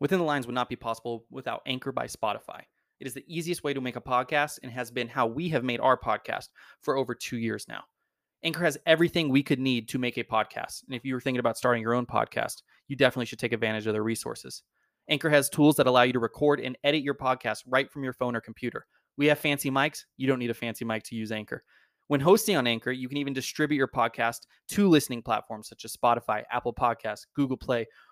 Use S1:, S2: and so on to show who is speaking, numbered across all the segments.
S1: Within the Lines would not be possible without Anchor by Spotify. It is the easiest way to make a podcast and has been how we have made our podcast for over two years now. Anchor has everything we could need to make a podcast. And if you were thinking about starting your own podcast, you definitely should take advantage of their resources. Anchor has tools that allow you to record and edit your podcast right from your phone or computer. We have fancy mics. You don't need a fancy mic to use Anchor. When hosting on Anchor, you can even distribute your podcast to listening platforms such as Spotify, Apple Podcasts, Google Play,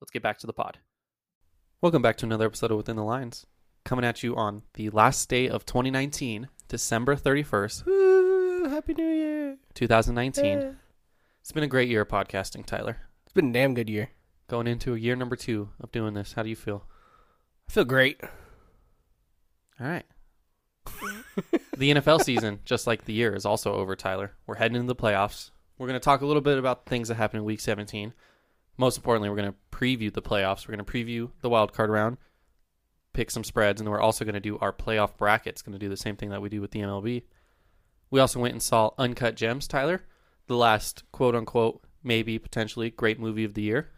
S1: Let's get back to the pod. Welcome back to another episode of Within the Lines, coming at you on the last day of 2019, December 31st,
S2: Woo, Happy New Year.
S1: 2019.
S2: Yeah.
S1: It's been a great year of podcasting, Tyler.
S2: It's been a damn good year.
S1: Going into year number two of doing this, how do you feel?
S2: I feel great.
S1: All right. the NFL season, just like the year, is also over, Tyler. We're heading into the playoffs. We're going to talk a little bit about things that happened in week 17. Most importantly, we're going to preview the playoffs. We're going to preview the wild card round, pick some spreads, and then we're also going to do our playoff brackets. Going to do the same thing that we do with the MLB. We also went and saw Uncut Gems, Tyler, the last quote unquote, maybe potentially great movie of the year.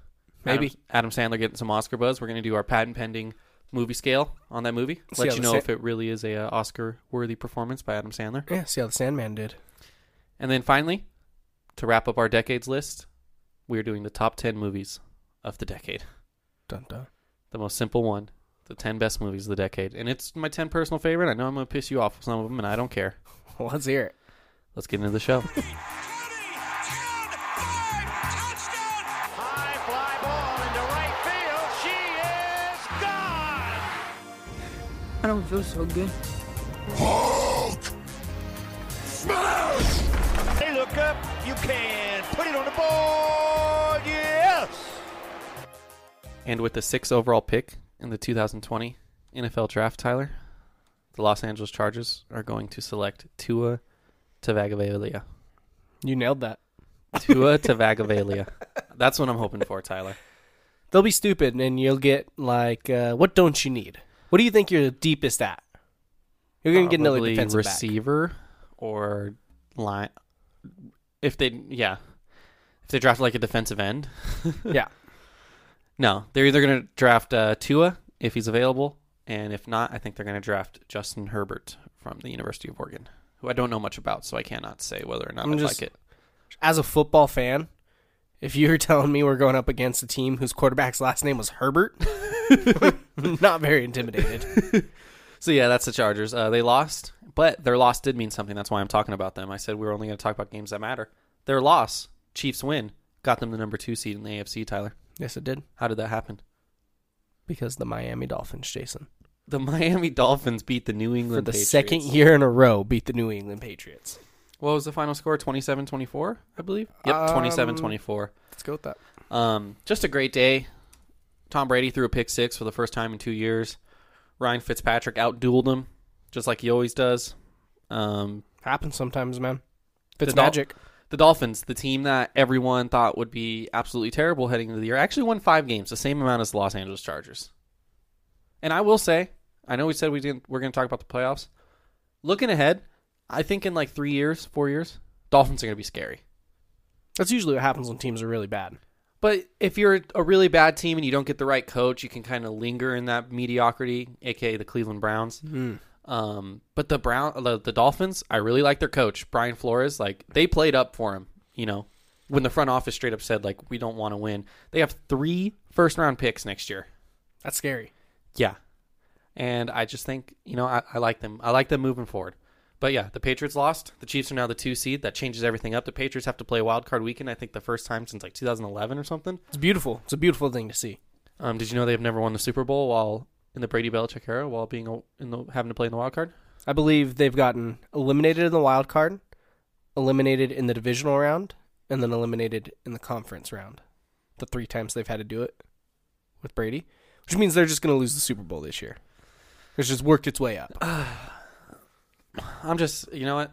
S2: Maybe.
S1: Adam, Adam Sandler getting some Oscar buzz. We're going to do our patent pending movie scale on that movie.
S2: See
S1: Let
S2: how
S1: you
S2: the
S1: know
S2: sa-
S1: if it really is a uh, Oscar worthy performance by Adam Sandler.
S2: Yeah, see how the Sandman did.
S1: And then finally, to wrap up our decades list, we're doing the top 10 movies of the decade.
S2: Dun dun.
S1: The most simple one, the 10 best movies of the decade. And it's my 10 personal favorite. I know I'm going to piss you off with some of them, and I don't care.
S2: Well, let's hear it.
S1: Let's get into the show.
S3: High fly ball into right field. She is gone.
S4: I don't feel so good.
S3: They look up. You can put it on the board. Yes.
S1: and with the sixth overall pick in the 2020 NFL draft, Tyler, the Los Angeles Chargers are going to select Tua Tagavailoa.
S2: You nailed that.
S1: Tua Tagavailoa. That's what I'm hoping for, Tyler.
S2: They'll be stupid, and you'll get like, uh, what don't you need? What do you think you're the deepest at? You're gonna get another
S1: Probably
S2: defensive back.
S1: receiver or line. If they, yeah, if they draft like a defensive end,
S2: Yeah,
S1: no, they're either going to draft uh, Tua if he's available, and if not, I think they're going to draft Justin Herbert from the University of Oregon, who I don't know much about, so I cannot say whether or not
S2: I'm
S1: I
S2: just-
S1: like it.
S2: as a football fan, if you were telling me we're going up against a team whose quarterback's last name was Herbert, not very intimidated.
S1: So yeah, that's the Chargers. Uh, they lost, but their loss did mean something. That's why I'm talking about them. I said we were only going to talk about games that matter. Their loss, Chiefs win, got them the number two seed in the AFC. Tyler,
S2: yes, it did
S1: how did that happen?
S2: because the Miami Dolphins, Jason.
S1: The Miami Dolphins beat the New
S2: for
S1: England
S2: the
S1: Patriots.
S2: second year in a row beat the New England Patriots.
S1: What was the final score? 27-24, I believe. Yep,
S2: Um,
S1: 27-24.
S2: Let's go with that.
S1: Um, just a great day. Tom Brady threw a pick six for the first time in two years. Ryan Fitzpatrick outdueled him, just like he always does. Um,
S2: Happens sometimes, man. If it's
S1: The Dol-
S2: magic.
S1: the Dolphins, the team that everyone thought would be absolutely terrible heading into the year, actually won five games, the same amount as the Los Angeles Chargers. And I will say, I know we said we didn't. We're going to talk about the playoffs. Looking ahead, I think in like three years, four years, Dolphins are going to be scary.
S2: That's usually what happens when teams are really bad.
S1: But if you're a really bad team and you don't get the right coach, you can kind of linger in that mediocrity, aka the Cleveland Browns. Um, but the Brown, the, the Dolphins, I really like their coach Brian Flores. Like they played up for him, you know, when the front office straight up said like we don't want to win. They have three first round picks next year.
S2: That's scary.
S1: Yeah, and I just think you know I, I like them. I like them moving forward. But yeah, the Patriots lost. The Chiefs are now the two seed. That changes everything up. The Patriots have to play wild card weekend. I think the first time since like 2011 or something.
S2: It's beautiful. It's a beautiful thing to see.
S1: Um, did you know they've never won the Super Bowl while in the Brady Belichick era while being a, in the, having to play in the wild card?
S2: I believe they've gotten eliminated in the wild card, eliminated in the divisional round, and then eliminated in the conference round. The three times they've had to do it with Brady, which means they're just going to lose the Super Bowl this year. It's just worked its way up.
S1: I'm just, you know what?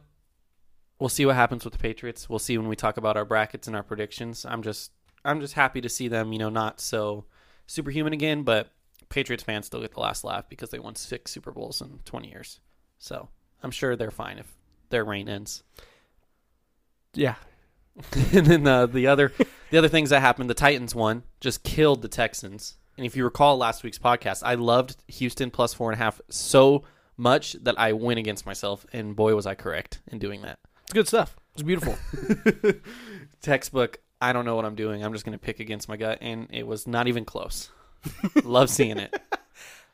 S1: We'll see what happens with the Patriots. We'll see when we talk about our brackets and our predictions. I'm just, I'm just happy to see them, you know, not so superhuman again. But Patriots fans still get the last laugh because they won six Super Bowls in 20 years. So I'm sure they're fine if their reign ends.
S2: Yeah.
S1: and then uh, the other the other things that happened, the Titans won, just killed the Texans. And if you recall last week's podcast, I loved Houston plus four and a half so much that I went against myself, and boy was I correct in doing that.
S2: It's good stuff. It's beautiful.
S1: Textbook. I don't know what I'm doing. I'm just going to pick against my gut, and it was not even close. Love seeing it.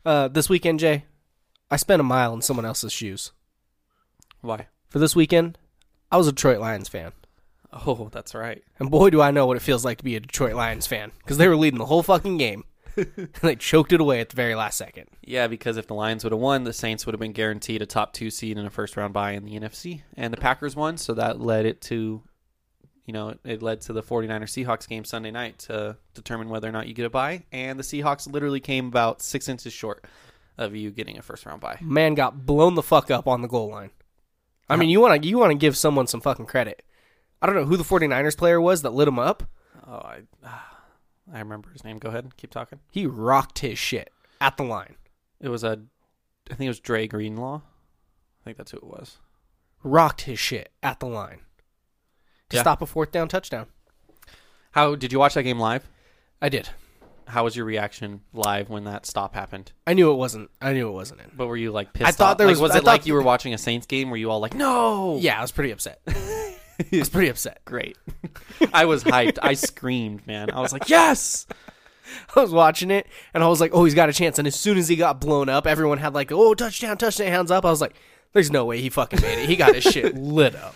S2: uh, this weekend, Jay, I spent a mile in someone else's shoes.
S1: Why?
S2: For this weekend, I was a Detroit Lions fan.
S1: Oh, that's right.
S2: And boy, do I know what it feels like to be a Detroit Lions fan because they were leading the whole fucking game. and they choked it away at the very last second.
S1: Yeah, because if the Lions would have won, the Saints would have been guaranteed a top two seed and a first round bye in the NFC. And the Packers won, so that led it to, you know, it led to the 49er Seahawks game Sunday night to determine whether or not you get a bye. And the Seahawks literally came about six inches short of you getting a first round bye.
S2: Man got blown the fuck up on the goal line. I mean, you want to you want to give someone some fucking credit. I don't know who the 49ers player was that lit him up.
S1: Oh, I, I remember his name. Go ahead, keep talking.
S2: He rocked his shit at the line.
S1: It was a, I think it was Dre Greenlaw. I think that's who it was.
S2: Rocked his shit at the line to
S1: Yeah.
S2: stop a fourth down touchdown.
S1: How did you watch that game live?
S2: I did.
S1: How was your reaction live when that stop happened?
S2: I knew it wasn't. I knew it wasn't in.
S1: But were you like pissed?
S2: I thought
S1: off?
S2: there
S1: Like,
S2: was-
S1: Was
S2: I
S1: it like
S2: thought-
S1: you were watching a Saints game? Were you all like, "No,
S2: Yeah, I was pretty upset. I was pretty upset.
S1: great"? I was hyped. I screamed, man. I was like, "Yes!"
S2: I was watching it and I was like, oh, he's got a chance. And as soon as he got blown up, everyone had like, oh, touchdown, touchdown, hands up. I was like, there's no way he fucking made it. He got his shit lit up.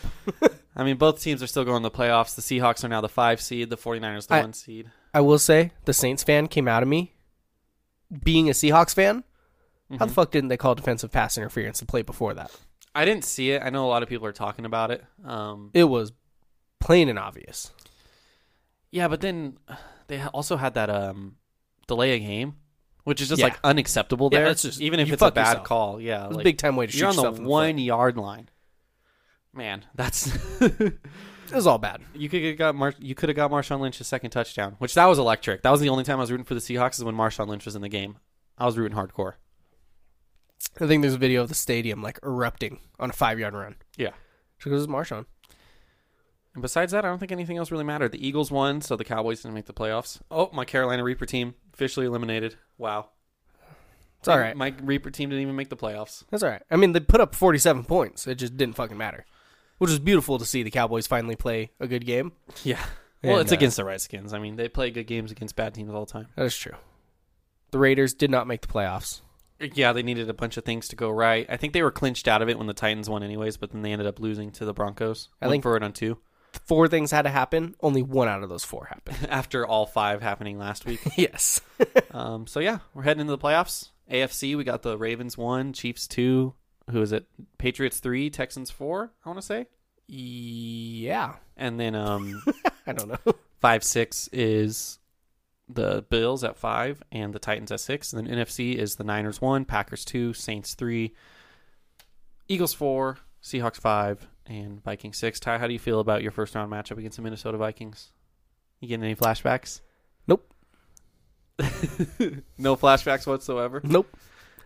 S1: I mean, both teams are still going to the playoffs. The Seahawks are now the five seed. The 49ers the
S2: I-
S1: one seed.
S2: I will say, the Saints fan came out of me being a Seahawks fan. How the fuck didn't they call defensive pass interference the play before that?
S1: I didn't see it. I know a lot of people are talking about it. Um,
S2: It was plain and obvious.
S1: yeah, but then uh, they ha- also had that um, delay a game, which is just
S2: Yeah.
S1: like unacceptable.
S2: Yeah,
S1: There,
S2: that's just-
S1: even if
S2: you
S1: it's a
S2: fuck
S1: bad
S2: yourself.
S1: call. Yeah,
S2: It was a big time way to
S1: You're
S2: shoot
S1: on
S2: yourself
S1: the
S2: in the foot.
S1: one yard line. Man, that's
S2: It was all bad.
S1: You could have got Mar- you could have got Marshawn Lynch's second touchdown, which that was electric. That was the only time I was rooting for the Seahawks is when Marshawn Lynch was in the game. I was rooting hardcore.
S2: I think there's a video of the stadium like erupting on a five yard run.
S1: Yeah.
S2: Because Marshawn.
S1: And besides that, I don't think anything else really mattered. The Eagles won, so the Cowboys didn't make the playoffs. Oh, my Carolina Reaper team officially eliminated. Wow.
S2: It's all right.
S1: My Reaper team didn't even make the playoffs.
S2: That's all right. I mean, they put up 47 points. It just didn't fucking matter, which is beautiful to see the Cowboys finally play a good game.
S1: Yeah. Well,
S2: And,
S1: it's
S2: uh,
S1: against the Redskins. I mean, they play good games against bad teams all the time.
S2: That is true. The Raiders did not make the playoffs.
S1: Yeah, they needed a bunch of things to go right. I think they were clinched out of it when the Titans won, anyways. But then they ended up losing to the Broncos.
S2: I
S1: I Went
S2: think-
S1: for it on two
S2: Four things had to happen. Only one out of those four happened.
S1: after all five happening last week.
S2: yes.
S1: Um, so yeah, we're heading into the playoffs, AFC, we got the Ravens one, Chiefs two. Who is it? Patriots three, Texans four. I want to say,
S2: Yeah.
S1: and then um,
S2: I don't know.
S1: five six is the Bills at five and the Titans at six. And then NFC is the Niners one, Packers two, Saints three, Eagles four, Seahawks five, and Vikings six. Ty, how do you feel about your first round matchup against the Minnesota Vikings? You getting any flashbacks?
S2: Nope.
S1: No flashbacks whatsoever.
S2: Nope.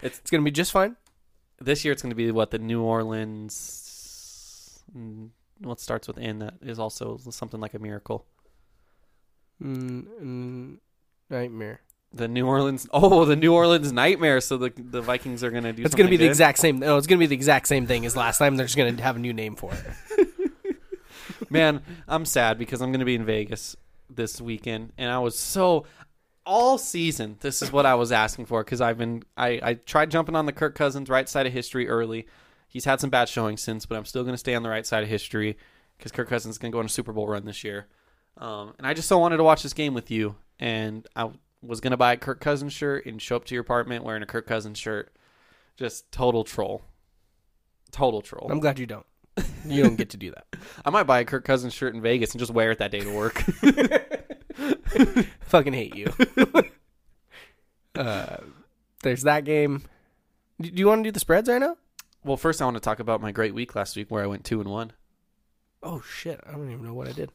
S2: It's, it's going to be just fine.
S1: This year it's going to be what the New Orleans. mm, What starts with N that is also something like a miracle.
S2: Mm, mm, nightmare.
S1: The New Orleans, oh, the New Orleans nightmare. So the the Vikings are gonna do.
S2: It's going
S1: something
S2: to be the
S1: good.
S2: exact same. No, it's going to be the exact same thing as last time. They're just going to have a new name for it.
S1: man. I'm sad because I'm gonna be in Vegas this weekend, and I was so all season. This is what I was asking for because I've been I I tried jumping on the Kirk Cousins right side of history early. He's had some bad showing since, but I'm still gonna stay on the right side of history because Kirk Cousins is gonna go on a Super Bowl run this year. Um, and I just so wanted to watch this game with you, and I was gonna buy a Kirk Cousins shirt and show up to your apartment wearing a Kirk Cousins shirt. Just total troll. Total troll.
S2: I'm glad you don't. You don't get to do that.
S1: I might buy a Kirk Cousins shirt in Vegas and just wear it that day to work.
S2: Fucking hate you. uh, there's that game. Do do you want to do the spreads right now?
S1: well, first I want to talk about my great week last week where I went two and one.
S2: Oh shit! I don't even know what I did.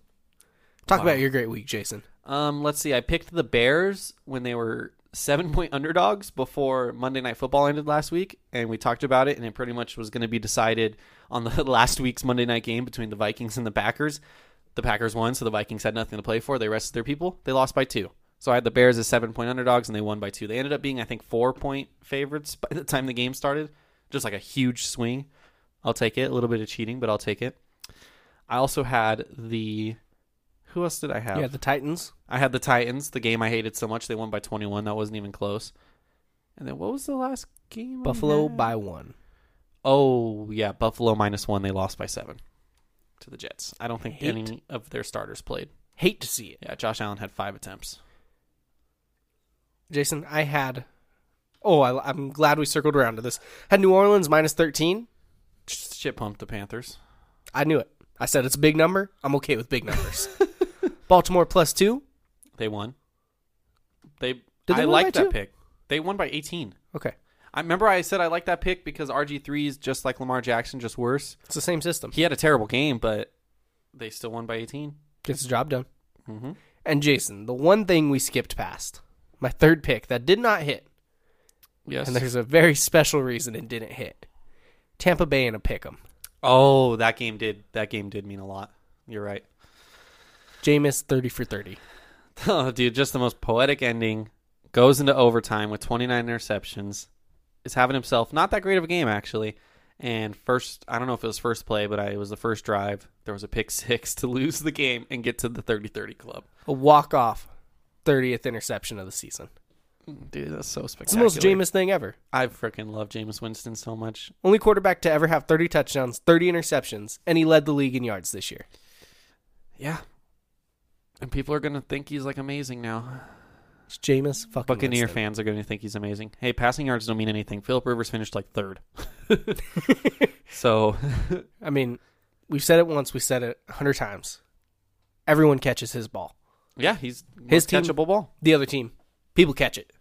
S2: Talk
S1: Wow.
S2: about your great week, Jason.
S1: Um, let's see. I picked the Bears when they were seven point underdogs before Monday Night Football ended last week, and we talked about it, and it pretty much was going to be decided on the last week's Monday Night game between the Vikings and the Packers. The Packers won, so the Vikings had nothing to play for. They rested their people. They lost by two. So I had the Bears as seven point underdogs, and they won by two. They ended up being, I think, four point favorites by the time the game started. Just like a huge swing. I'll take it. A little bit of cheating, but I'll take it. I also had the. Who else did I have?
S2: Yeah, the Titans.
S1: I had the Titans, the game I hated so much. They won by 21. That wasn't even close. And then what was the last game? I
S2: Buffalo
S1: had?
S2: by one.
S1: Oh, yeah. Buffalo minus one. They lost by seven to the Jets. I don't think
S2: Hate.
S1: any of their starters played.
S2: Hate to see it.
S1: Yeah, Josh Allen had five attempts.
S2: Jason, I had. Oh, I, I'm glad we circled around to this. Had New Orleans minus 13.
S1: Just Shit pumped the Panthers.
S2: I knew it. I said it's a big number. I'm okay with big numbers. Baltimore plus two.
S1: They won. They,
S2: Did they
S1: I
S2: win
S1: liked
S2: by
S1: that
S2: two?
S1: pick. They won by 18.
S2: Okay,
S1: I remember I said I like that pick because RG3 is just like Lamar Jackson, just worse.
S2: it's the same system.
S1: He had a terrible game, but they still won by 18.
S2: Gets the job done.
S1: Mm-hmm.
S2: And Jason, the one thing we skipped past, my third pick that did not hit,
S1: Yes.
S2: and there's a very special reason it didn't hit. Tampa Bay in a pick 'em.
S1: Oh, that game did that game did mean a lot. You're right.
S2: Jameis thirty for thirty.
S1: Oh, dude, just the most poetic ending. Goes into overtime with 29 interceptions. Is having himself not that great of a game actually. And first, I don't know if it was first play, but I, it was the first drive. There was a pick six to lose the game and get to the 30-30 club.
S2: A walk off thirtieth interception of the season.
S1: Dude, that's so
S2: It's the
S1: spectacular.
S2: most Jameis thing ever.
S1: I freaking love Jameis Winston so much.
S2: Only quarterback to ever have thirty touchdowns, thirty interceptions, and he led the league in yards this year.
S1: Yeah. And people are gonna think he's like amazing now.
S2: It's Jameis fucking
S1: Buccaneer
S2: Winston.
S1: fans are going to think he's amazing. Hey, passing yards don't mean anything. Philip Rivers finished like third. so,
S2: I mean, we've said it once, we said it a hundred times. Everyone catches his ball.
S1: yeah, he's
S2: His
S1: his
S2: team-
S1: catchable ball.
S2: The other team, people catch it.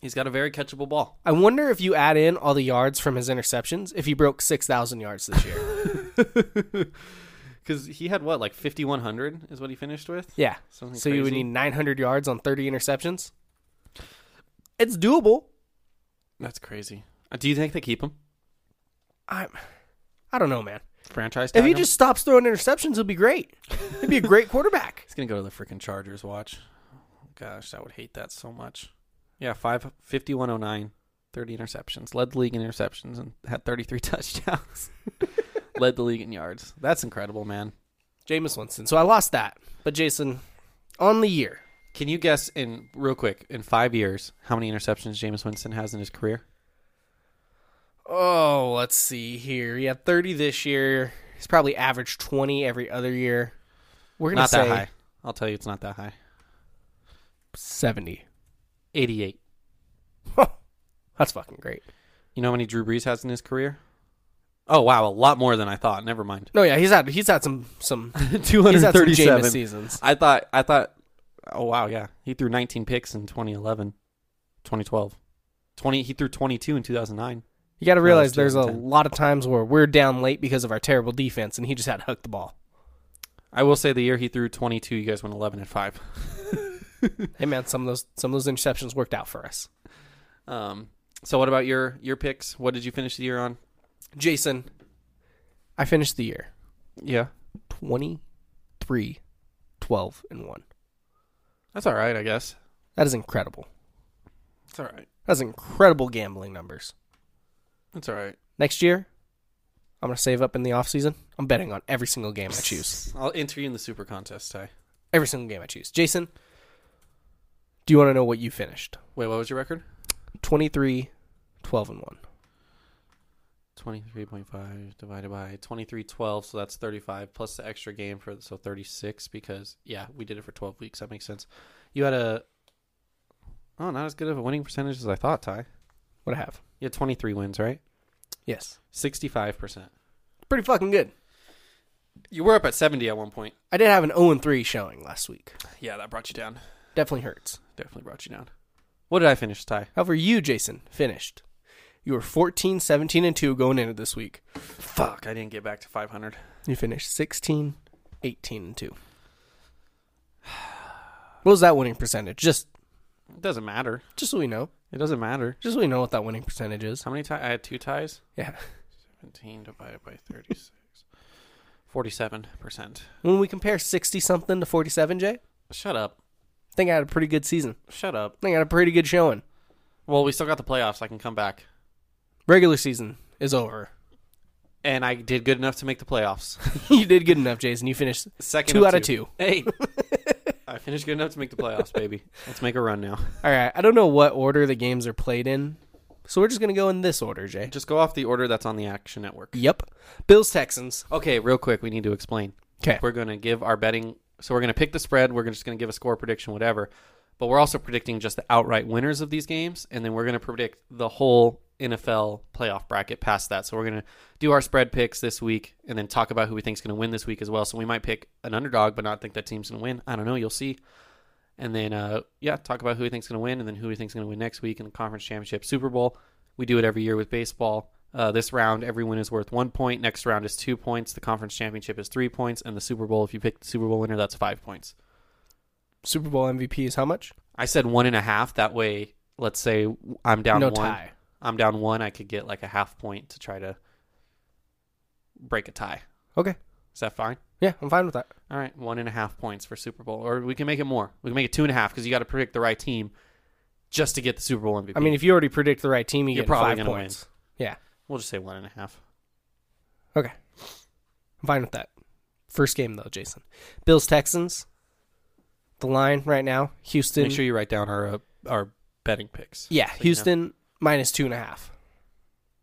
S1: He's got a very catchable ball.
S2: I wonder if you add in all the yards from his interceptions, if he broke six thousand yards this year.
S1: Because he had what, like 5,100 is what he finished with?
S2: Yeah.
S1: Something
S2: so you would
S1: crazy.
S2: need 900 yards on 30 interceptions. It's doable.
S1: That's crazy. Uh, Do you think they keep him?
S2: I, I don't know, man.
S1: Franchise tag
S2: If he
S1: him?
S2: just stops throwing interceptions, he'll be great. He'd be a great quarterback.
S1: He's going to go to the freaking Chargers watch. Gosh, I would hate that so much. Yeah, 5, 5109, 30 interceptions. Led the league in interceptions and had 33 touchdowns. Led the league in yards. That's incredible, man.
S2: Jameis Winston. So I lost that. But Jason, on the year,
S1: Can you guess in real quick in five years how many interceptions Jameis Winston has in his career?
S2: oh, let's see here. He had 30 this year. He's probably averaged 20 every other year. We're gonna
S1: Not
S2: say
S1: that high. I'll tell you, it's not that high.
S2: 70.
S1: Eighty-eight.
S2: That's fucking great.
S1: You know how many Drew Brees has in his career? Oh wow, a lot more than I thought. Never mind.
S2: No, yeah, he's had he's had some some
S1: Two
S2: he's
S1: hundred
S2: had some
S1: thirty-seven
S2: Jameis seasons.
S1: I thought. I thought. Oh wow, yeah. He threw 19 picks in 2011, 2012, 20. He threw 22 in 2009.
S2: You got to
S1: that's
S2: realize there's a
S1: 2010.
S2: lot of times where we're down late because of our terrible defense, and he just had to hook the ball.
S1: I will say the year he threw 22, you guys went 11 and five.
S2: Hey man, some of those some of those interceptions worked out for us.
S1: Um. So what about your your picks? What did you finish the year on?
S2: Jason, I finished the year
S1: Yeah,
S2: 23, 12 and one.
S1: that's all right, I guess.
S2: That is incredible.
S1: That's all right.
S2: That's incredible gambling numbers.
S1: That's all right.
S2: Next year, I'm gonna save up in the off season. I'm betting on every single game I choose.
S1: I'll enter you in the super contest, Ty.
S2: Every single game I choose. Jason, do you want to know what you finished?
S1: Wait, what was your record?
S2: 23, 12 and one.
S1: 23.5 divided by 23.12, so that's 35 plus the extra game for so 36 because yeah, we did it for 12 weeks. That makes sense. You had a oh, not as good of a winning percentage as I thought, Ty.
S2: What I have?
S1: You had 23 wins, right?
S2: Yes,
S1: 65 percent.
S2: pretty fucking good.
S1: You were up at 70 at one point.
S2: I did have an 0 and 3 showing last week.
S1: Yeah, that brought you down.
S2: Definitely hurts.
S1: Definitely brought you down. What did I finish, Ty?
S2: However, you, Jason, finished. You were 14, 17, and 2 going into this week.
S1: Fuck, I didn't get back to 500.
S2: You finished 16, 18, and 2. What was that winning percentage? Just
S1: It doesn't matter.
S2: just so we know.
S1: It doesn't matter.
S2: Just so we know what that winning percentage is.
S1: How many ties? I had two ties.
S2: Yeah.
S1: 17 divided by 36. 47%.
S2: When we compare 60 something to 47, Jay, I
S1: Shut up.
S2: think I had a pretty good season.
S1: Shut up.
S2: I think I had a pretty good showing.
S1: Well, we still got the playoffs. I can come back.
S2: Regular season is over.
S1: And I did good enough to make the playoffs.
S2: you did good enough, Jason. You finished
S1: Second
S2: two out of two.
S1: Hey. I finished good enough to make the playoffs, baby. Let's make a run now.
S2: All right. I don't know what order the games are played in, so we're just going to go in this order, Jay.
S1: Just go off the order that's on the Action Network.
S2: Yep. Bills, Texans.
S1: Okay, real quick, we need to explain.
S2: 'Kay.
S1: We're going to give our betting. So we're going to pick the spread. We're just going to give a score prediction, whatever. But we're also predicting just the outright winners of these games. And then we're going to predict the whole NFL playoff bracket past that. So we're going to do our spread picks this week and then talk about who we think's going to win this week as well. So we might pick an underdog, but not think that team's going to win. I don't know. You'll see. And then, uh, yeah, talk about who we think's going to win and then who we think's going to win next week in the conference championship, Super Bowl. We do it every year with baseball. Uh, this round, every win is worth one point. Next round is two points. The conference championship is three points. And the Super Bowl, if you pick the Super Bowl winner, that's five points.
S2: Super Bowl MVP is how much?
S1: I said one and a half. That way, let's say I'm down
S2: No
S1: one.
S2: tie.
S1: I'm down one. I could get like a half point to try to break a tie.
S2: Okay.
S1: Is that fine?
S2: Yeah, I'm fine with that.
S1: All right, one and a half points for Super Bowl, or we can make it more. We can make it two and a half because you got to predict the right team just to get the Super Bowl MVP.
S2: I mean, if you already predict the right team, you
S1: You're
S2: get
S1: probably
S2: five
S1: gonna
S2: points. Yeah.
S1: we'll just say one and a half.
S2: Okay. I'm fine with that. First game though, Jason. Bills Texans. The line right now, Houston.
S1: Make sure you write down our uh, our betting picks.
S2: yeah,
S1: So you know.
S2: Houston minus two and a half.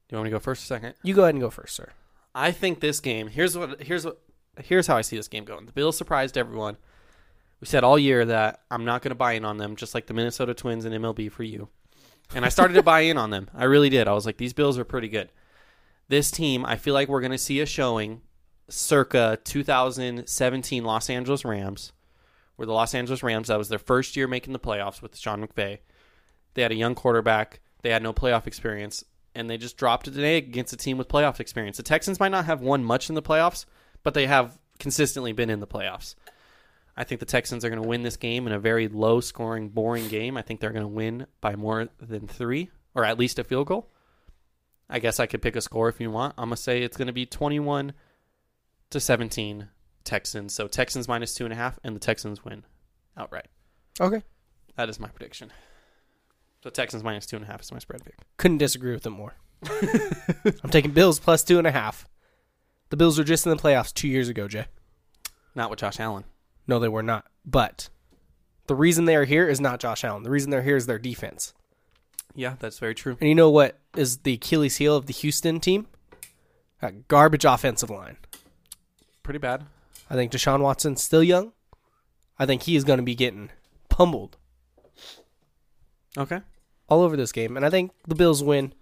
S1: Do you want me to go first or second?
S2: You go ahead and go first, sir.
S1: I think this game. Here's what. Here's what. Here's how I see this game going. The Bills surprised everyone. We said all year that I'm not going to buy in on them, just like the Minnesota Twins and MLB for you. And I started to buy in on them. I really did. I was like, these Bills are pretty good. This team, I feel like we're going to see a showing circa 2017 Los Angeles Rams, where the Los Angeles Rams, that was their first year making the playoffs with Sean McVay. They had a young quarterback. They had no playoff experience, and they just dropped it today against a team with playoff experience. The Texans might not have won much in the playoffs, but they have consistently been in the playoffs. I think the Texans are going to win this game in a very low scoring, boring game. I think they're going to win by more than three, or at least a field goal. I guess I could pick a score if you want. I'm going to say it's going to be 21 to 17 Texans. So Texans minus two and a half, and the Texans win outright.
S2: Okay.
S1: That is my prediction. So Texans minus two and a half is my spread pick.
S2: Couldn't disagree with them more. I'm taking Bills plus two and a half. The Bills were just in the playoffs two years ago, Jay.
S1: Not with Josh Allen.
S2: No, they were not. But the reason they are here is not Josh Allen. The reason they're here is their defense.
S1: Yeah, that's very true.
S2: And you know what is the Achilles heel of the Houston team? That garbage offensive line.
S1: Pretty bad.
S2: I think Deshaun Watson's still young. I think he is going to be getting pummeled.
S1: Okay.
S2: all over this game, and I think the Bills win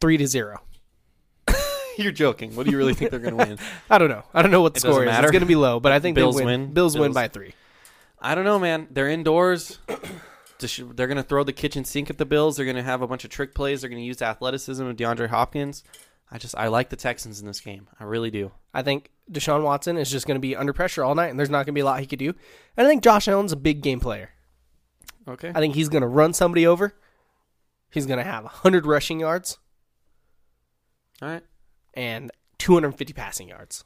S2: three to zero.
S1: You're joking. What do you really think they're going to win?
S2: I don't know. I don't know what the
S1: It doesn't
S2: score is.
S1: matter.
S2: It's going to be low, but I think
S1: Bills
S2: they win.
S1: win.
S2: Bills, win
S1: Bills.
S2: by three.
S1: I don't know, man. They're indoors. Just- They're going to throw the kitchen sink at the Bills. They're going to have a bunch of trick plays. They're going to use athleticism of DeAndre Hopkins. I just I like the Texans in this game. I really do.
S2: I think Deshaun Watson is just going to be under pressure all night, and there's not going to be a lot he could do. And I think Josh Allen's a big game player.
S1: Okay.
S2: I think he's going to run somebody over. He's going to have 100 rushing yards
S1: All right.
S2: and 250 passing yards.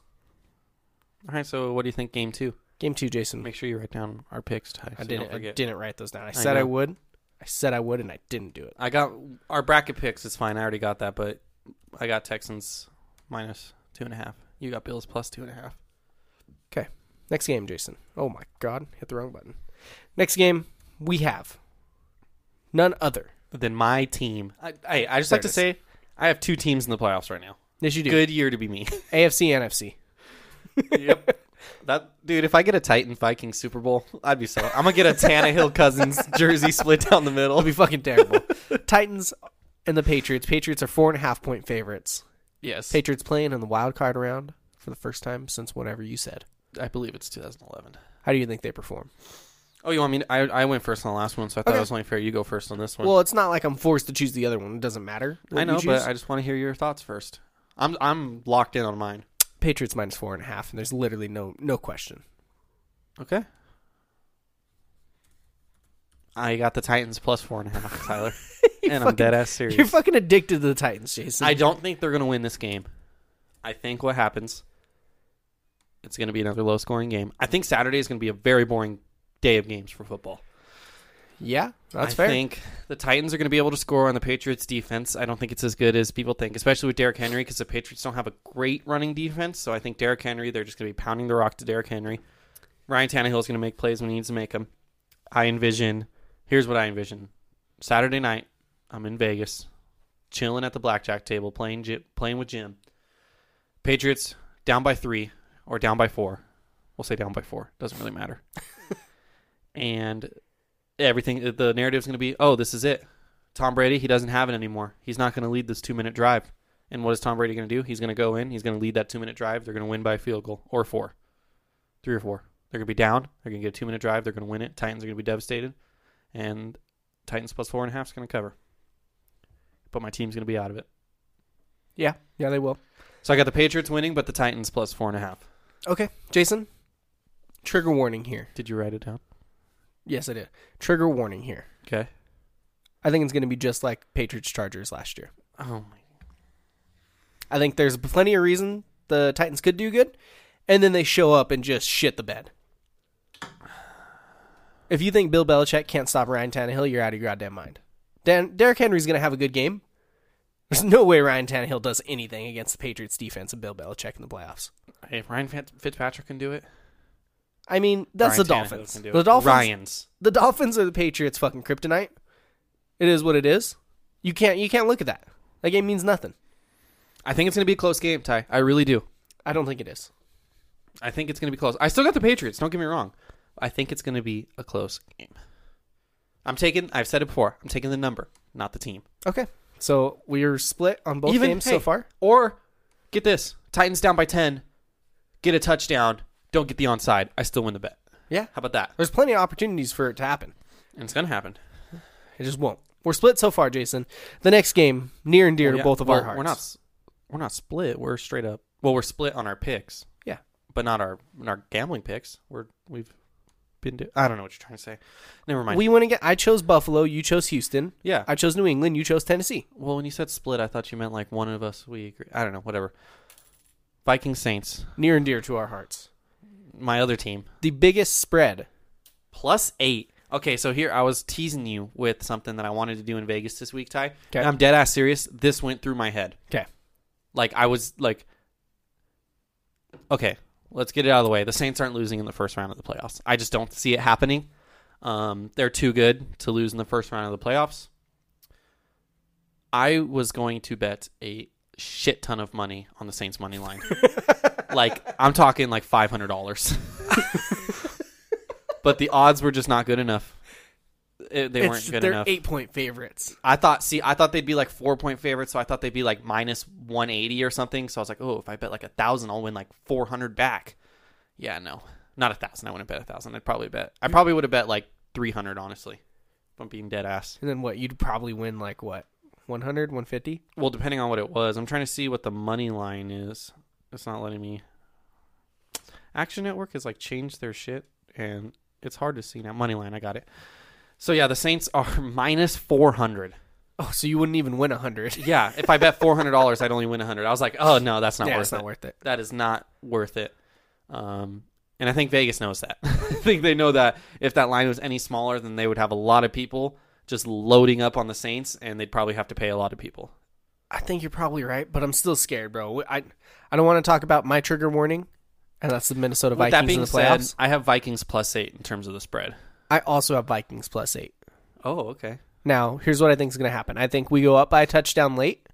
S1: All right. So what do you think? Game two.
S2: Game two, Jason.
S1: Make sure you write down our picks. Ty, so
S2: I
S1: you
S2: didn't.
S1: don't
S2: I
S1: forget.
S2: didn't write those down. I, said I
S1: know.
S2: would. I said I would, and I didn't do it.
S1: I got our bracket picks. It's fine. I already got that, but I got Texans minus two and a half. You got Bills plus two and a half.
S2: Okay. Next game, Jason. Oh my God! Hit the wrong button. Next game, we have none other.
S1: Then my team. I I, I just
S2: There
S1: like to
S2: it is.
S1: say I have two teams in the playoffs right now.
S2: Yes, you do.
S1: Good year to be me.
S2: AFC, NFC.
S1: yep. That dude, if I get a Titan Vikings Super Bowl, I'd be so. I'm gonna get a Tannehill Cousins jersey split down the middle.
S2: It'll be fucking terrible. Titans and the Patriots. Patriots are four and a half point favorites.
S1: Yes,
S2: Patriots playing in the wild card round for the first time since whatever you said.
S1: I believe it's 2011.
S2: How do you think they perform?
S1: Oh, you want me? To, I I went first on the last one, so I thought
S2: Okay.
S1: it was only fair you go first on this one.
S2: Well, it's not like I'm forced to choose the other one. It doesn't matter. what
S1: I
S2: you
S1: know,
S2: choose.
S1: but I just want to hear your thoughts first. I'm I'm locked in on mine.
S2: Patriots minus four and a half, and there's literally no no question.
S1: Okay. I got the Titans plus four and a half, Tyler, and I'm
S2: fucking-
S1: dead ass
S2: You're
S1: serious.
S2: fucking addicted to the Titans, Jason.
S1: I don't think they're going to win this game. I think what happens, it's going to be another low scoring game. I think Saturday is going to be a very boring day of games for football.
S2: yeah, that's
S1: I
S2: fair.
S1: think the Titans are going to be able to score on the Patriots defense. I don't think it's as good as people think, especially with Derrick Henry, because the Patriots don't have a great running defense. So I think Derrick Henry, they're just going to be pounding the rock to Derrick Henry. Ryan Tannehill is going to make plays when he needs to make them. I envision, here's what I envision: Saturday night, I'm in Vegas, chilling at the blackjack table, playing Ji- playing with Jim. Patriots down by three or down by four. We'll say down by four. Doesn't really matter. and everything the narrative's going to be oh this is it tom brady he doesn't have it anymore he's not going to lead this two minute drive and what is tom brady going to do he's going to go in he's going to lead that two minute drive they're going to win by a field goal or four three or four they're going to be down they're going to get a two minute drive they're going to win it titans are going to be devastated and titans plus four and a half is going to cover but my team's going to be out of it
S2: yeah, yeah, they will.
S1: so i got the patriots winning but the titans plus four and a half
S2: Okay, Jason. Trigger warning here.
S1: did you write it down
S2: Yes, I did. Trigger warning here.
S1: okay
S2: I think it's going to be just like Patriots Chargers last year.
S1: oh my
S2: I think there's plenty of reason the Titans could do good, and then they show up and just shit the bed. If you think Bill Belichick can't stop Ryan Tannehill, you're out of your goddamn mind. Dan Derrick Henry's going to have a good game. There's no way Ryan Tannehill does anything against the Patriots defense and Bill Belichick in the playoffs.
S1: Hey, if ryan Fitz- fitzpatrick can do it
S2: I mean,
S1: Ryan
S2: that's the
S1: Tannehill
S2: Dolphins.
S1: can do it.
S2: The Dolphins.
S1: ryan's
S2: The Dolphins are the Patriots fucking kryptonite. It is what it is. You can't you can't look at that. That game means nothing.
S1: I think it's going to be a close game, Ty. I really do.
S2: I don't think it is.
S1: I think it's going to be close. I still got the Patriots. Don't get me wrong. I think it's going to be a close game. I'm taking. I've said it before. I'm taking the number, not the team.
S2: Okay. So we're split on both games so
S1: hey,
S2: far.
S1: Or get this: Titans down by ten, get a touchdown, don't get the onside. I still win the bet.
S2: Yeah.
S1: How about that?
S2: There's plenty of opportunities for it to happen.
S1: And it's going to happen.
S2: It just won't. We're split so far, Jason. The next game, near and dear
S1: Well, Oh, yeah.
S2: to both of
S1: Well,
S2: our hearts.
S1: We're not. s- We're not split. We're straight up. Well, we're split on our picks,
S2: Yeah.
S1: but not our our gambling picks. We're we've been. Do- I don't know what you're trying to say. Never mind.
S2: We went again. I chose Buffalo. You chose Houston.
S1: Yeah.
S2: I chose New England. You chose Tennessee.
S1: Well, when you said split, I thought you meant like one of us. We agree. I don't know. Whatever. Viking Saints,
S2: Near and dear to our hearts.
S1: my other team,
S2: The biggest spread.
S1: plus eight. Okay, so here I was teasing you with something that I wanted to do in Vegas this week, Ty.
S2: Okay.
S1: And I'm dead ass serious. This went through my head.
S2: Okay.
S1: Like I was like, okay, let's get it out of the way. The Saints aren't losing in the first round of the playoffs. I just don't see it happening. Um, they're too good to lose in the first round of the playoffs. I was going to bet a shit ton of money on the Saints money line. like I'm talking like five hundred dollars. but the odds were just not good enough. eh, they weren't
S2: It's,
S1: good
S2: they're
S1: enough.
S2: eight point favorites.
S1: I thought, see, I thought they'd be like four point favorites, so I thought they'd be like minus 180 or something. So I was like, oh, if I bet like a thousand, I'll win like 400 back. Yeah, no, not a thousand. I wouldn't bet a thousand. I'd probably bet, I probably would have bet like 300, honestly, if I'm being dead ass.
S2: And then what? You'd probably win like what? 100, 150?
S1: Well, depending on what it was, I'm trying to see what the money line is. It's not letting me. Action Network has like changed their shit, and it's hard to see now. Money line, I got it. So yeah, the Saints are minus 400.
S2: Oh, so you wouldn't even win 100.
S1: Yeah, if I bet four hundred dollars, I'd only win hundred. I was like, oh no, that's not
S2: yeah,
S1: worth
S2: it's
S1: it.
S2: not worth it.
S1: That is not worth it. Um, and I think Vegas knows that. I think they know that if that line was any smaller, then they would have a lot of people just loading up on the Saints, and they'd probably have to pay a lot of people.
S2: I think you're probably right, but I'm still scared, bro. I I don't want to talk about my trigger warning, and that's the Minnesota
S1: With
S2: Vikings
S1: that
S2: in
S1: being
S2: the
S1: said,
S2: playoffs.
S1: I have Vikings plus eight in terms of the spread.
S2: I also have Vikings plus eight.
S1: Oh, okay.
S2: Now, here's what I think is going to happen. I think we go up by a touchdown late,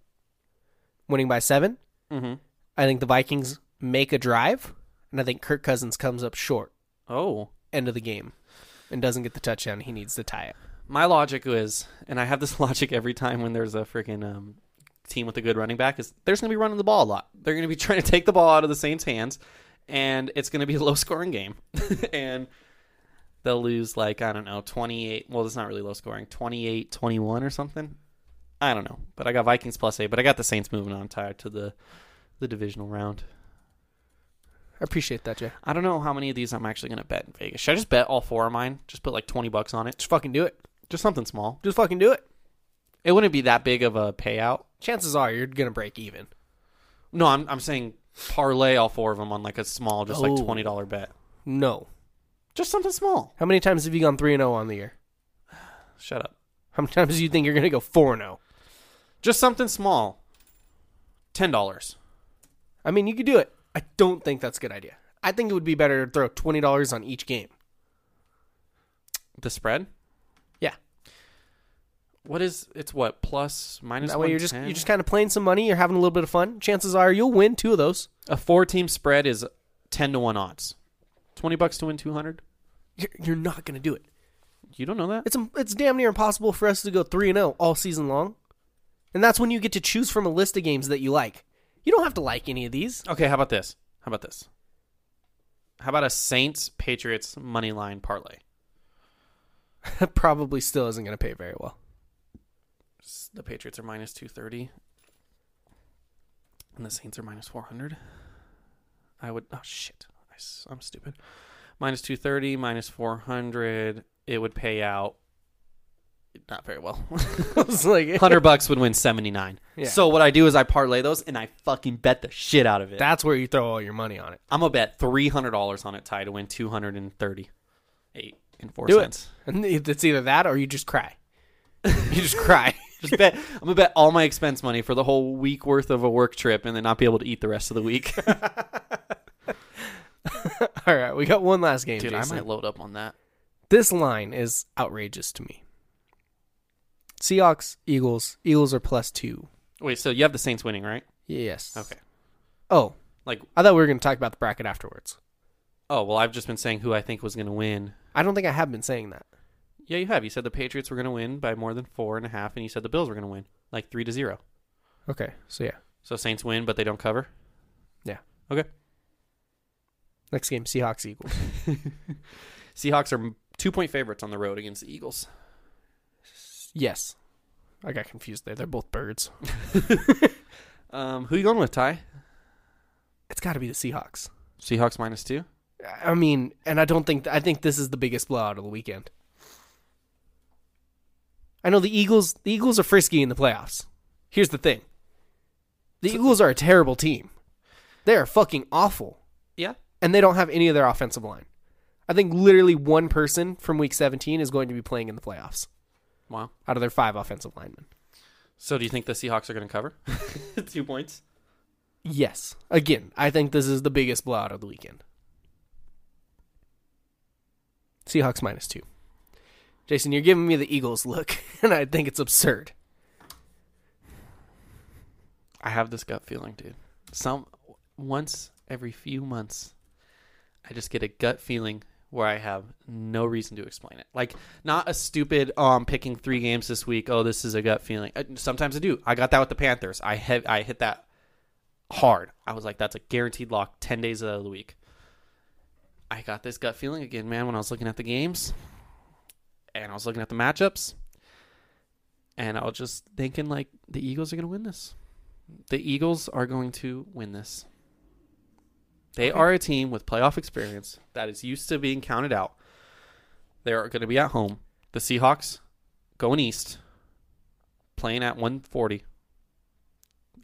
S2: winning by seven.
S1: Mm-hmm.
S2: I think the Vikings make a drive, and I think Kirk Cousins comes up short,
S1: Oh,
S2: end of the game, and doesn't get the touchdown. He needs to tie it.
S1: my logic was, and I have this logic every time when there's a freaking um, team with a good running back, is there's going to be running the ball a lot. They're going to be trying to take the ball out of the Saints' hands, and it's going to be a low scoring game. and they'll lose, like, I don't know, 28. Well, it's not really low scoring, 28 21 or something. I don't know. But I got Vikings plus eight, but I got the Saints moving on tied to the, the divisional round.
S2: I appreciate that, Jay.
S1: I don't know how many of these I'm actually going to bet in Vegas. Should I just bet all four of mine? Just put like 20 bucks on it?
S2: Just fucking do it.
S1: Just something small.
S2: Just fucking do it.
S1: It wouldn't be that big of a payout.
S2: Chances are you're going to break even.
S1: No, I'm I'm saying parlay all four of them on like a small, just
S2: Oh.
S1: like twenty dollar bet.
S2: No.
S1: Just something small.
S2: How many times have you gone 3 and 0 on the year?
S1: Shut up.
S2: How many times do you think you're going to go 4 and oh? 0?
S1: Just something small. Ten dollars.
S2: I mean, you could do it. I don't think that's a good idea. I think it would be better to throw $20 on each game.
S1: The spread.
S2: Yeah.
S1: What is it's what plus minus?
S2: That way you're just
S1: 110?
S2: you're just kind of playing some money, you're having a little bit of fun. Chances are you'll win two of those.
S1: a four team spread is ten to one odds. Twenty bucks to win two hundred.
S2: You're, you're not going to do it.
S1: You don't know that?
S2: It's it's damn near impossible for us to go 3 and 0 all season long. And that's when you get to choose from a list of games that you like. You don't have to like any of these.
S1: Okay, how about this? How about this? How about a Saints Patriots money line parlay?
S2: That probably still isn't going to pay very well.
S1: S- The Patriots are minus 230 and the Saints are minus 400. I would oh shit. I, am stupid. Minus 230, minus 400, it would pay out not very well.
S2: I was like
S1: 100 bucks would win 79.
S2: Yeah.
S1: So what I do is I parlay those and I fucking bet the shit out of it.
S2: that's where you throw all your money on it.
S1: I'm going to bet $300 on it Ty to win 238 and 4
S2: Do
S1: cents.
S2: it. And it's either that or you just cry. You just cry.
S1: Just bet. I'm gonna bet all my expense money for the whole week worth of a work trip, and then not be able to eat the rest of the week.
S2: all right, we got one last game,
S1: Dude, I
S2: Jason.
S1: might load up on that.
S2: this line is outrageous to me. Seahawks, Eagles. Eagles are plus two.
S1: Wait, so you have the Saints winning, right?
S2: Yes.
S1: Okay.
S2: Oh,
S1: Like,
S2: I thought we were going to talk about the bracket afterwards.
S1: oh well, I've just been saying who I think was gonna win.
S2: I don't think I have been saying that.
S1: Yeah, you have. You said the Patriots were gonna win by more than four and a half, and you said the Bills were gonna win like three to zero.
S2: Okay. So yeah,
S1: So Saints win, but they don't cover.
S2: yeah.
S1: Okay.
S2: Next game, Seahawks, Eagles.
S1: Seahawks are two point favorites on the road against the Eagles.
S2: yes. I got confused there. They're both birds.
S1: Um, who you going with, Ty?
S2: It's got to be the Seahawks.
S1: Seahawks minus two.
S2: I- I mean, and I don't think I think this is the biggest blowout of the weekend. I know the Eagles. The Eagles are frisky in the playoffs. Here's the thing: the Eagles are a terrible team. They are fucking awful,
S1: Yeah.
S2: and they don't have any of their offensive line. I think literally one person from Week 17 is going to be playing in the playoffs
S1: Wow.
S2: out of their five offensive linemen.
S1: So do you think the Seahawks are gonna cover two points?
S2: Yes, again, I think this is the biggest blowout of the weekend. Seahawks minus two. Jason, you're giving me the Eagles look, and I think it's absurd.
S1: I have this gut feeling, dude. Some once every few months, I just get a gut feeling where I have no reason to explain it. Like not a stupid oh I'm picking three games this week. Oh, this is a gut feeling. Uh, Sometimes I do. I got that with the Panthers. I hit I hit that hard. I was like, that's a guaranteed lock ten days out of the week. I got this gut feeling again, man, when I was looking at the games and I was looking at the matchups. And I was just thinking like the Eagles are gonna win this. The Eagles are going to win this. They are a team with playoff experience that is used to being counted out. They are going to be at home. The Seahawks going east, playing at 140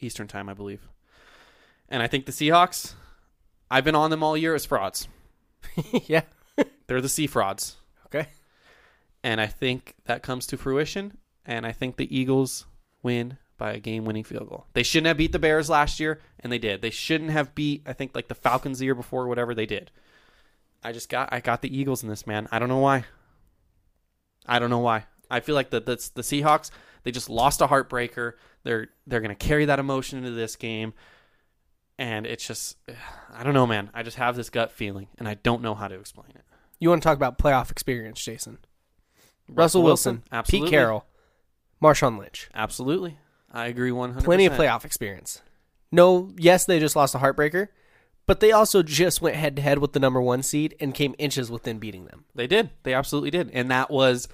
S1: Eastern time, I believe. And I think the Seahawks, I've been on them all year as frauds.
S2: yeah.
S1: They're the Sea frauds.
S2: Okay.
S1: And I think that comes to fruition. And I think the Eagles win by a game winning field goal. They shouldn't have beat the Bears last year, and they did. They shouldn't have beat, I think, like the Falcons the year before, or whatever they did. I just got I got the Eagles in this, man. I don't know why. I don't know why. I feel like the the, the Seahawks, they just lost a heartbreaker. They're they're gonna carry that emotion into this game. And it's just I don't know, man. I just have this gut feeling and I don't know how to explain it.
S2: You want to talk about playoff experience, Jason? Russell Wilson,
S1: absolutely.
S2: Pete Carroll, Marshawn Lynch.
S1: Absolutely. I agree one hundred
S2: Plenty of playoff experience. No, yes, they just lost a heartbreaker, but they also just went head to head with the number one seed and came inches within beating them.
S1: They did. They absolutely did. And that was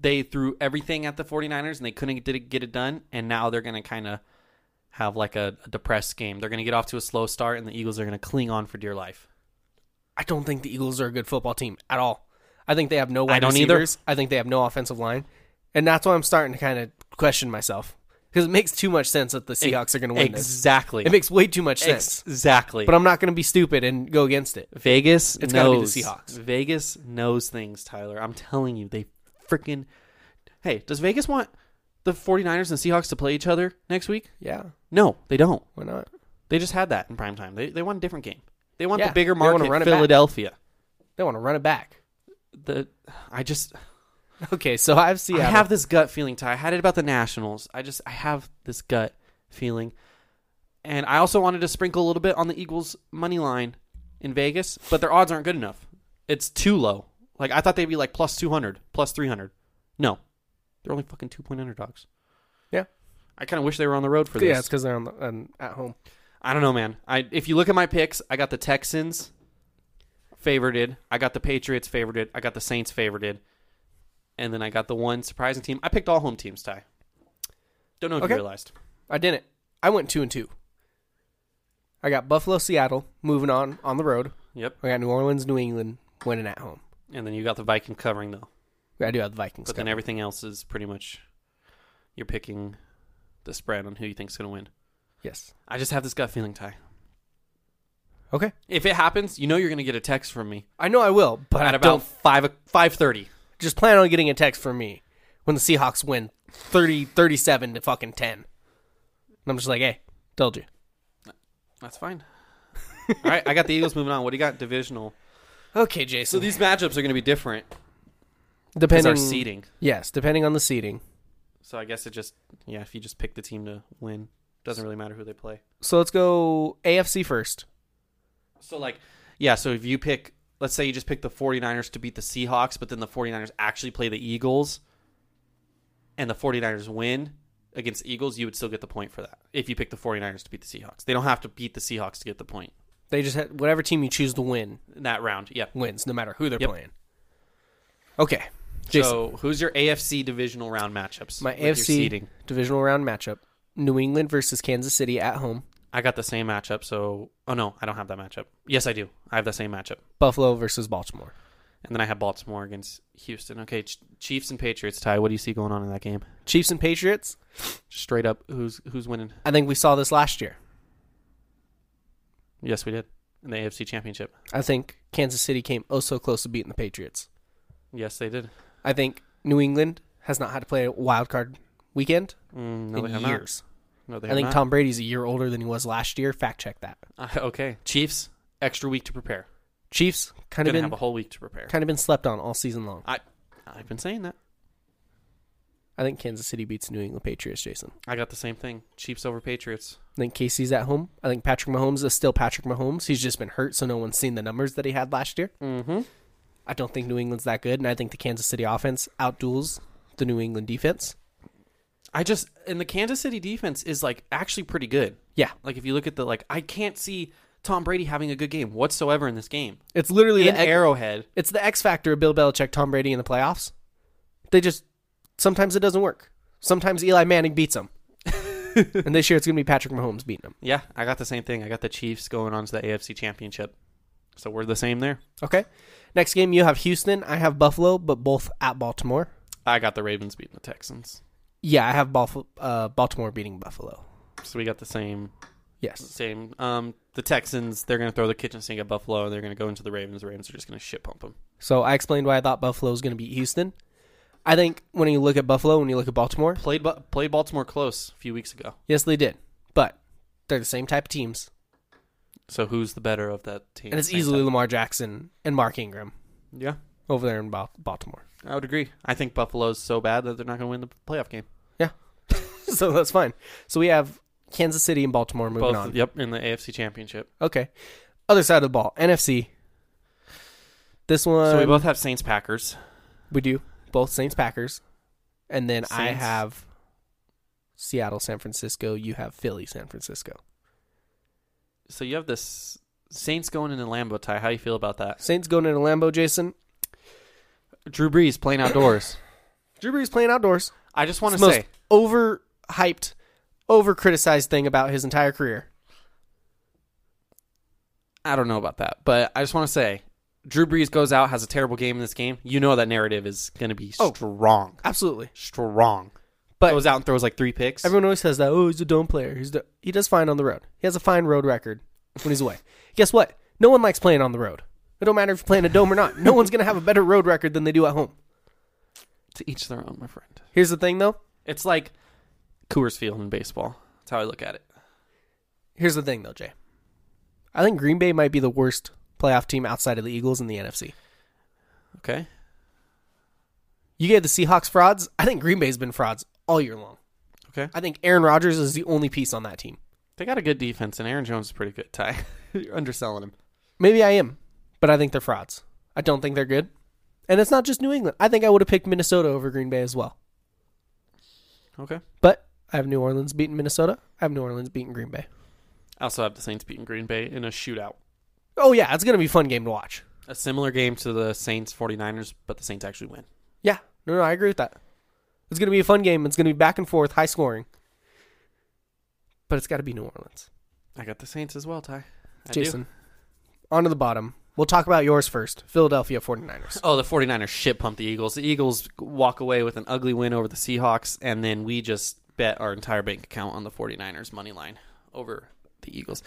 S1: they threw everything at the 49ers and they couldn't did it, get it done and now they're going to kind of have like a, a depressed game. They're going to get off to a slow start and the Eagles are going to cling on for dear life.
S2: I don't think the Eagles are a good football team at all. I think they have no wide
S1: I don't either.
S2: receivers. I think they have no offensive line, and that's why I'm starting to kind of question myself because it makes too much sense that the Seahawks are going to win this.
S1: Exactly.
S2: It makes way too much sense.
S1: exactly.
S2: But I'm not going to be stupid and go against it.
S1: Vegas
S2: It's gotta be the
S1: knows.
S2: Seahawks.
S1: Vegas knows things, Tyler. I'm telling you, they freaking Hey, does Vegas want the 49ers and Seahawks to play each other next week?
S2: Yeah,
S1: No, they don't.
S2: why not?
S1: They just had that in prime time. They they want a different game. They want
S2: Yeah,
S1: the bigger
S2: they wanna
S1: market,
S2: run it back.
S1: Philadelphia.
S2: They want to run it back.
S1: The I just
S2: Okay, so I have Seattle.
S1: I have this gut feeling, Ty. I had it about the Nationals. I just I have this gut feeling, and I also wanted to sprinkle a little bit on the Eagles money line in Vegas, but their odds aren't good enough. It's too low. Like I thought they'd be like plus two hundred, plus three hundred. No, they're only fucking two point underdogs.
S2: Yeah.
S1: I kind of wish they were on the road for this.
S2: yeah, it's because they're on the, on, at home.
S1: I don't know, man. I if you look at my picks, I got the Texans favorited. I got the Patriots favorited. I got the Saints favorited. And then I got the one surprising team. I picked all home teams, Ty. Don't know if
S2: Okay.
S1: you realized.
S2: I didn't. I went two and two. I got Buffalo, Seattle, moving on on the road.
S1: Yep.
S2: I got New Orleans, New England, winning at home.
S1: And then you got the Viking covering though.
S2: I do have the Vikings.
S1: But then
S2: covered.
S1: everything else is pretty much you're picking the spread on who you think's gonna win.
S2: yes.
S1: I just have this gut feeling, Ty.
S2: Okay.
S1: If it happens, you know you're gonna get a text from me
S2: I know I will, but
S1: at
S2: I
S1: about
S2: don't
S1: five five thirty.
S2: just plan on getting a text from me when the Seahawks win 30 37 to fucking 10. And I'm just like, "Hey, told you."
S1: That's fine. all right, I got the Eagles moving on. What do you got divisional?
S2: Okay,
S1: So
S2: Jason.
S1: these matchups are going to be different because
S2: depending
S1: our seeding.
S2: Yes, depending on the seeding.
S1: So I guess it just yeah, if you just pick the team to win, doesn't really matter who they play.
S2: So let's go AFC first.
S1: So like yeah, so if you pick let's say you just pick the 49ers to beat the Seahawks, but then the 49ers actually play the Eagles and the 49ers win against the Eagles, you would still get the point for that. If you pick the 49ers to beat the Seahawks. They don't have to beat the Seahawks to get the point
S2: They just had whatever team you choose to win
S1: in that round. Yeah.
S2: wins no matter who they're
S1: Yep.
S2: playing. Okay. Jason,
S1: So, who's your AFC divisional round matchups?
S2: my
S1: with your
S2: AFC
S1: seeding?
S2: divisional round matchup, New England versus Kansas City at home,
S1: I got the same matchup, so oh no, I don't have that matchup. Yes, I do. I have the same matchup.
S2: Buffalo versus Baltimore.
S1: And then I have Baltimore against Houston. Okay, Ch- Chiefs and Patriots tie. What do you see going on in that game?
S2: Chiefs and Patriots,
S1: Straight up, who's who's winning?
S2: I think we saw this last year.
S1: Yes, we did in the AFC Championship.
S2: I think Kansas City came oh so close to beating the Patriots.
S1: Yes, they did.
S2: I think New England has not had to play a wild card weekend
S1: Mm, no, they have
S2: in
S1: not.
S2: years.
S1: No, they
S2: I
S1: have
S2: think
S1: not.
S2: Tom Brady's a year older than he was last year. Fact check that.
S1: Uh, okay, Chiefs extra week to prepare.
S2: Chiefs kind
S1: Gonna
S2: of been
S1: have a whole week to prepare.
S2: kind of been slept on all season long.
S1: I I've been saying that.
S2: I think Kansas City beats New England Patriots, Jason.
S1: I got the same thing. Chiefs over Patriots.
S2: I think Casey's at home. I think Patrick Mahomes is still Patrick Mahomes. He's just been hurt, so no one's seen the numbers that he had last year. Mm-hmm. I don't think New England's that good, and I think the Kansas City offense outduels the New England defense.
S1: I just and the Kansas City defense is like actually pretty good.
S2: Yeah,
S1: Like if you look at the like I can't see Tom Brady having a good game whatsoever in this game.
S2: it's literally
S1: In
S2: the X-
S1: Arrowhead.
S2: It's the X factor of Bill Belichick, Tom Brady in the playoffs. They just sometimes it doesn't work. Sometimes Eli Manning beats them, and this year it's going to be Patrick Mahomes beating them.
S1: Yeah, I got the same thing. I got the Chiefs going on to the AFC Championship. So we're the same there.
S2: Okay. Next game, you have Houston. I have Buffalo, but both at Baltimore.
S1: I got the Ravens beating the Texans.
S2: Yeah, I have Balf- uh, Baltimore beating Buffalo.
S1: So we got the same
S2: Yes.
S1: same um the Texans they're going to throw the kitchen sink at Buffalo and they're going to go into the Ravens. The Ravens are just going to shit pump them.
S2: So I explained why I thought Buffalo was going to beat Houston. I think when you look at Buffalo, when you look at Baltimore,
S1: Played Bu- played Baltimore close a few weeks ago.
S2: yes, they did, but they're the same type of teams,
S1: So who's the better of that team?
S2: and it's
S1: Same
S2: easily
S1: time.
S2: Lamar Jackson and Mark Ingram
S1: Yeah.
S2: over there in Bal- Baltimore.
S1: I would agree. I think Buffalo's so bad that they're not going to win the playoff game.
S2: Yeah, so that's fine. So we have Kansas City and Baltimore moving
S1: Both,
S2: on.
S1: yep, in the AFC Championship.
S2: Okay, other side of the ball, NFC. This one
S1: so we both have Saints Packers.
S2: We do both Saints Packers, and then I
S1: Saints.
S2: have Seattle, San Francisco. You have Philly, San Francisco.
S1: So you have this Saints going into Lambeau tie. How you feel about that?
S2: Saints going into Lambeau. Jason
S1: Drew Brees playing outdoors.
S2: Drew Brees playing outdoors.
S1: I just want
S2: It's
S1: to
S2: the most
S1: say
S2: overhyped, over criticized thing about his entire career.
S1: I don't know about that, but I just want to say Drew Brees goes out has a terrible game in this game. You know that narrative is going to be
S2: Oh.
S1: strong,
S2: Absolutely,
S1: strong.
S2: but
S1: goes out and throws like three picks.
S2: everyone always says that. Oh, he's a dome player. He's the, he does fine on the road. He has a fine road record when he's away. Guess what? No one likes playing on the road. It don't matter if you're playing a dome or not. No one's gonna have a better road record than they do at home.
S1: to each their own, my friend.
S2: Here's the thing, though.
S1: It's like Coors Field in baseball. That's how I look at it.
S2: Here's the thing, though, Jay. I think Green Bay might be the worst playoff team outside of the Eagles in the NFC.
S1: Okay,
S2: You gave the Seahawks frauds. I think Green Bay's been frauds all year long.
S1: okay.
S2: I think Aaron Rodgers is the only piece on that team.
S1: They got a good defense, and Aaron Jones is pretty good. Ty, you're underselling him.
S2: Maybe I am, but I think they're frauds. I don't think they're good. And it's not just New England. I think I would have picked Minnesota over Green Bay as well.
S1: Okay.
S2: But I have New Orleans beating Minnesota. I have New Orleans beating Green Bay.
S1: I also have the Saints beating Green Bay in a shootout.
S2: Oh, yeah, it's going to be a fun game to watch.
S1: A similar game to the Saints 49ers, but the Saints actually win.
S2: Yeah, no, no, I agree with that. It's going to be a fun game. It's going to be back and forth, high scoring. But it's got to be New Orleans.
S1: I got the Saints as well, Ty. I do.
S2: Jason, on to the bottom. We'll talk about yours first. Philadelphia 49ers.
S1: Oh, the 49ers shit pumped the Eagles. The Eagles walk away with an ugly win over the Seahawks, and then we just bet our entire bank account on the 49ers money line over the Eagles.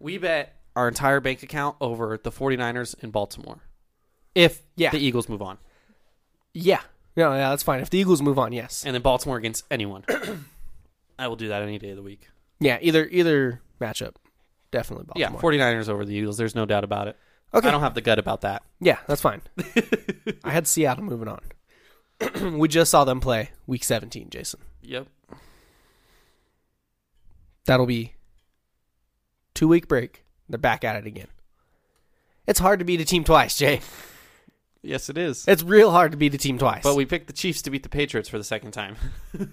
S1: We bet our entire bank account over the 49ers in Baltimore. If
S2: Yeah.
S1: the Eagles move on.
S2: Yeah. No, yeah, that's fine. If the Eagles move on, yes.
S1: And then Baltimore against anyone. I will do that any day of the week.
S2: Yeah, either either matchup. Definitely Baltimore.
S1: Yeah, 49ers over the Eagles. There's no doubt about it.
S2: Okay.
S1: I don't have the gut about that.
S2: Yeah, that's fine. I had Seattle moving on. we just saw them play week 17, Jason.
S1: Yep.
S2: That'll be two week break. They're back at it again. It's hard to beat a team twice, Jay.
S1: Yes, it is.
S2: It's real hard to beat a team twice.
S1: But we picked the Chiefs to beat the Patriots for the second time.
S2: it's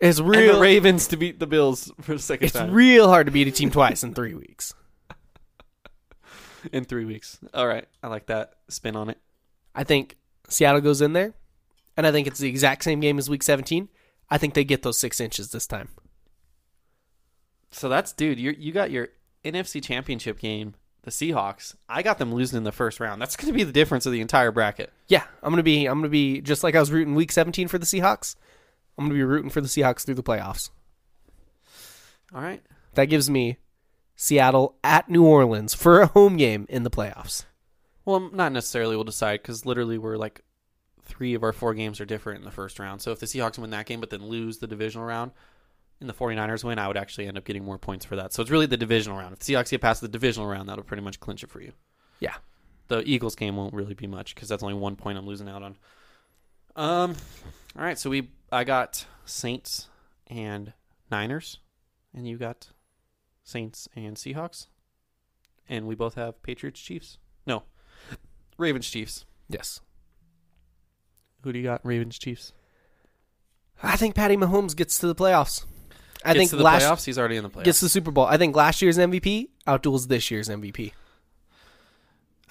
S1: And the
S2: real
S1: Ravens to beat the Bills for the second
S2: It's
S1: time
S2: real hard to beat a team twice in three weeks.
S1: in three weeks. All right, I like that spin on it.
S2: I think Seattle goes in there, and I think it's the exact same game as Week 17. I think they get those six inches this time.
S1: So that's dude. You you got your NFC Championship game, the Seahawks. I got them losing in the first round. That's going to be the difference of the entire bracket.
S2: Yeah, I'm gonna be I'm gonna be just like I was rooting Week 17 for the Seahawks. I'm gonna be rooting for the Seahawks through the playoffs.
S1: All right,
S2: That gives me Seattle at New Orleans for a home game in the playoffs.
S1: Well, not necessarily we'll decide because literally we're like three of our four games are different in the first round. So if the Seahawks win that game but then lose the divisional round and the 49ers win, I would actually end up getting more points for that. So it's really the divisional round. If the Seahawks get past the divisional round, that'll pretty much clinch it for you.
S2: Yeah.
S1: The Eagles game won't really be much because that's only one point I'm losing out on. Um, all right, so we I I got Saints and Niners, and you got Saints and Seahawks, and we both have Patriots Chiefs. No, Ravens Chiefs.
S2: Yes.
S1: Who do you got? Ravens Chiefs.
S2: I think Patty Mahomes gets to the playoffs. I
S1: Gets
S2: think
S1: to the
S2: last
S1: playoffs. He's already in the playoffs.
S2: gets to the Super Bowl. I think last year's MVP outduels this year's MVP.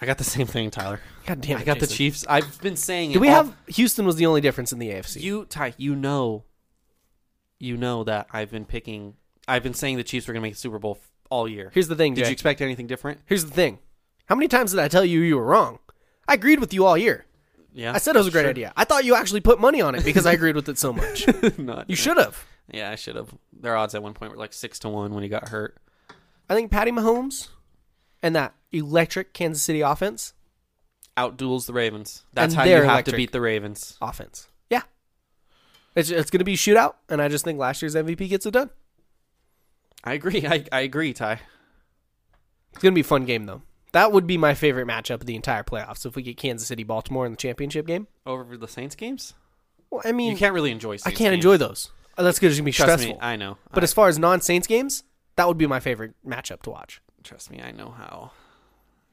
S1: I got the same thing, Tyler.
S2: God damn it,
S1: I got the
S2: Jason.
S1: Chiefs. I've been saying.
S2: Do
S1: it
S2: we
S1: all-
S2: have Houston was the only difference in the AFC?
S1: you, Ty? You know, you know that I've been picking. I've been saying the Chiefs were going to make the Super Bowl f- all year.
S2: Here's the thing,
S1: Did
S2: Jay.
S1: you expect anything different?
S2: Here's the thing. How many times did I tell you you were wrong? I agreed with you all year.
S1: Yeah,
S2: I said it was a great
S1: Sure.
S2: idea. I thought you actually put money on it because I agreed with it so much.
S1: Not-
S2: You should have.
S1: Yeah, I should have. Their odds at one point were like six to one when he got hurt.
S2: I think Patty Mahomes and that electric Kansas City offense.
S1: Outduels the Ravens. That's
S2: And
S1: how you
S2: they're
S1: have
S2: electric.
S1: to beat the Ravens.
S2: Offense. Yeah. It's, it's going to be a shootout, and I just think last year's MVP gets it done.
S1: I agree. I, I agree, Ty.
S2: It's going to be a fun game, though. That would be my favorite matchup of the entire playoffs if we get Kansas City Baltimore in the championship game.
S1: Over the Saints games,
S2: Well, I mean,
S1: you can't really enjoy. Saints
S2: I can't enjoy
S1: games.
S2: those. Uh, That's going to be
S1: Trust
S2: stressful.
S1: me, I know.
S2: but
S1: I-
S2: as far as non Saints games, that would be my favorite matchup to watch.
S1: trust me, I know how.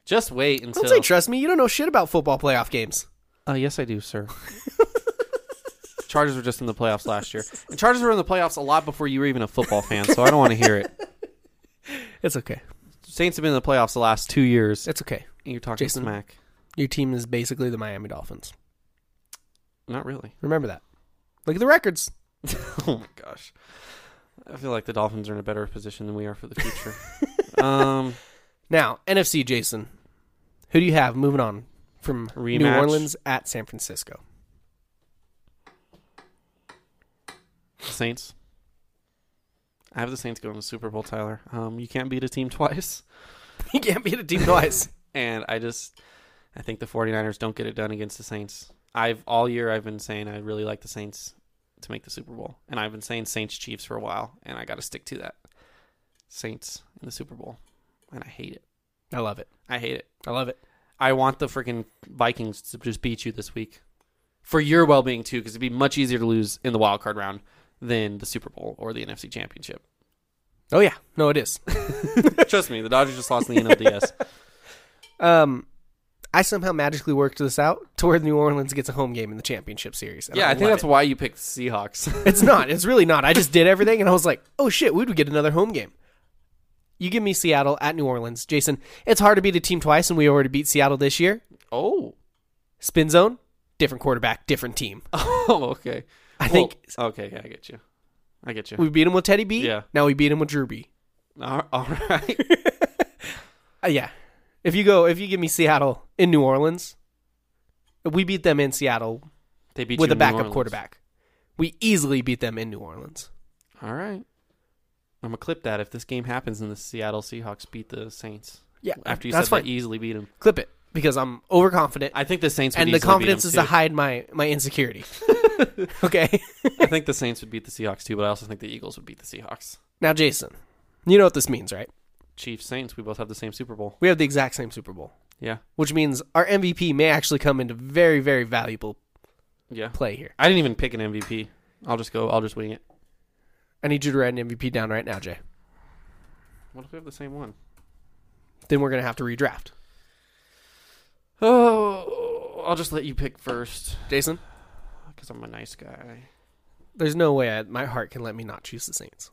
S1: Just wait until.
S2: Don't say trust me. You don't know shit about football playoff games.
S1: Uh, yes, I do, sir. Chargers were just in the playoffs last year, and Chargers were in the playoffs a lot before you were even a football fan. So I don't want to hear it.
S2: It's okay.
S1: Saints have been in the playoffs the last two years, and
S2: It's okay.
S1: you're talking
S2: Jason.
S1: smack.
S2: Your team is basically the Miami Dolphins.
S1: Not really.
S2: Remember that. Look at the records.
S1: Oh my gosh. I feel like the Dolphins are in a better position than we are for the future. um,
S2: Now, NFC Jason. Who do you have moving on from New
S1: Rematch.
S2: Orleans at San Francisco?
S1: Saints. I have the Saints going to the Super Bowl, Tyler. Um, you can't beat a team twice.
S2: You can't beat a team twice.
S1: And I just I think the 49ers don't get it done against the Saints. I've all year I've been saying I really like the Saints to make the Super Bowl. And I've been saying Saints Chiefs for a while, and I got to stick to that. Saints in the Super Bowl. And I hate it.
S2: I love it.
S1: I hate it.
S2: I love it.
S1: I want the freaking Vikings to just beat you this week for your well being too, because it'd be much easier to lose in the wild card round than the Super Bowl or the NFC Championship.
S2: Oh yeah. No, it is.
S1: Trust me, the Dodgers just lost in the NLDS.
S2: Um I somehow magically worked this out to where New Orleans gets a home game in the championship series. and
S1: yeah, I think
S2: love
S1: that's
S2: it.
S1: why you picked Seahawks.
S2: It's not. It's really not. I just did everything, and I was like, "Oh shit, we would get another home game." You give me Seattle at New Orleans, Jason. It's hard to beat a team twice, and we already beat Seattle this year.
S1: oh,
S2: Spin zone, different quarterback, different team.
S1: oh, okay.
S2: I think-
S1: okay, yeah, I get you. I get you.
S2: We beat him with Teddy B.
S1: Yeah.
S2: Now we beat him with Drew B.
S1: All- all right.
S2: Uh, yeah. If you go, if you give me Seattle in New Orleans, we beat them in Seattle
S1: They beat
S2: with
S1: you
S2: a
S1: in New
S2: backup
S1: Orleans.
S2: quarterback. We easily beat them in New Orleans.
S1: All right. I'm gonna clip that if this game happens and the Seattle Seahawks beat the Saints.
S2: Yeah,
S1: After you
S2: that's
S1: said
S2: fine.
S1: they easily beat them,
S2: Clip it because I'm overconfident,
S1: I think the Saints. Would
S2: and the
S1: easily beat 'em,
S2: confidence is to
S1: too.
S2: hide my my insecurity. okay.
S1: I think the Saints would beat the Seahawks too, but I also think the Eagles would beat the Seahawks.
S2: Now, Jason, you know what this means, right?
S1: Chiefs, Saints, we both have the same Super Bowl.
S2: We have the exact same Super Bowl,
S1: Yeah.
S2: which means our MVP may actually come into very, very valuable
S1: Yeah.
S2: play here.
S1: I didn't even pick an MVP. I'll just go, I'll just wing it.
S2: I need you to write an MVP down right now, Jay.
S1: What if we have the same one?
S2: Then we're going to have to redraft.
S1: Oh, I'll just let you pick first
S2: Jason,
S1: because I'm a nice guy.
S2: there's no way I, my heart can let me not choose the Saints.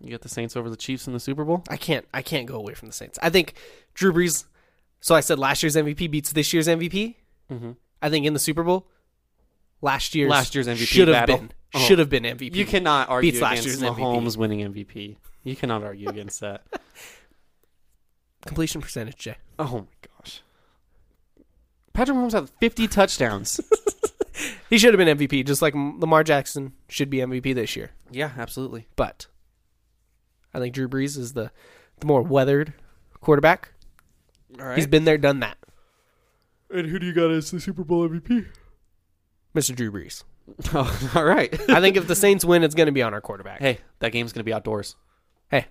S1: You got the Saints over the Chiefs in the Super Bowl?
S2: I can't. I can't go away from the Saints. I think Drew Brees. So I said last year's MVP beats this year's MVP. I think in the Super Bowl, last year's
S1: Mm-hmm. Last year's MVP
S2: should have
S1: battle.
S2: been
S1: Oh.
S2: should have been MVP.
S1: You cannot argue
S2: Beats last
S1: against
S2: year's MVP.
S1: Mahomes winning MVP. You cannot argue against that.
S2: completion percentage, Jay.
S1: Oh my gosh. Patrick Mahomes had 50 touchdowns.
S2: He should have been MVP, just like Lamar Jackson should be MVP this year.
S1: yeah, absolutely.
S2: But I think Drew Brees is the the more weathered quarterback.
S1: All right.
S2: He's been there, done that,
S1: and who do you got as the Super Bowl MVP?
S2: Mr. Drew Brees.
S1: Oh, all right.
S2: I think if the Saints win, it's going to be on our quarterback.
S1: Hey, that game's gonna be outdoors.
S2: Hey,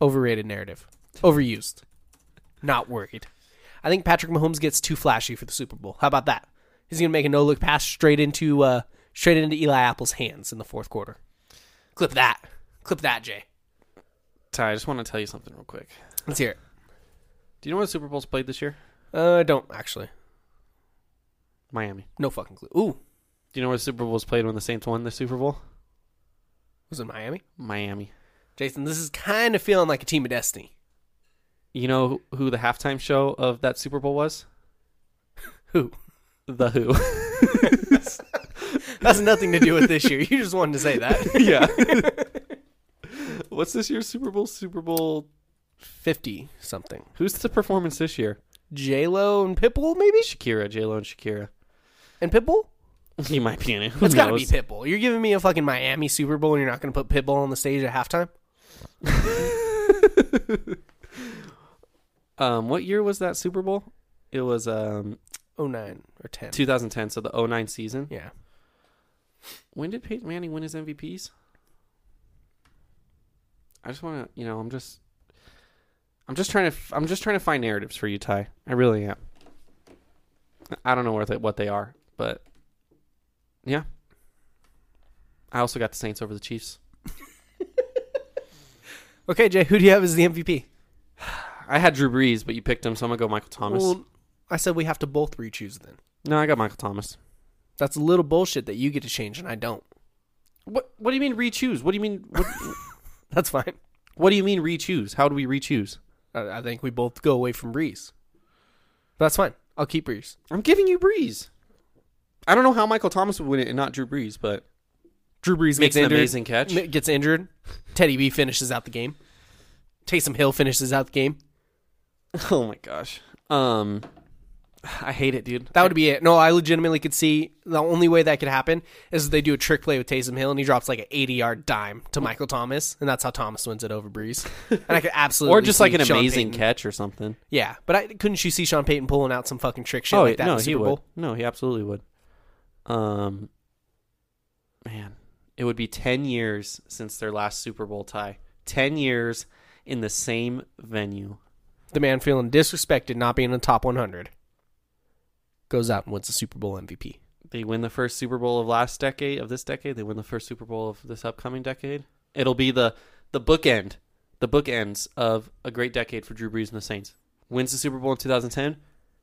S2: overrated narrative, overused. Not worried. I think Patrick Mahomes gets too flashy for the Super Bowl. How about that? He's going to make a no look pass straight into uh, straight into Eli Apple's hands in the fourth quarter. Clip that. Clip that, Jay.
S1: Ty, I just want to tell you something real quick.
S2: Let's hear it.
S1: Do you know where the Super Bowl's played this year?
S2: Uh, I don't actually.
S1: Miami.
S2: No fucking clue. Ooh,
S1: Do you know where the Super Bowl was played when the Saints won the Super Bowl?
S2: was it Miami?
S1: Miami.
S2: Jason, this is kind of feeling like a team of destiny.
S1: You know who the halftime show of that Super Bowl was?
S2: Who?
S1: The Who.
S2: That's nothing to do with this year. You just wanted to say that.
S1: yeah. What's this year's Super Bowl? Super Bowl.
S2: Fifty something.
S1: Who's the performance this year?
S2: J Lo and Pitbull, maybe,
S1: Shakira, J Lo, and Shakira.
S2: and Pitbull.
S1: He might be in it. Who
S2: It's got to be
S1: knows?
S2: Pitbull. You're giving me a fucking Miami Super Bowl, and you're not going to put Pitbull on the stage at halftime.
S1: Um, what year was that Super Bowl? It was um
S2: Oh nine or ten.
S1: 2010, so the 09 season.
S2: Yeah.
S1: When did Peyton Manning win his MVPs? I just want to, you know, I'm just, I'm just trying to, f- I'm just trying to find narratives for you, Ty. I really am. I don't know where they, what they are, but yeah. I also got the Saints over the Chiefs.
S2: Okay, Jay, who do you have as the MVP?
S1: I had Drew Brees, but you picked him, so I'm gonna go Michael Thomas.
S2: Well, I said we have to both re-choose then.
S1: no, I got Michael Thomas.
S2: That's a little bullshit that you get to change and I don't.
S1: What What do you mean re-choose? What do you mean? What,
S2: That's fine.
S1: what do you mean re-choose? How do we re-choose?
S2: I, I think we both go away from Breeze. That's fine. I'll keep Breeze.
S1: I'm giving you Breeze. I don't know how Michael Thomas would win it and not Drew Brees, but
S2: Drew Breeze
S1: Makes
S2: gets
S1: an
S2: injured,
S1: amazing catch.
S2: mi- Gets injured. Teddy B finishes out the game. Taysom Hill finishes out the game.
S1: oh my gosh, um, I hate it, dude.
S2: That would be it. No, I legitimately could see the only way that could happen is if they do a trick play with Taysom Hill and he drops like an 80 yard dime to Michael Thomas, and that's how Thomas wins it over Breeze. And I could absolutely
S1: or just like
S2: see
S1: an
S2: Sean
S1: amazing
S2: Payton-
S1: catch or something. Oh,
S2: Yeah, but I, couldn't you see Sean Payton pulling out some fucking trick shit like that
S1: no,
S2: in the
S1: he
S2: Super
S1: would.
S2: Bowl?
S1: No, he absolutely would. Um, man, it would be ten years since their last Super Bowl tie. Ten years in the same venue.
S2: The man feeling disrespected, not being in the top 100, goes out and wins the Super Bowl MVP.
S1: They win the first Super Bowl of last decade of this decade. They win the first Super Bowl of this upcoming decade. It'll be the the bookend, the bookends of a great decade for Drew Brees and the Saints. Wins the Super Bowl in 2010,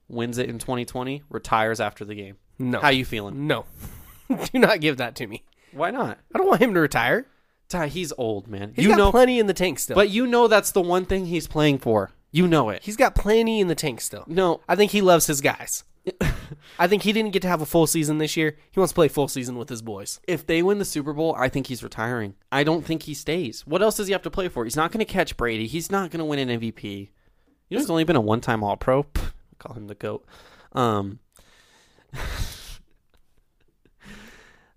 S1: wins it in 2020, retires after the game.
S2: No.
S1: How you feeling?
S2: No. do not give that to me.
S1: Why not?
S2: I don't want him to retire.
S1: Ty, he's old, man.
S2: He's
S1: you
S2: got
S1: know,
S2: plenty in the tank still.
S1: but you know that's the one thing he's playing for. You know it.
S2: He's got plenty in the tank still.
S1: No.
S2: I think he loves his guys. I think he didn't get to have a full season this year. He wants to play full season with his boys.
S1: If they win the Super Bowl, I think he's retiring. I don't think he stays. What else does he have to play for? He's not going to catch Brady. He's not going to win an MVP. You know, he's only been a one-time All-Pro. Pff, Call him the goat. Um,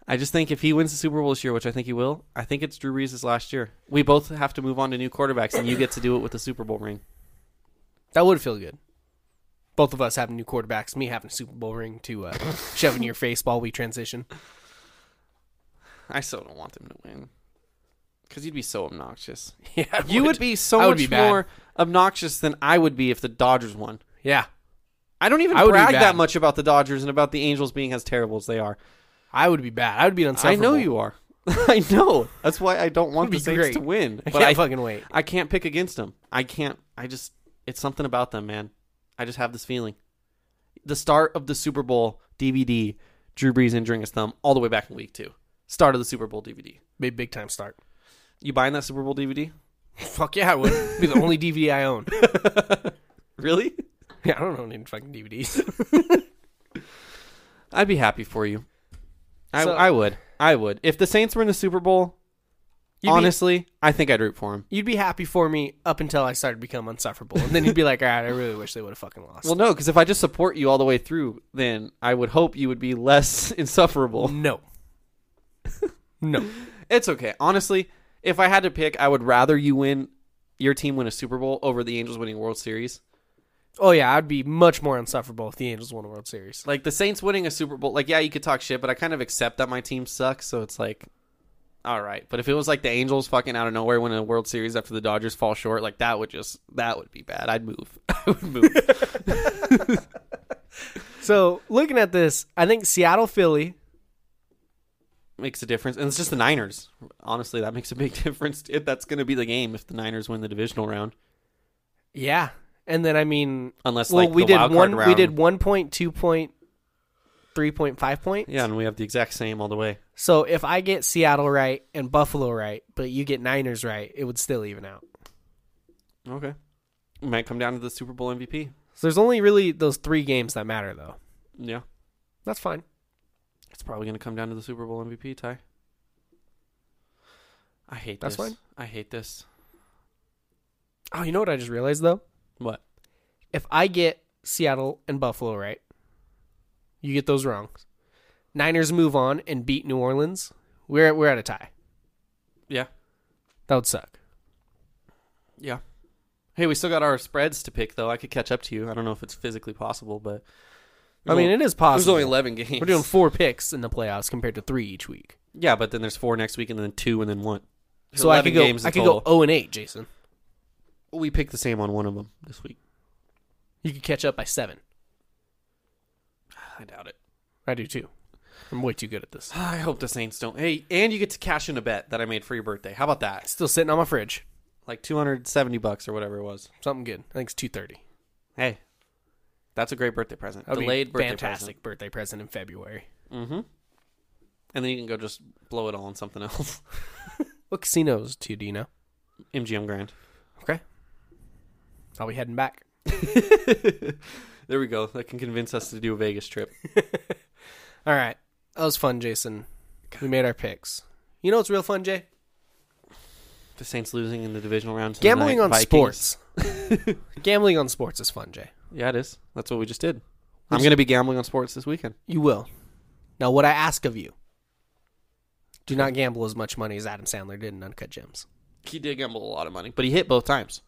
S1: I just think if he wins the Super Bowl this year, which I think he will, I think it's Drew Brees' last year. We both have to move on to new quarterbacks, and you get to do it with the Super Bowl ring.
S2: That would feel good. Both of us having new quarterbacks, me having a Super Bowl ring to uh, shove in your face while we transition.
S1: I still don't want them to win because you'd be so obnoxious.
S2: Yeah, I
S1: You would be so
S2: I would
S1: much
S2: be bad.
S1: more obnoxious than I would be if the Dodgers won.
S2: Yeah,
S1: I don't even
S2: I would be
S1: brag
S2: bad.
S1: that much about the Dodgers and about the Angels being as terrible as they are.
S2: I would be bad. I would be
S1: I
S2: unsufferable.
S1: know you are. I know. That's why I don't want
S2: It'd be
S1: the Saints
S2: great.
S1: to win.
S2: I
S1: But
S2: can't
S1: I,
S2: fucking wait.
S1: I can't pick against them. I can't. I just. It's something about them, man. I just have this feeling. The start of the Super Bowl DVD, Drew Brees injuring his thumb all the way back in week two. Start of the Super Bowl DVD.
S2: Big big time start.
S1: You buying that Super Bowl DVD?
S2: Fuck yeah, I would be the only DVD I own.
S1: Really?
S2: Yeah, I don't own any fucking DVDs.
S1: I'd be happy for you. I,
S2: So-
S1: I would. I would. If the Saints were in the Super Bowl,
S2: You'd be-
S1: honestly, I think I'd root for them.
S2: You'd be happy for me up until I started to become unsufferable, and then you'd be like, "All right, I really wish they would have fucking lost."
S1: Well, no, because if I just support you all the way through, then I would hope you would be less insufferable.
S2: no, no.
S1: It's okay. Honestly, if I had to pick, I would rather you win your team win a Super Bowl over the Angels winning a World Series.
S2: Oh yeah, I'd be much more unsufferable if the Angels won a World Series.
S1: Like the Saints winning a Super Bowl, like yeah, you could talk shit, but I kind of accept that my team sucks, so it's like all right. But if it was like the Angels fucking out of nowhere winning a World Series after the Dodgers fall short, like that would just that would be bad. I'd move. I would move.
S2: So looking at this, I think Seattle, Philly,
S1: makes a difference, and it's just the Niners. Honestly, that makes a big difference. If that's going to be the game, if the Niners win the divisional round,
S2: Yeah, and then I mean,
S1: unless
S2: well,
S1: like
S2: we
S1: the
S2: did
S1: wild
S2: one.
S1: card
S2: We
S1: round-
S2: did one point, two point, three point, five point.
S1: yeah, and we have the exact same all the way.
S2: So if I get Seattle right and Buffalo right, but you get Niners right, it would still even out.
S1: Okay, it might come down to the Super Bowl MVP.
S2: So there's only really those three games that matter, though.
S1: Yeah,
S2: That's fine.
S1: it's probably going to come down to the Super Bowl MVP tie. I hate
S2: That's
S1: this.
S2: fine.
S1: I hate this.
S2: Oh, you know what I just realized though?
S1: What?
S2: If I get Seattle and Buffalo right, you get those wrong. Niners move on and beat New Orleans. We're we're at a tie.
S1: Yeah,
S2: That would suck.
S1: yeah. Hey, we still got our spreads to pick though. I could catch up to you. I don't know if it's physically possible, but
S2: I mean, it is possible.
S1: There's only eleven games.
S2: We're doing four picks in the playoffs compared to three each week.
S1: Yeah, but then there's four next week, and then two, and then one. There's
S2: So I
S1: 11
S2: could go.
S1: games in
S2: I could go
S1: total.
S2: zero and eight, Jason.
S1: We picked the same on one of them this week.
S2: You could catch up by seven.
S1: I doubt it.
S2: I do too. I'm way too good at this.
S1: I hope the Saints don't. Hey, and you get to cash in a bet that I made for your birthday. How about that?
S2: Still sitting on my fridge.
S1: Like two hundred seventy bucks or whatever it was.
S2: Something good. I think it's two thirty.
S1: Hey, that's a great birthday present.
S2: That'd
S1: Delayed
S2: be
S1: birthday
S2: fantastic birthday present in February.
S1: present. Mm-hmm. And then you can go just blow it all on something else.
S2: What casinos do you, do you know?
S1: MGM Grand.
S2: Okay. I'll be heading back.
S1: There we go. That can convince us to do a Vegas trip.
S2: All right. That was fun, Jason. We made our picks. You know what's real fun, Jay?
S1: The Saints losing in the divisional round. to the
S2: Gambling
S1: Night
S2: on
S1: Vikings.
S2: sports. Gambling on sports is fun, Jay.
S1: Yeah, it is. That's what we just did. I'm going to be gambling on sports this weekend.
S2: You will. Now, what I ask of you do not gamble as much money as Adam Sandler did in Uncut Gems.
S1: He did gamble a lot of money, but he hit both times.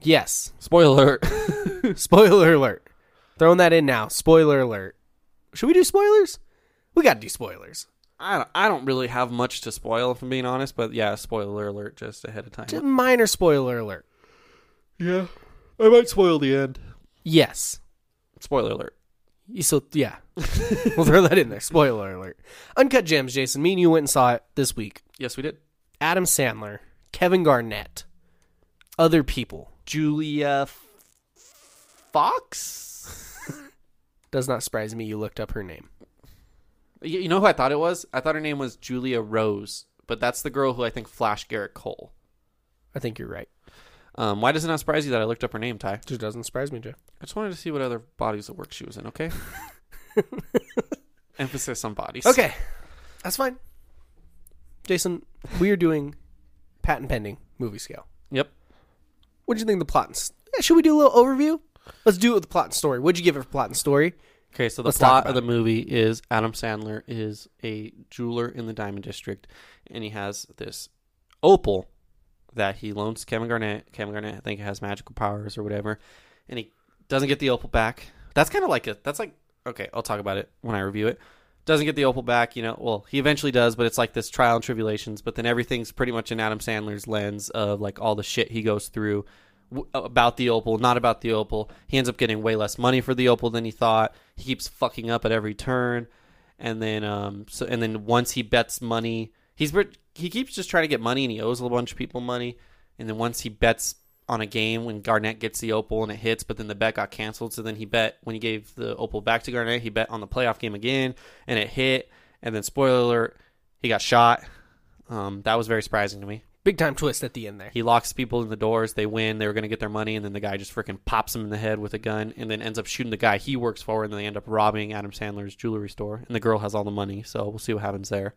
S2: Yes.
S1: Spoiler alert.
S2: Spoiler alert. Throwing that in now. Spoiler alert. Should we do spoilers? We got to do spoilers.
S1: I don't, I don't really have much to spoil, if I'm being honest, but yeah, spoiler alert just ahead of
S2: Just
S1: time.
S2: minor spoiler alert.
S1: Yeah. I might spoil the end.
S2: Yes.
S1: Spoiler alert.
S2: You So yeah, we'll throw that in there. Spoiler alert. Uncut Gems, Jason. Me and you went and saw it this week.
S1: Yes, we did.
S2: Adam Sandler, Kevin Garnett, other people.
S1: Julia Fox?
S2: Does not surprise me. You looked up her name.
S1: you, you know who I thought it was? I thought her name was Julia Rose, but that's the girl who I think flashed Garrett Cole.
S2: I think you're right.
S1: Um, why does it not surprise you that I looked up her name, Ty?
S2: Just doesn't surprise me, Jay.
S1: I just wanted to see what other bodies of work she was in, okay? Emphasis on bodies.
S2: Okay, that's fine. Jason, we are doing patent pending movie scale.
S1: Yep.
S2: What do you think of the plot? And, s- eh, should we do a little overview? Let's do it with the plot and story. What'd you give it for plot and story?
S1: Okay, so the
S2: Let's talk
S1: plot
S2: about
S1: of the
S2: it.
S1: movie is Adam Sandler is a jeweler in the Diamond District, and he has this opal that he loans to Kevin Garnett. Kevin Garnett, I think, has magical powers or whatever, and he doesn't get the opal back. That's kind of like a that's like okay, I'll talk about it when I review it. Doesn't get the opal back, you know. Well, he eventually does, but it's like this trial and tribulations. But then everything's pretty much in Adam Sandler's lens of like all the shit he goes through w- about the opal, not about the opal. He ends up getting way less money for the opal than he thought. He keeps fucking up at every turn, and then um, so and then once he bets money, he's re- he keeps just trying to get money, and he owes a bunch of people money. And then once he bets on a game when Garnett gets the opal and it hits, but then the bet got canceled. So then he bet when he gave the opal back to Garnett, he bet on the playoff game again and it hit. And then spoiler alert, he got shot. Um, that was very surprising to me.
S2: Big time twist at the end there.
S1: He locks people in the doors. They win. They were going to get their money, and then the guy just freaking pops him in the head with a gun, and then ends up shooting the guy he works for, and then they end up robbing Adam Sandler's jewelry store. And the girl has all the money, so we'll see what happens there.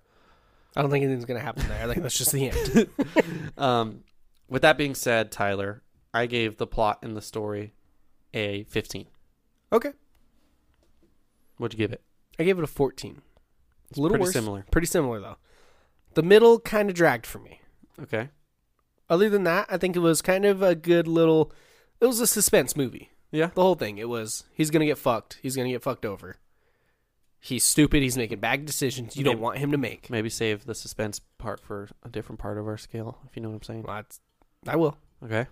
S2: I don't think anything's gonna happen there. I think that's just the end.
S1: Um, with that being said, Tyler, I gave the plot and the story a fifteen.
S2: Okay.
S1: What'd you give it?
S2: I gave it a 14. It's a little
S1: pretty
S2: worse.
S1: similar.
S2: Pretty similar though. The middle kind of dragged for me.
S1: Okay.
S2: Other than that, I think it was kind of a good little. It was a suspense movie.
S1: Yeah.
S2: The whole thing. It was he's gonna get fucked. He's gonna get fucked over. He's stupid. He's making bad decisions you don't
S1: Maybe-
S2: want him to make.
S1: Maybe save the suspense part for a different part of our scale, if you know what I'm saying.
S2: Well, that's- I will.
S1: Okay.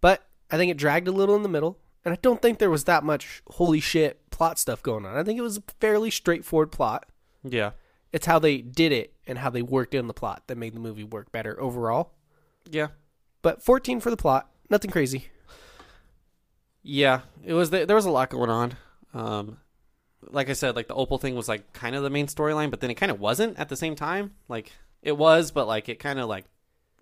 S2: But I think it dragged a little in the middle, and I don't think there was that much holy shit plot stuff going on. I think it was a fairly straightforward plot.
S1: Yeah.
S2: It's how they did it and how they worked in the plot that made the movie work better overall.
S1: Yeah.
S2: But 14 for the plot, nothing crazy.
S1: Yeah, it was there was a lot going on. Um like I said, like the Opal thing was like kind of the main storyline, but then it kind of wasn't at the same time. Like it was, but like it kind of like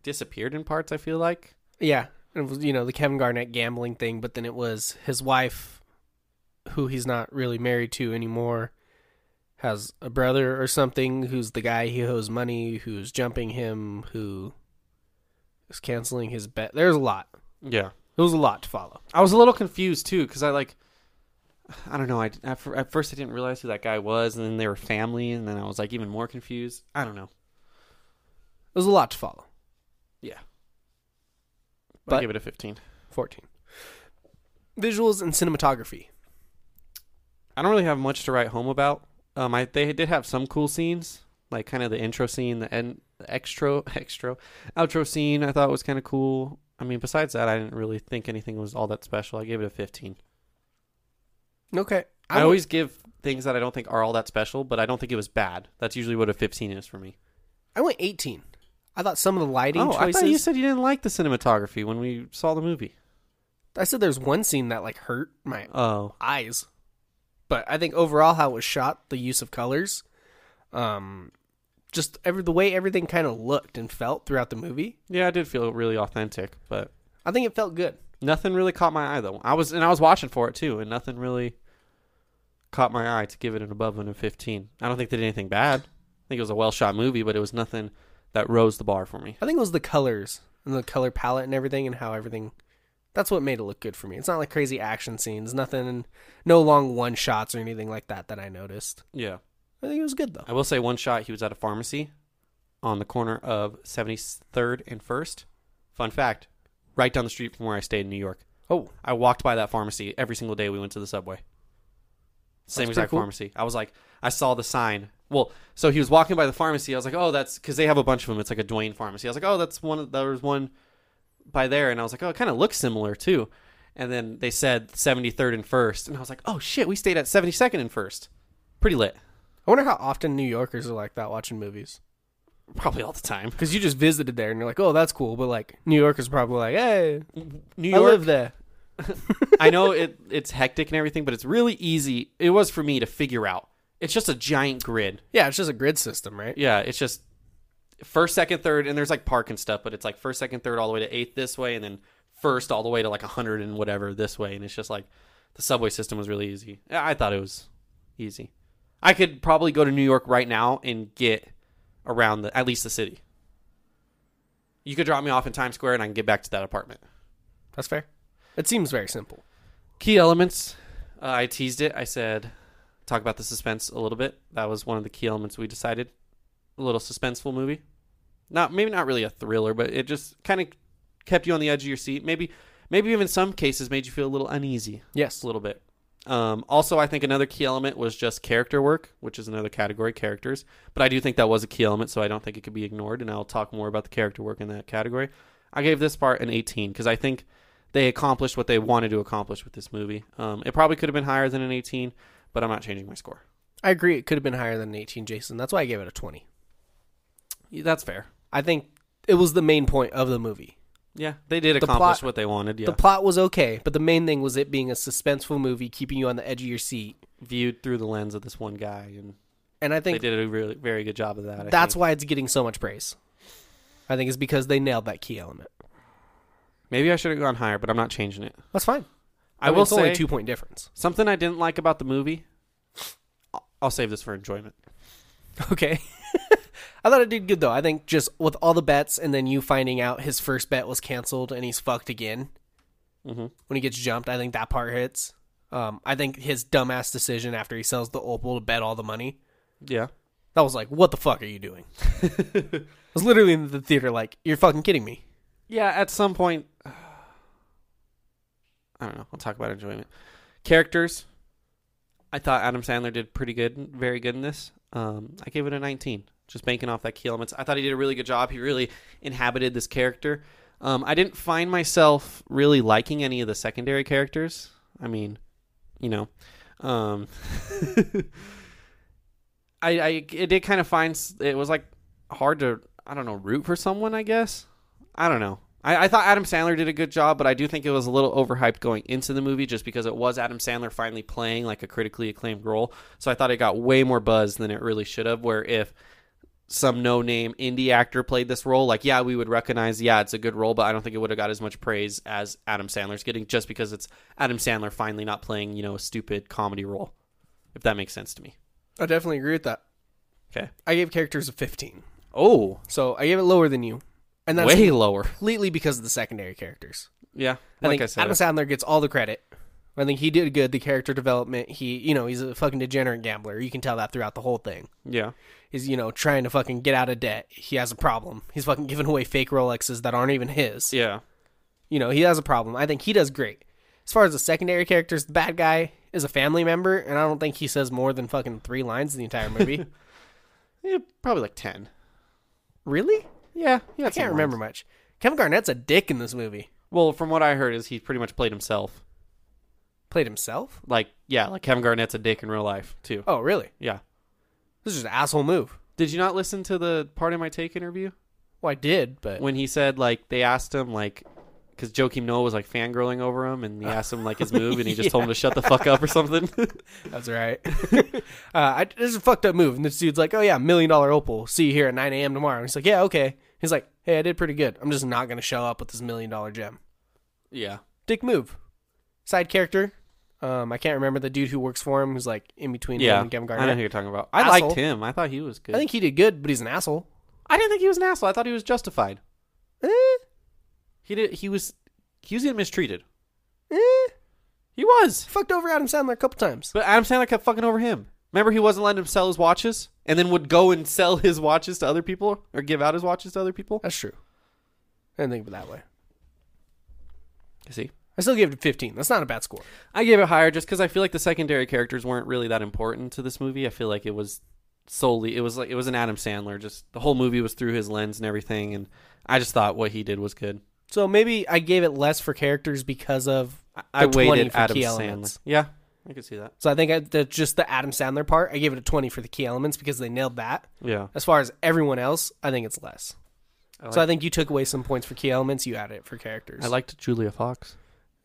S1: disappeared in parts, I feel like.
S2: Yeah, it was you know the Kevin Garnett gambling thing, but then it was his wife, who he's not really married to anymore, has a brother or something who's the guy he owes money, who's jumping him, who is canceling his bet. There's a lot.
S1: Yeah.
S2: It was a lot to follow.
S1: I was a little confused too cuz I like I don't know. I at, fir- at first I didn't realize who that guy was, and then they were family, and then I was like even more confused. I don't know.
S2: It was a lot to follow.
S1: Yeah.
S2: But-
S1: I give it a 15.
S2: Fourteen. Visuals and cinematography.
S1: I don't really have much to write home about. Um, I they did have some cool scenes, like kind of the intro scene, the end, the extra, extra, outro scene. I thought was kind of cool. I mean, besides that, I didn't really think anything was all that special. I gave it a fifteen.
S2: Okay.
S1: I, always give things that I don't think are all that special, but I don't think it was bad. That's usually what a fifteen is for me.
S2: I went eighteen. I thought some of the lighting
S1: Oh, I
S2: choices.
S1: thought you said you didn't like the cinematography when we saw the movie.
S2: I said there's one scene that like hurt my
S1: Oh,
S2: eyes. But I think overall how it was shot, the use of colors, um, just every the way everything kind of looked and felt throughout the movie,
S1: yeah, I did feel really authentic, but
S2: I think it felt good.
S1: nothing really caught my eye though. I was and I was watching for it too, and nothing really caught my eye to give it an above and a fifteen. I don't think they did anything bad. I think it was a well shot movie, but it was nothing that rose the bar for me.
S2: I think it was the colors and the color palette and everything and how everything. That's what made it look good for me. It's not like crazy action scenes, nothing, no long one shots or anything like that that I noticed.
S1: Yeah,
S2: I think it was good though.
S1: I will say one shot. He was at a pharmacy on the corner of Seventy Third and First. Fun fact: right down the street from where I stayed in New York.
S2: Oh,
S1: I walked by that pharmacy every single day we went to the subway. Same
S2: pretty
S1: exact
S2: cool.
S1: pharmacy. I was like, I saw the sign. Well, so he was walking by the pharmacy. I was like, oh, that's because they have a bunch of them. It's like a Dwayne pharmacy. I was like, oh, that's one. of- There was one by there, and I was like, oh, it kind of looks similar too. And then they said 73rd and First, and I was like, oh shit, we stayed at 72nd and First. Pretty lit,
S2: I wonder how often New Yorkers are like that watching movies.
S1: probably all the time.
S2: Because you just visited there and you're like, oh, that's cool, but like New Yorkers are probably like, hey,
S1: New
S2: I
S1: York,
S2: live there.
S1: I know it it's hectic and everything, but it's really easy. It was for me to figure out. It's just a giant grid.
S2: Yeah, it's just a grid system, right?
S1: Yeah, it's just first, second, third, and there's like park and stuff, but it's like first, second, third, all the way to eighth this way, and then first all the way to like a hundred and whatever this way, and it's just like the subway system was really easy. I I thought it was easy. I could probably go to New York right now and get around the at least the city. You could drop me off in Times Square, and I can get back to that apartment.
S2: That's fair. It seems very simple.
S1: Key elements. Uh, I teased it. I said, talk about the suspense a little bit. That was one of the key elements we decided. A little suspenseful movie. Not maybe not really a thriller, but it just kind of kept you on the edge of your seat. Maybe maybe even in some cases made you feel a little uneasy.
S2: Yes.
S1: A little bit. Um, also, I think another key element was just character work, which is another category, characters. But I do think that was a key element, so I don't think it could be ignored. And I'll talk more about the character work in that category. I gave this part an 18 because I think they accomplished what they wanted to accomplish with this movie. Um, it probably could have been higher than an 18, but I'm not changing my score.
S2: I agree. It could have been higher than an 18, Jason. That's why I gave it a 20.
S1: Yeah, that's fair.
S2: I think it was the main point of the movie.
S1: Yeah, they did
S2: The
S1: accomplish
S2: plot-
S1: what they wanted. Yeah,
S2: The plot was okay, but the main thing was it being a suspenseful movie, keeping you on the edge of your seat.
S1: viewed through the lens of this one guy, and
S2: And I
S1: they
S2: think
S1: did a really very good job of that. I
S2: that's
S1: think.
S2: why it's getting so much praise. I think it's because they nailed that key element.
S1: maybe I should have gone higher, but I'm not changing it.
S2: That's fine.
S1: I,
S2: mean,
S1: will
S2: it's
S1: say
S2: only a two point difference.
S1: Something I didn't like about the movie. I'll- I'll save this for enjoyment.
S2: Okay. I thought it did good though. I think just with all the bets and then you finding out his first bet was canceled and he's fucked again
S1: Mhm.
S2: when he gets jumped, I think that part hits. Um, I think his dumbass decision after he sells the opal to bet all the money
S1: Yeah.
S2: that was like, what the fuck are you doing? I was literally in the theater like, you're fucking kidding me.
S1: Yeah, at some point I don't know. I'll talk about enjoyment. Characters. I thought Adam Sandler did pretty good, very good in this. Um, I gave it a 19, just banking off that key elements. I thought he did a really good job. He really inhabited this character. Um, I didn't find myself really liking any of the secondary characters. I mean, you know, um, I, I it did kind of find s- it was like hard to I don't know root for someone. I guess I don't know. I, I thought Adam Sandler did a good job, but I do think it was a little overhyped going into the movie just because it was Adam Sandler finally playing like a critically acclaimed role. So I thought it got way more buzz than it really should have. Where if some no name indie actor played this role, like, yeah, we would recognize, yeah, it's a good role, but I don't think it would have got as much praise as Adam Sandler's getting just because it's Adam Sandler finally not playing, you know, a stupid comedy role, if that makes sense to me.
S2: I definitely agree with that.
S1: Okay.
S2: I gave characters a 15.
S1: Oh,
S2: So I gave it lower than you. And that's
S1: way lower.
S2: completely because of the secondary characters.
S1: Yeah.
S2: I
S1: Like
S2: think
S1: I said,
S2: Adam Sandler gets all the credit. I think he did good. The character development. He, you know, he's a fucking degenerate gambler. You can tell that throughout the whole thing.
S1: yeah.
S2: He's, you know, trying to fucking get out of debt. He has a problem. He's fucking giving away fake Rolexes that aren't even his.
S1: Yeah.
S2: You know, he has a problem. I think he does great. As far as the secondary characters, the bad guy is a family member, and I don't think he says more than fucking three lines in the entire movie.
S1: yeah. Probably like 10.
S2: really?
S1: Yeah. Yeah.
S2: I can't remember much. Kevin Garnett's a dick in this movie.
S1: Well, from what I heard is he pretty much played himself.
S2: Played himself?
S1: Like, yeah, like Kevin Garnett's a dick in real life, too.
S2: Oh, really?
S1: Yeah.
S2: This is just an asshole move.
S1: Did you not listen to the part of my take interview?
S2: Well, I did, but
S1: when he said like they asked him like because Joakim Noah was like fangirling over him and he asked him like his move and he just told him to shut the fuck up or something.
S2: that's all right. uh, I, this is a fucked up move. And this dude's like, oh, yeah, million dollar opal. See you here at 9 a.m. tomorrow. And he's like, yeah, okay. He's like, hey, I did pretty good. I'm just not going to show up with this million dollar gem.
S1: yeah.
S2: Dick move. Side character. Um, I can't remember the dude who works for him who's like in between him
S1: Yeah.
S2: and Kevin
S1: I know
S2: Garnett.
S1: who you're talking about. I
S2: Asshole.
S1: liked him. I thought he was good.
S2: I think he did good, but he's an asshole.
S1: I didn't think he was an asshole. I thought he was justified.
S2: Eh,
S1: He did he was he was getting mistreated.
S2: eh.
S1: He was.
S2: Fucked over Adam Sandler a couple times.
S1: But Adam Sandler kept fucking over him. Remember he wasn't letting him sell his watches and then would go and sell his watches to other people or give out his watches to other people?
S2: That's true. I didn't think of it that way.
S1: See?
S2: I still gave it a 15. That's not a bad score.
S1: I gave it higher just because I feel like the secondary characters weren't really that important to this movie. I feel like it was solely it was like it was an Adam Sandler. Just the whole movie was through his lens and everything, and I just thought what he did was good.
S2: So maybe I gave it less for characters because of uh,
S1: I, I
S2: the 20
S1: waited
S2: for
S1: Adam
S2: key
S1: Sandler.
S2: elements.
S1: Yeah, I could see that.
S2: So I think I, the, just the Adam Sandler part, I gave it a 20 for the key elements because they nailed that.
S1: Yeah,
S2: As far as everyone else, I think it's less.
S1: I
S2: so I think you took away some points for key elements, you added it for characters.
S1: I liked Julia Fox.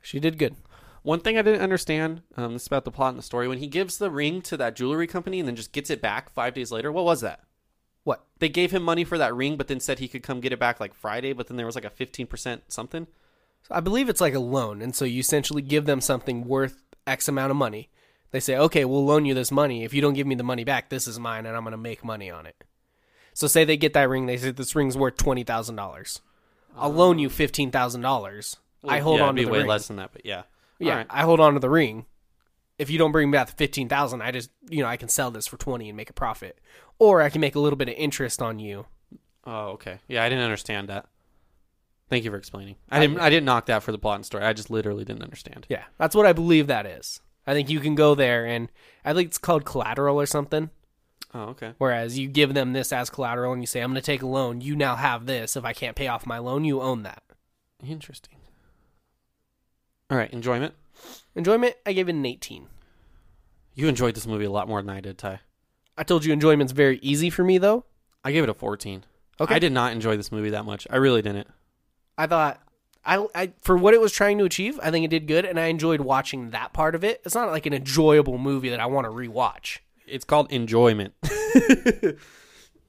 S2: She did good.
S1: One thing I didn't understand, um, this is about the plot and the story. When he gives the ring to that jewelry company and then just gets it back five days later, what was that?
S2: What?
S1: They gave him money for that ring, but then said he could come get it back like Friday. But then there was like a fifteen percent something.
S2: So I believe it's like a loan, and so you essentially give them something worth X amount of money. They say, "Okay, we'll loan you this money. If you don't give me the money back, this is mine, and I'm going to make money on it." So say they get that ring. They say this ring's worth twenty thousand dollars. I'll loan you fifteen thousand dollars. I hold
S1: Oh. yeah,
S2: on to
S1: it'd
S2: the
S1: be way
S2: ring.
S1: less than that, but yeah,
S2: Yeah,
S1: All right.
S2: I hold on to the ring. If you don't bring me back the fifteen thousand, I just you know I can sell this for twenty and make a profit, or I can make a little bit of interest on you.
S1: Oh, okay. Yeah, I didn't understand that. Thank you for explaining. I didn't. I didn't knock that for the plot and story. I just literally didn't understand.
S2: Yeah, that's what I believe that is. I think you can go there, and I think it's called collateral or something.
S1: Oh, okay.
S2: Whereas you give them this as collateral and you say, I'm going to take a loan. You now have this. If I can't pay off my loan, you own that.
S1: Interesting. All right, enjoyment.
S2: Enjoyment, I gave it an 18.
S1: You enjoyed this movie a lot more than I did, Ty.
S2: I told you enjoyment's very easy for me, though.
S1: I gave it a fourteen.
S2: Okay.
S1: I did not enjoy this movie that much. I really didn't.
S2: I thought, I, I for what it was trying to achieve, I think it did good, and I enjoyed watching that part of it. It's not like an enjoyable movie that I want to rewatch,
S1: It's called enjoyment.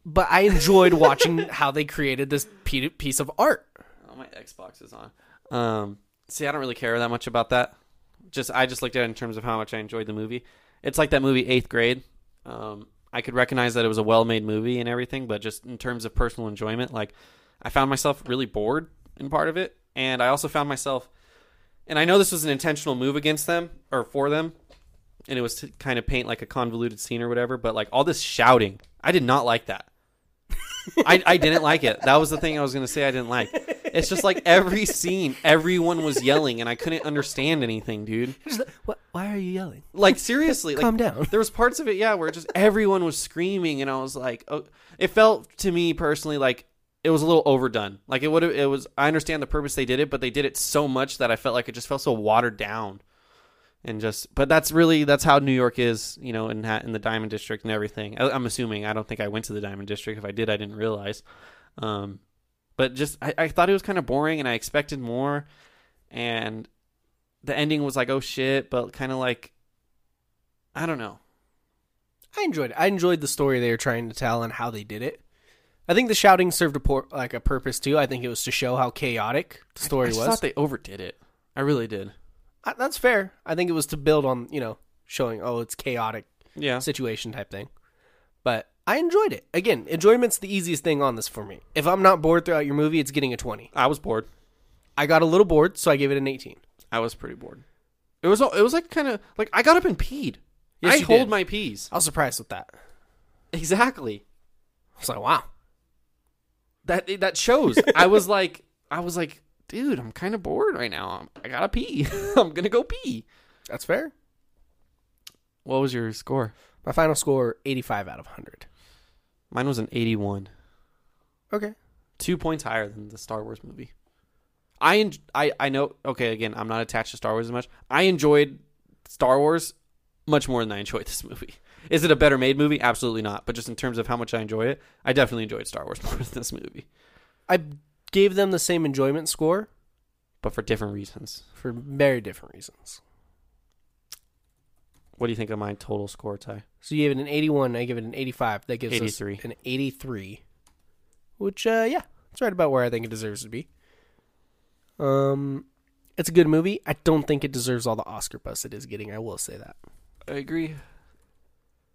S2: but I enjoyed watching how they created this pe- piece of art.
S1: Oh, my Xbox is on. Um, see, I don't really care that much about that. Just I just looked at it in terms of how much I enjoyed the movie. It's like that movie Eighth Grade. Um, I could recognize that it was a well-made movie and everything, but just in terms of personal enjoyment, like I found myself really bored in part of it, and I also found myself, and I know this was an intentional move against them or for them, and it was to kind of paint like a convoluted scene or whatever. But like all this shouting, I did not like that. I, I didn't like it. That was the thing I was gonna say I didn't like. It's just like every scene, everyone was yelling, and I couldn't understand anything, dude.
S2: What, why are you yelling?
S1: Like seriously, like,
S2: Calm down.
S1: There was parts of it, yeah, where just everyone was screaming, and I was like, oh, it felt to me personally like it was a little overdone. Like it would have, it was. I understand the purpose they did it, but they did it so much that I felt like it just felt so watered down. and just but that's really that's how New York is, you know, in ha- in the Diamond District and everything. I, I'm assuming I don't think I went to the Diamond District. If I did, I didn't realize. Um, but just I, I thought it was kind of boring, and I expected more. And the ending was like, oh shit, but kind of like, I don't know.
S2: I enjoyed it. I enjoyed the story they were trying to tell and how they did it. I think the shouting served a por- like a purpose too. I think it was to show how chaotic the story
S1: I just
S2: was.
S1: thought they overdid it. I really did.
S2: I, that's fair. I think it was to build on you know showing oh it's chaotic
S1: Yeah.
S2: situation type thing. But I enjoyed it. Again, enjoyment's the easiest thing on this for me. If I'm not bored throughout your movie, it's getting a twenty.
S1: I was bored.
S2: I got a little bored, so I gave it an eighteen.
S1: I was pretty bored. It was all, it was like kind of like I got up and peed.
S2: Yes,
S1: I
S2: you
S1: hold
S2: did.
S1: my peas.
S2: I was surprised with that.
S1: Exactly.
S2: I was like, wow.
S1: That that shows. I was like I was like, dude, I'm kind of bored right now. I'm, I gotta pee. I'm gonna go pee.
S2: That's fair.
S1: What was your score?
S2: My final score, 85 out of 100.
S1: Mine was an 81.
S2: Okay.
S1: two points higher than the Star Wars movie. I en- I I know. Okay, again, I'm not attached to Star Wars as much. I enjoyed Star Wars much more than I enjoyed this movie. Is it a better made movie? Absolutely not. But just in terms of how much I enjoy it, I definitely enjoyed Star Wars more than this movie,
S2: I gave them the same enjoyment score
S1: but for different reasons.
S2: for very different reasons.
S1: What do you think of my total score, Ty?
S2: So you gave it an 81, I give it an 85. That gives
S1: 83.
S2: us an 83. Which uh yeah, it's right about where I think it deserves to be. Um it's a good movie. I don't think it deserves all the Oscar buzz it is getting. I will say that.
S1: I agree.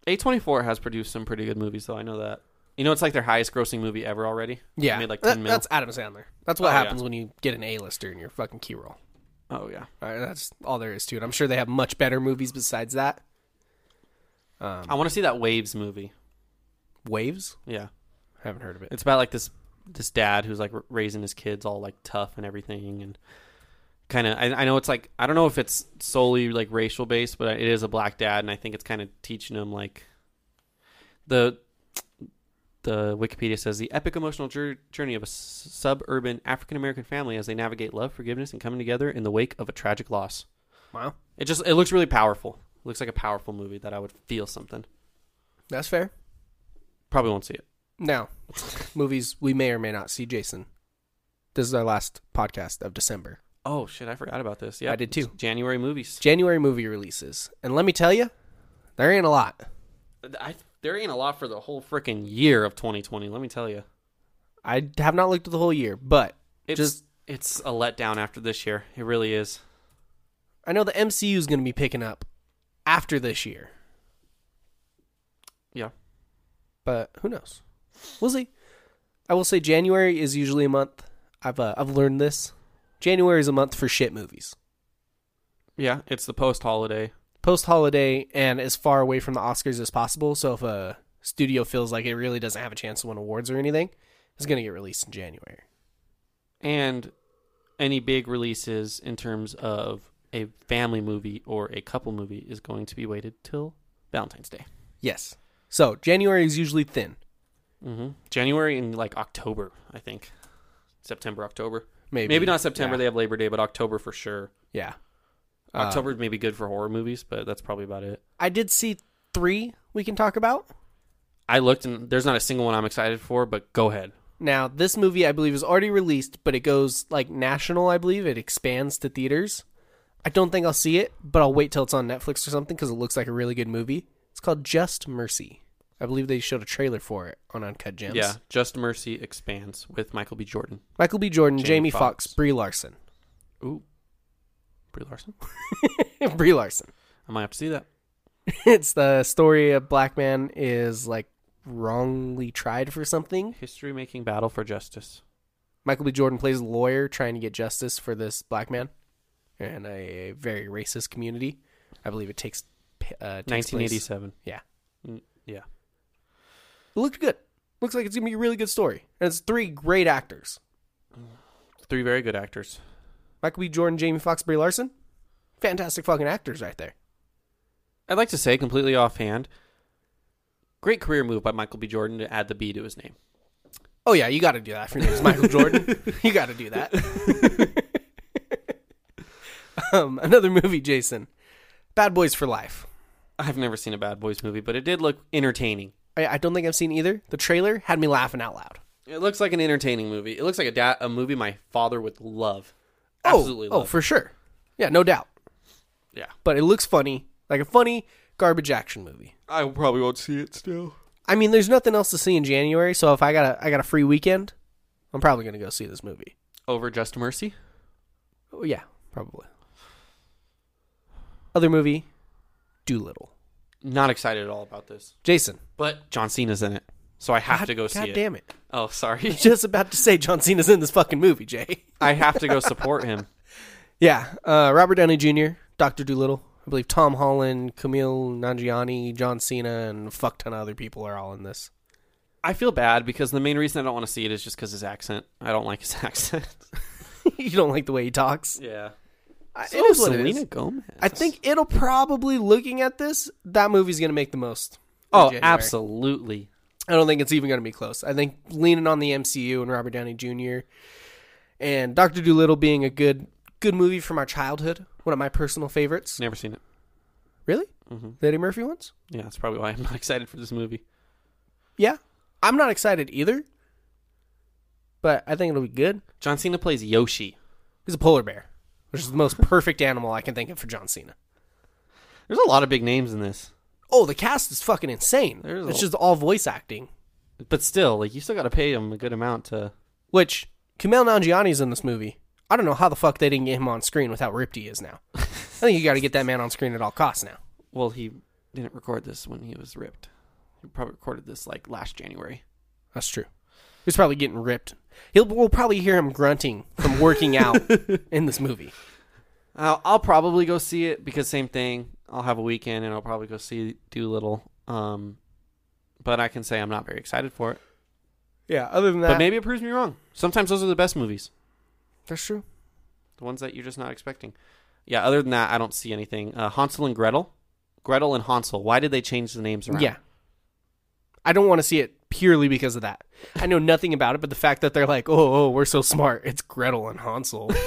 S1: A24 has produced some pretty good movies, though. I know that. You know, it's like their highest grossing movie ever already.
S2: Yeah.
S1: They made like
S2: That-
S1: 10 mil.
S2: that's Adam Sandler. That's what
S1: Oh, yeah.
S2: happens when you get an A-lister in your fucking key roll.
S1: Oh yeah.
S2: All right, that's all there is to it. I'm sure they have much better movies besides that. Um,
S1: I want to see that Waves movie.
S2: Waves?
S1: Yeah.
S2: Haven't heard of it.
S1: It's about like this this dad who's like r- raising his kids all like tough and everything, and kind of. I, I know it's like I don't know if it's solely like racial based, but it is a black dad, and I think it's kind of teaching him like the the Wikipedia says the epic emotional jour- journey of a s- suburban African American family as they navigate love, forgiveness, and coming together in the wake of a tragic loss.
S2: Wow.
S1: It just it looks really powerful. It looks like a powerful movie that I would feel something.
S2: That's fair.
S1: Probably won't see it.
S2: Now, movies we may or may not see, Jason. This is our last podcast of December.
S1: Oh shit! I forgot about this. Yeah,
S2: I did too.
S1: January movies.
S2: January movie releases. And let me tell you, there ain't a lot.
S1: I, there ain't a lot for the whole freaking year of 2020. Let me tell you,
S2: I have not looked at the whole year, but
S1: it's
S2: Just-
S1: it's a letdown after this year. It really is.
S2: I know the MCU is going to be picking up after this year,
S1: Yeah,
S2: but who knows? We'll see. I will say January is usually a month. I've uh, I've learned this. January is a month for shit movies.
S1: yeah. It's the post holiday.
S2: post holiday and as far away from the Oscars as possible. So if a studio feels like it really doesn't have a chance to win awards or anything, it's going to get released in January.
S1: and any big releases in terms of a family movie or a couple movie is going to be waited till Valentine's Day.
S2: Yes. So January is usually thin.
S1: hmm January and like October, I think. September, October.
S2: Maybe.
S1: Maybe, not September.
S2: Yeah.
S1: They have Labor Day, but October for sure.
S2: Yeah. Uh,
S1: October may be good for horror movies, but that's probably about it.
S2: I did see three we can talk about.
S1: I looked and there's not a single one I'm excited for, but go ahead.
S2: Now, this movie I believe is already released, but it goes like national, I believe. It expands to theaters. I don't think I'll see it, but I'll wait till it's on Netflix or something because it looks like a really good movie. It's called Just Mercy. I believe they showed a trailer for it on Uncut Gems.
S1: Yeah, Just Mercy expands with Michael B. Jordan.
S2: Michael B. Jordan,
S1: Jamie
S2: Jamie Foxx,
S1: Foxx.
S2: Brie Larson.
S1: Ooh, Brie Larson.
S2: Brie Larson.
S1: I might have to see that.
S2: It's the story of black man is like wrongly tried for something.
S1: History making battle for justice.
S2: Michael B. Jordan plays a lawyer trying to get justice for this black man in a very racist community. I believe it takes. Uh, takes place-
S1: 1987.
S2: Yeah,
S1: Mm, Yeah,
S2: it looked good. Looks like it's gonna be a really good story, and it's three great actors:
S1: three very good actors.
S2: Michael B. Jordan, Jamie Foxx, Brie Larson. Fantastic fucking actors right there.
S1: I'd like to say completely offhand. Great career move by Michael B. Jordan to add the B to his name.
S2: Oh yeah, you got to do that. If your name's Michael Jordan, you got to do that. um, another movie, Jason. Bad Boys for Life.
S1: I've never seen a Bad Boys movie, but it did look entertaining.
S2: I, I don't think I've seen either. The trailer had me laughing out loud.
S1: It looks like an entertaining movie. It looks like a da- a movie my father would love.
S2: Oh,
S1: Absolutely
S2: Oh,
S1: love.
S2: for sure. Yeah, no doubt.
S1: Yeah.
S2: But it looks funny, like a funny garbage action movie.
S1: I probably won't see it still.
S2: I mean, there's nothing else to see in January, so if I got a I got a free weekend, I'm probably gonna go see this movie.
S1: Over Just Mercy?
S2: Oh, yeah, probably. Other movie, Doolittle.
S1: Not excited at all about this.
S2: Jason,
S1: But John Cena's in it. So I have to go see
S2: God
S1: it.
S2: damn it!
S1: Oh, sorry.
S2: Just about to say John Cena's in this fucking movie, Jay.
S1: I have to go support him.
S2: Yeah, uh, Robert Downey Jr., Doctor Doolittle. I believe Tom Holland, Camille Nanjiani, John Cena, and a fuck ton of other people are all in this.
S1: I feel bad because the main reason I don't want to see it is just because his accent. I don't like his accent.
S2: you don't like the way he talks.
S1: yeah.
S2: I-
S1: So
S2: it is what it
S1: Selena
S2: is.
S1: Gomez.
S2: I think it'll probably looking at this, that movie's gonna make the most. in
S1: Oh,
S2: January.
S1: absolutely.
S2: I don't think it's even gonna be close. I think leaning on the MCU and Robert Downey Jr. and Doctor Doolittle being a good good movie from our childhood, one of my personal favorites.
S1: Never seen it.
S2: Really,
S1: Mm-hmm.
S2: the Eddie Murphy ones?
S1: Yeah, that's probably why I'm not excited for this movie.
S2: Yeah, I'm not excited either, but I think it'll be good.
S1: John Cena plays Yoshi.
S2: He's a polar bear, which is the most perfect animal I can think of for John Cena.
S1: There's a lot of big names in this,
S2: Oh, the cast is fucking insane.
S1: There's a-
S2: it's just all voice acting.
S1: but still, like you still got to pay him a good amount to.
S2: Which Kumail Nanjiani's in this movie. I don't know how the fuck they didn't get him on screen without ripped he is now. I think you got to get that man on screen at all costs now.
S1: Well, he didn't record this when he was ripped. He probably recorded this like last January.
S2: That's true. He's probably getting ripped. He'll we'll probably hear him grunting from working out in this movie.
S1: I'll, I'll probably go see it because same thing. I'll have a weekend and I'll probably go see Doolittle. Um, but I can say I'm not very excited for it.
S2: Yeah. Other than that,
S1: But maybe it proves me wrong. Sometimes those are the best movies,
S2: that's true.
S1: the ones that you're just not expecting. Yeah. Other than that, I don't see anything. Uh, Hansel and Gretel, Gretel and Hansel. Why did they change the names around?
S2: Yeah. I don't want to see it purely because of that. I know nothing about it, but the fact that they're like, "Oh, oh we're so smart," it's Gretel and Hansel. like,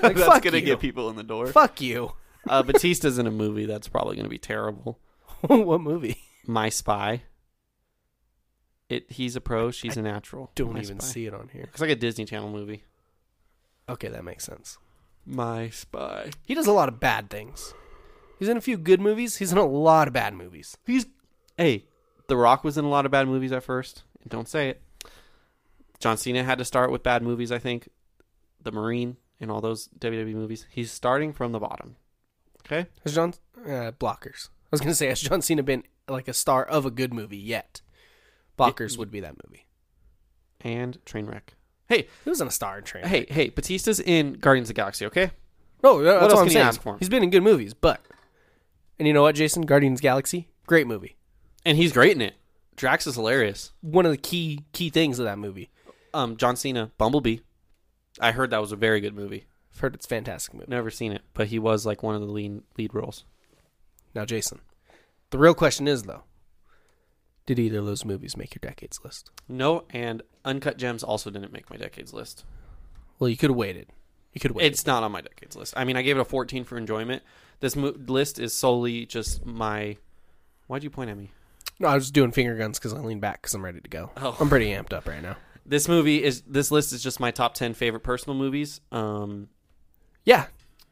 S1: That's
S2: fuck
S1: gonna
S2: you.
S1: get people in the door.
S2: Fuck you.
S1: uh, Batista's in a movie that's probably going to be terrible.
S2: what movie?
S1: My Spy. It. He's a pro. She's a natural.
S2: Don't even see it on here.
S1: It's like a Disney Channel movie.
S2: Okay, that makes sense.
S1: My Spy.
S2: He does a lot of bad things. He's in a few good movies. He's in a lot of bad movies.
S1: He's. Hey, The Rock was in a lot of bad movies at first. Don't say it. John Cena had to start with bad movies. I think. The Marine and all those WWE movies. He's starting from the bottom. Okay.
S2: Has John uh, Blockers? I was gonna say, has John Cena been like a star of a good movie yet? Blockers would be that movie.
S1: And Trainwreck. Hey,
S2: He wasn't a star in Train.
S1: hey, hey! Batista's in Guardians of the Galaxy. Okay.
S2: No, that's what,
S1: else
S2: I'm
S1: can you
S2: saying.
S1: ask for?
S2: He's been in good movies, but and you know what, Jason? Guardians of the Galaxy, great movie.
S1: And he's great in it. Drax is hilarious.
S2: One of the key key things of that movie.
S1: um, John Cena, Bumblebee. I heard that was a very good movie.
S2: I've heard it's a fantastic movie.
S1: Never seen it, but he was like one of the lead lead roles.
S2: Now, Jason, the real question is though, did either of those movies make your decades list?
S1: No, and Uncut Gems also didn't make my decades list.
S2: Well, you could have waited. You could have waited.
S1: It's not on my decades list. I mean, I gave it a 14 for enjoyment. This mo- list is solely just my. Why'd you point at me?
S2: no, I was doing finger guns because I leaned back because I'm ready to go.
S1: Oh.
S2: I'm pretty amped up right now.
S1: This movie is this list is just my top 10 favorite personal movies. Um,
S2: Yeah,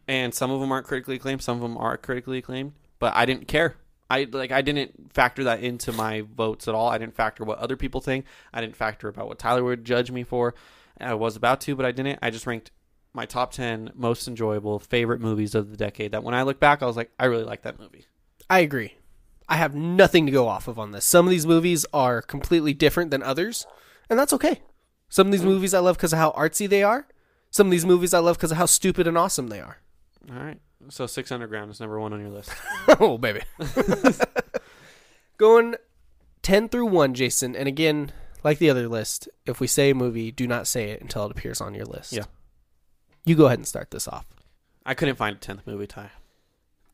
S1: and some of them aren't critically acclaimed. Some of them are critically acclaimed, but I didn't care. I like I didn't factor that into my votes at all. I didn't factor what other people think. I didn't factor about what Tyler would judge me for. I was about to, but I didn't. I just ranked my top ten most enjoyable favorite movies of the decade. That when I look back, I was like, I really like that movie.
S2: I agree. I have nothing to go off of on this. Some of these movies are completely different than others, and that's okay. Some of these movies I love because of how artsy they are. Some of these movies I love because of how stupid and awesome they are.
S1: All right, so Six Underground is number one on your list.
S2: oh, baby. Going 10 through 1, Jason. And again, like the other list, if we say a movie, do not say it until it appears on your list.
S1: Yeah.
S2: You go ahead and start this off.
S1: I couldn't find a tenth movie tie.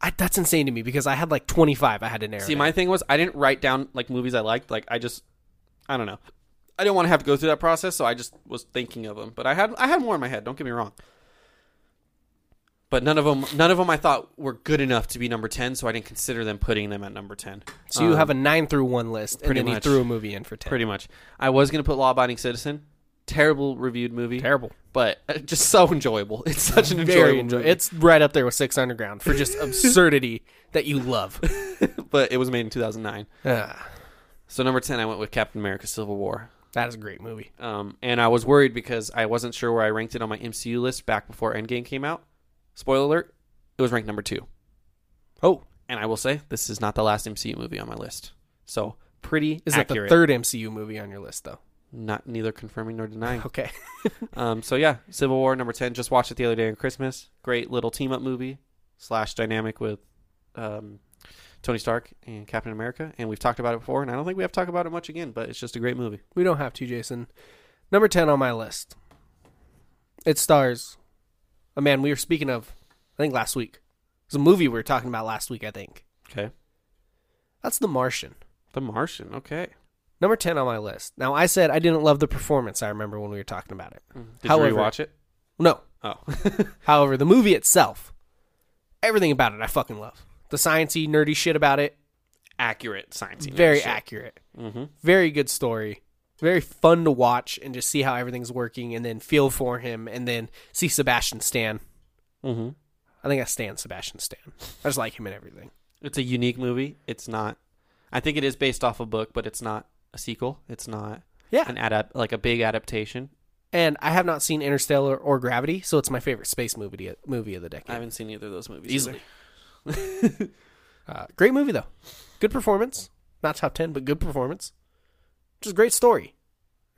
S2: I, that's insane to me because I had like 25 I had to narrow.
S1: See,
S2: down.
S1: my thing was I didn't write down like movies I liked. Like I just, I don't know. I didn't want to have to go through that process, so I just was thinking of them. But I had I had more in my head. Don't get me wrong. but none of them none of them I thought were good enough to be number 10, so I didn't consider them putting them at number 10.
S2: So you
S1: Um,
S2: have a nine through one list, and
S1: pretty
S2: then you
S1: much.
S2: threw a movie in for ten.
S1: pretty much. I was going to put Law Abiding Citizen. Terrible reviewed movie.
S2: terrible.
S1: But uh, just so enjoyable. It's such an enjoyable
S2: Very enjoyable.
S1: movie.
S2: It's right up there with Six Underground for just absurdity that you love.
S1: but it was made in 2009.
S2: Ah,
S1: So number 10 I went with Captain America Civil War.
S2: that is a great movie.
S1: Um, and I was worried because I wasn't sure where I ranked it on my MCU list back before Endgame came out. Spoiler alert, it was ranked number 2.
S2: Oh,
S1: And I will say this is not the last MCU movie on my list. So, pretty
S2: is
S1: accurate.
S2: that the third MCU movie on your list though?
S1: Not neither confirming nor denying.
S2: Okay,
S1: Um, so yeah, Civil War number ten. Just watched it the other day on Christmas. Great little team up movie slash dynamic with um, Tony Stark and Captain America. And we've talked about it before, and I don't think we have to talk about it much again. But it's just a great movie.
S2: we don't have to, Jason. Number ten on my list. It stars a man we were speaking of. I think last week. It was a movie we were talking about last week. I think
S1: Okay.
S2: that's The Martian.
S1: The Martian. Okay.
S2: Number ten on my list. Now I said I didn't love the performance. I remember when we were talking about it.
S1: Mm-hmm. Did
S2: However-
S1: you rewatch it?
S2: No,
S1: Oh,
S2: However, the movie itself, everything about it, I fucking love. The sciencey, nerdy shit about it,
S1: accurate science.
S2: very accurate.
S1: Mm-hmm.
S2: Very good story. Very fun to watch and just see how everything's working, and then feel for him, and then see Sebastian Stan.
S1: Mm-hmm.
S2: I think I stand Sebastian Stan. I just like him and everything.
S1: It's a unique movie. It's not. I think it is based off a book, but it's not a sequel. It's not
S2: Yeah.
S1: an adapt like a big adaptation.
S2: And I have not seen Interstellar or Gravity, so it's my favorite space movie movie of the decade.
S1: I haven't seen either of those movies
S2: Easily. Uh, great movie though. Good performance. Not top ten, but good performance. Just great story,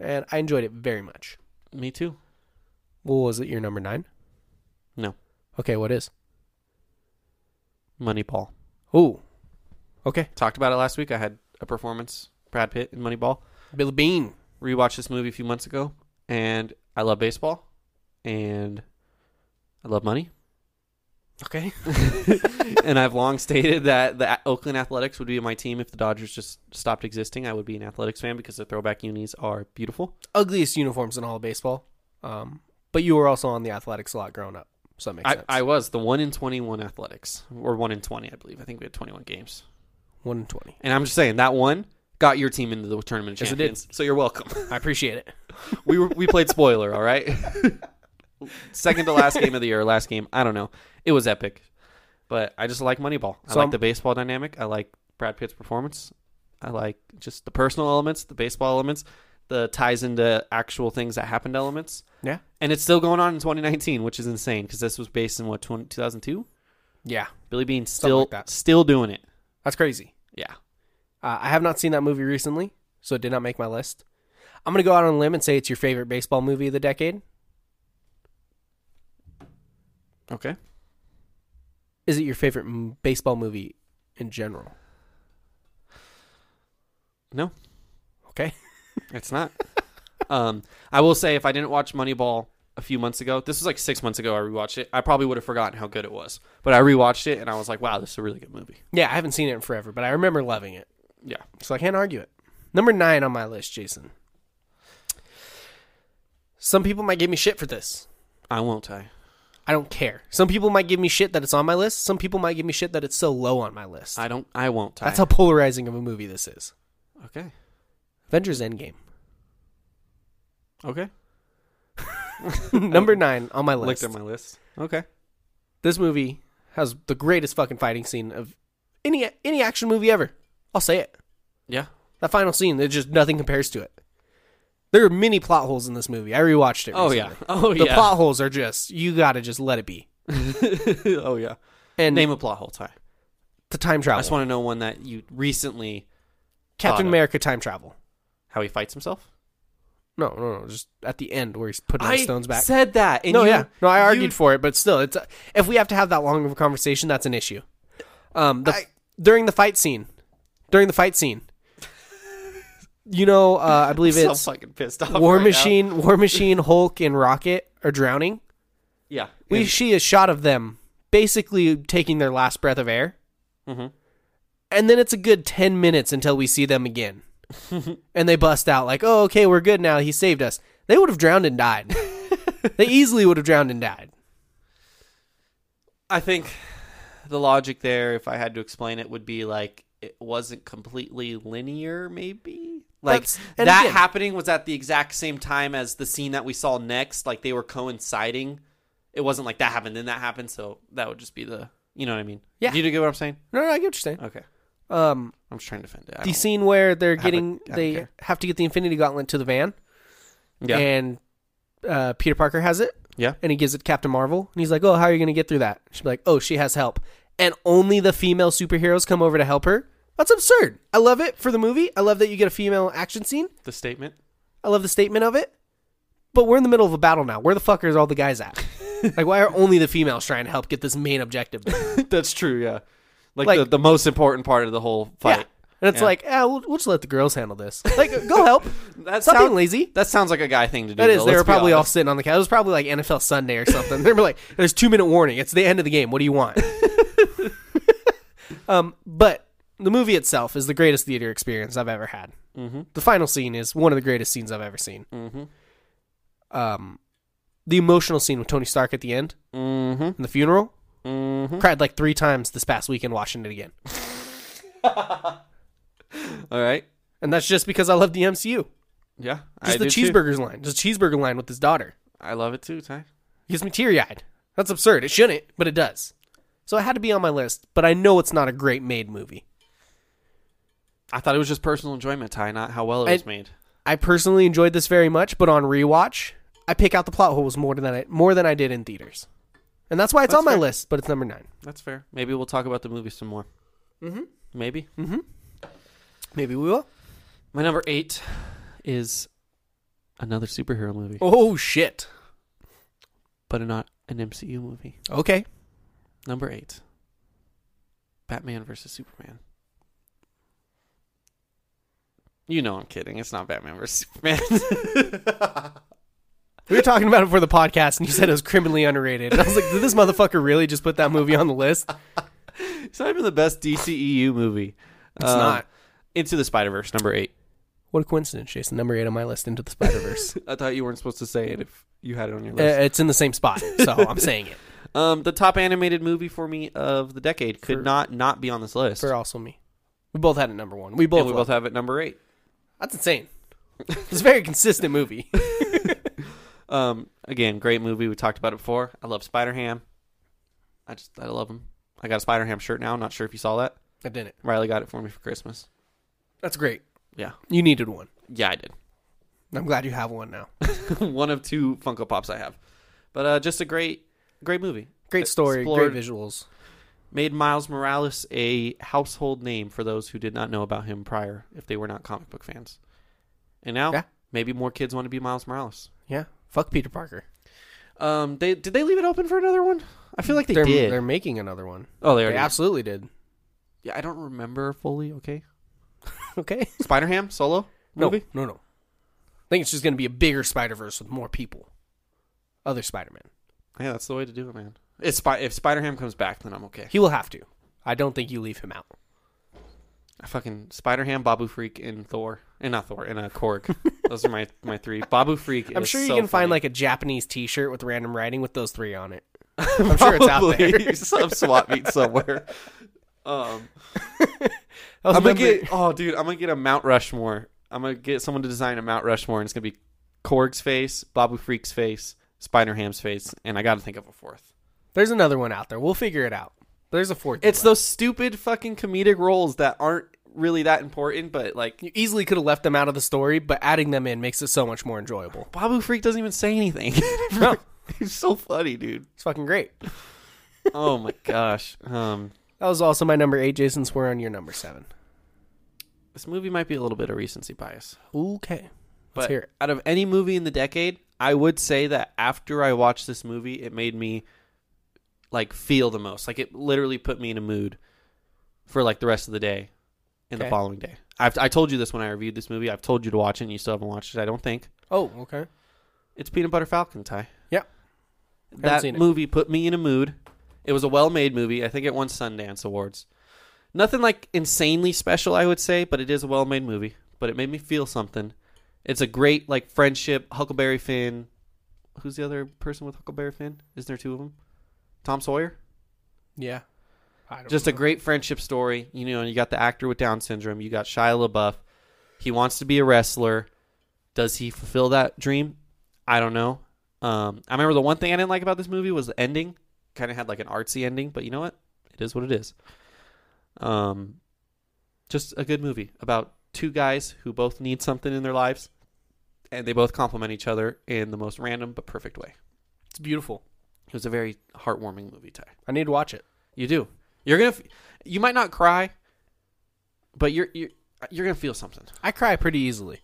S2: and I enjoyed it very much.
S1: Me too.
S2: What was it? Your number nine?
S1: No,
S2: Okay, what is?
S1: Moneyball.
S2: Ooh. Okay.
S1: Talked about it last week. I had a performance, Brad Pitt in Moneyball.
S2: Billy Bean.
S1: Rewatched this movie a few months ago, and I love baseball, and I love money.
S2: Okay.
S1: and I've long stated that the A- Oakland Athletics would be my team if the Dodgers just stopped existing. I would be an Athletics fan because the throwback unis are beautiful.
S2: Ugliest uniforms in all of baseball. Um, but you were also on the athletics a lot growing up, so that makes
S1: I,
S2: sense.
S1: I was the one in twenty one Athletics, or one in twenty, I believe. I think we had twenty one games,
S2: one in twenty.
S1: and I'm just saying that one got your team into the tournament of
S2: Yes, it did.
S1: champions. So you're welcome.
S2: I appreciate it.
S1: we were, we played spoiler, all right. Second to last game of the year, last game. I don't know. It was epic, but I just like Moneyball. I
S2: So
S1: like
S2: I'm-
S1: the baseball dynamic. I like Brad Pitt's performance. I like just the personal elements, the baseball elements, the ties into actual things that happened elements,
S2: Yeah.
S1: and it's still going on in 2019, which is insane because this was based in what 20, 2002.
S2: Yeah.
S1: Billy Bean's
S2: Something
S1: still
S2: like that.
S1: still doing it.
S2: That's crazy.
S1: Yeah,
S2: Uh, I have not seen that movie recently, so it did not make my list. I'm gonna go out on a limb and say it's your favorite baseball movie of the decade.
S1: Okay.
S2: Is it your favorite m- baseball movie in general?
S1: No.
S2: Okay.
S1: It's not. um, I will say, if I didn't watch Moneyball a few months ago, this was like six months ago. I rewatched it. I probably would have forgotten how good it was, but I rewatched it and I was like, "Wow, this is a really good movie."
S2: Yeah, I haven't seen it in forever, but I remember loving it.
S1: Yeah,
S2: So I can't argue it. Number nine on my list, Jason. Some people might give me shit for this.
S1: I won't. I
S2: I don't care. Some people might give me shit that it's on my list. Some people might give me shit that it's so low on my list.
S1: I don't. I won't. I.
S2: That's how polarizing of a movie this is.
S1: Okay.
S2: Avengers Endgame.
S1: Okay.
S2: Number nine on my
S1: Looked
S2: list.
S1: at my list. Okay.
S2: This movie has the greatest fucking fighting scene of any any action movie ever. I'll say it.
S1: Yeah.
S2: That final scene, there's just nothing compares to it. There are many plot holes in this movie. I rewatched it.
S1: Oh
S2: recently.
S1: yeah. Oh
S2: The
S1: yeah.
S2: plot holes are just you gotta just let it be.
S1: oh yeah.
S2: And
S1: Name a plot hole. Ty.
S2: the time
S1: I
S2: travel.
S1: just want to know one that you recently thought
S2: Captain
S1: of.
S2: America time travel.
S1: how he fights himself.
S2: No, no, no. Just at the end where he's putting the stones back.
S1: said that. And
S2: no,
S1: you-
S2: yeah, no. I
S1: you-
S2: argued for it, but still, it's uh, if we have to have that long of a conversation, that's an issue. Um, the, during the fight scene, during the fight scene, you know, uh, I believe
S1: I'm so
S2: it's
S1: fucking pissed off.
S2: War
S1: right now.
S2: Machine, War Machine, Hulk, and Rocket are drowning.
S1: Yeah.
S2: We see a shot of them basically taking their last breath of air.
S1: Mhm.
S2: And then it's a good 10 minutes until we see them again. and they bust out, like, oh, okay, we're good now. He saved us. They would have drowned and died. they easily would have drowned and died.
S1: I think the logic there, if I had to explain it, would be like it wasn't completely linear, maybe. Like
S2: That's- and
S1: that
S2: again-
S1: happening was at the exact same time as the scene that we saw next. Like they were coinciding. It wasn't like that happened, then that happened. So that would just be the, you know what I mean?
S2: Yeah.
S1: Do you get what I'm saying?
S2: No, no, I get what you're saying.
S1: Okay.
S2: Um,
S1: I'm just trying to defend it. I
S2: the
S1: don't-
S2: scene where they're
S1: have a-
S2: getting
S1: I don't
S2: they
S1: care.
S2: have to get the Infinity Gauntlet to the van,
S1: Yeah.
S2: and uh, Peter Parker has it.
S1: Yeah.
S2: and he gives it to Captain Marvel, and he's like, "Oh, how are you going to get through that?" She's like, "Oh, she has help." And only the female superheroes come over to help her. That's absurd. I love it for the movie. I love that you get a female action scene.
S1: the statement.
S2: I love the statement of it. But we're in the middle of a battle now. Where the fuck are all the guys at? like, why are only the females trying to help get this main objective? done?
S1: That's true. Yeah. Like,
S2: Like-
S1: the, the most important part of the whole fight.
S2: Yeah. And it's
S1: Yeah.
S2: like, ah, we'll, we'll just let the girls handle this. Like, go help.
S1: That
S2: Stop being
S1: sound-
S2: lazy.
S1: That sounds like a guy thing to do.
S2: That is,
S1: though,
S2: they were
S1: let's be
S2: probably all
S1: honest.
S2: sitting on the couch. It was probably like NFL Sunday or something. they were like, "There's two minute warning. It's the end of the game. What do you want?" um, but the movie itself is the greatest theater experience I've ever had. Mm-hmm. The final scene is one of the greatest scenes I've ever seen. Mm-hmm. Um, the emotional scene with Tony Stark at the end
S1: Mhm.
S2: and the funeral.
S1: Mm-hmm.
S2: Cried like three times this past weekend watching it again,
S1: All right.
S2: and that's just because I love the MCU.
S1: Yeah.
S2: Just
S1: I
S2: the
S1: do too.
S2: cheeseburgers line, just cheeseburger line with his daughter.
S1: I love it too, Ty.
S2: gets me teary eyed. That's absurd. It shouldn't, but it does. So it had to be on my list, but I know it's not a great made movie.
S1: I thought it was just personal enjoyment, Ty, not how well it was
S2: I-
S1: made.
S2: I personally enjoyed this very much, but on rewatch, I pick out the plot holes more than I more than I did in theaters. And that's why it's on my
S1: fair.
S2: list, but it's number nine.
S1: That's fair. Maybe we'll talk about the movie some more. Mm-hmm. Maybe.
S2: Mm-hmm. Maybe we will.
S1: My number eight is another superhero movie,
S2: Oh shit.
S1: but not an MCU movie.
S2: Okay.
S1: Number eight Batman versus Superman. You know I'm kidding. It's not Batman versus Superman.
S2: We were talking about it for the podcast and you said it was criminally underrated. And I was like, did this motherfucker really just put that movie on the list?
S1: it's not even the best DCEU movie. It's
S2: not.
S1: Into the Spider Verse, number eight.
S2: What a coincidence, Jason. Number eight on my list, Into the Spider Verse.
S1: I thought you weren't supposed to say it if you had it on your list.
S2: it's in the same spot, so I'm saying it.
S1: Um, the top animated movie for me of the decade could not not be on this list.
S2: For also me. We both had it number one. We both
S1: and we
S2: loved
S1: both have it number eight.
S2: That's insane. It's a very consistent movie.
S1: Um, again, great movie. We talked about it before. I love Spider Ham. I just I love him. I got a Spider Ham shirt now. I'm not sure if you saw that.
S2: I didn't.
S1: Riley got it for me for Christmas.
S2: That's great.
S1: Yeah,
S2: You needed one.
S1: yeah, I did.
S2: I'm glad you have one now.
S1: One of two Funko Pops I have, but uh, just a great, great movie. E,
S2: Great story,
S1: Explored-
S2: great visuals.
S1: made Miles Morales a household name for those who did not know about him prior, if they were not comic book fans. And now,
S2: Yeah.
S1: maybe more kids want to be Miles Morales.
S2: Yeah. Fuck Peter Parker.
S1: Um, they did they leave it open for another one? I feel like they
S2: are
S1: did.
S2: they're making another one.
S1: oh, they
S2: They
S1: already.
S2: absolutely did.
S1: yeah, I don't remember fully. Okay,
S2: Okay.
S1: Spider Ham solo movie.
S2: No, no, no. I think it's just going to be a bigger Spider Verse with more people. Other Spider Man.
S1: Yeah, that's the way to do it, man. If, Spi- if Spider Ham comes back, then I'm okay.
S2: He will have to. I don't think you leave him out.
S1: I fucking Spider Ham, Babu Freak, and Thor, and not Thor, and a uh, Korg. Those are my my three. Babu Freak.
S2: I'm
S1: is
S2: sure you
S1: so
S2: can find
S1: funny.
S2: like a Japanese t shirt with random writing with those three on it. I'm sure it's out there.
S1: Probably some swap meet somewhere. Um,
S2: I was
S1: I'm gonna
S2: remembering-
S1: get oh dude, I'm gonna get a Mount Rushmore. I'm gonna get someone to design a Mount Rushmore, and it's gonna be Korg's face, Babu Freak's face, Spider Ham's face, and I gotta think of a fourth.
S2: There's another one out there. We'll figure it out. There's a fourth.
S1: It's
S2: one.
S1: those stupid fucking comedic roles that aren't really that important, but like
S2: You easily could have left them out of the story, but adding them in makes it so much more enjoyable.
S1: Babu Freak doesn't even say anything.
S2: No.
S1: He's so funny, dude.
S2: It's fucking great.
S1: Oh my gosh. Um,
S2: That was also my number eight, Jason. Swear on your number seven.
S1: this movie might be a little bit of recency bias.
S2: Okay.
S1: But
S2: hear it.
S1: out of any movie in the decade, I would say that after I watched this movie, it made me like feel the most. Like it literally put me in a mood for like the rest of the day and the
S2: Okay.
S1: following day. I've, I told you this when I reviewed this movie. I've told you to watch it and you still haven't watched it, I don't think.
S2: Oh, okay.
S1: It's Peanut Butter Falcon, Ty.
S2: Yeah.
S1: That
S2: seen it.
S1: movie put me in a mood. It was a well made movie. I think it won Sundance Awards. Nothing like insanely special, I would say, but it is a well made movie. But it made me feel something. It's a great like friendship. Huckleberry Finn. Who's the other person with Huckleberry Finn? Isn't there two of them? Tom Sawyer.
S2: Yeah. I don't
S1: Just a great friendship story. You know, you got the actor with Down syndrome. You got Shia LaBeouf. He wants to be a wrestler. Does he fulfill that dream? I don't know. Um, I remember the one thing I didn't like about this movie was the ending. Kind of had like an artsy ending, but you know what? It is what it is. Um, just a good movie about two guys who both need something in their lives, and they both complement each other in the most random but perfect way.
S2: It's beautiful.
S1: It was a very heartwarming movie, Ty.
S2: I need to watch it.
S1: You do. You're gonna. F- you might not cry, but you're you're you're gonna feel something.
S2: I cry pretty easily.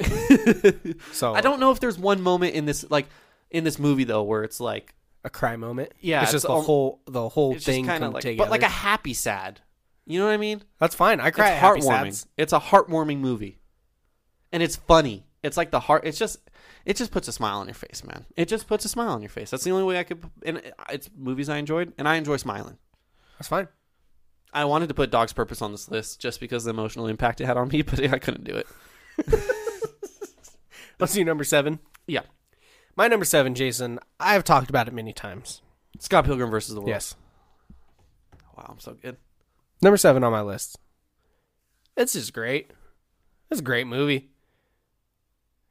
S2: so
S1: I don't know if there's one moment in this like in this movie though where it's like
S2: a cry moment.
S1: Yeah,
S2: It's just
S1: it's
S2: the
S1: al-
S2: whole the whole
S1: it's
S2: thing
S1: just kind
S2: come
S1: of like
S2: together.
S1: but like a happy sad. You know what I mean?
S2: That's fine. I cry
S1: it's
S2: at happy
S1: heartwarming.
S2: sads.
S1: It's a heartwarming movie, and it's funny. It's like the heart. It's just, it just puts a smile on your face, man. It just puts a smile on your face. That's the only way I could. And it's movies I enjoyed, and I enjoy smiling.
S2: That's fine.
S1: I wanted to put Dog's Purpose on this list just because of the emotional impact it had on me, but I couldn't do it.
S2: Let's do number seven.
S1: Yeah,
S2: My number seven, Jason. I've talked about it many times.
S1: Scott Pilgrim versus the World. Oh,
S2: Yes.
S1: Wow, I'm so good.
S2: Number seven on my list. This is great. It's a great movie.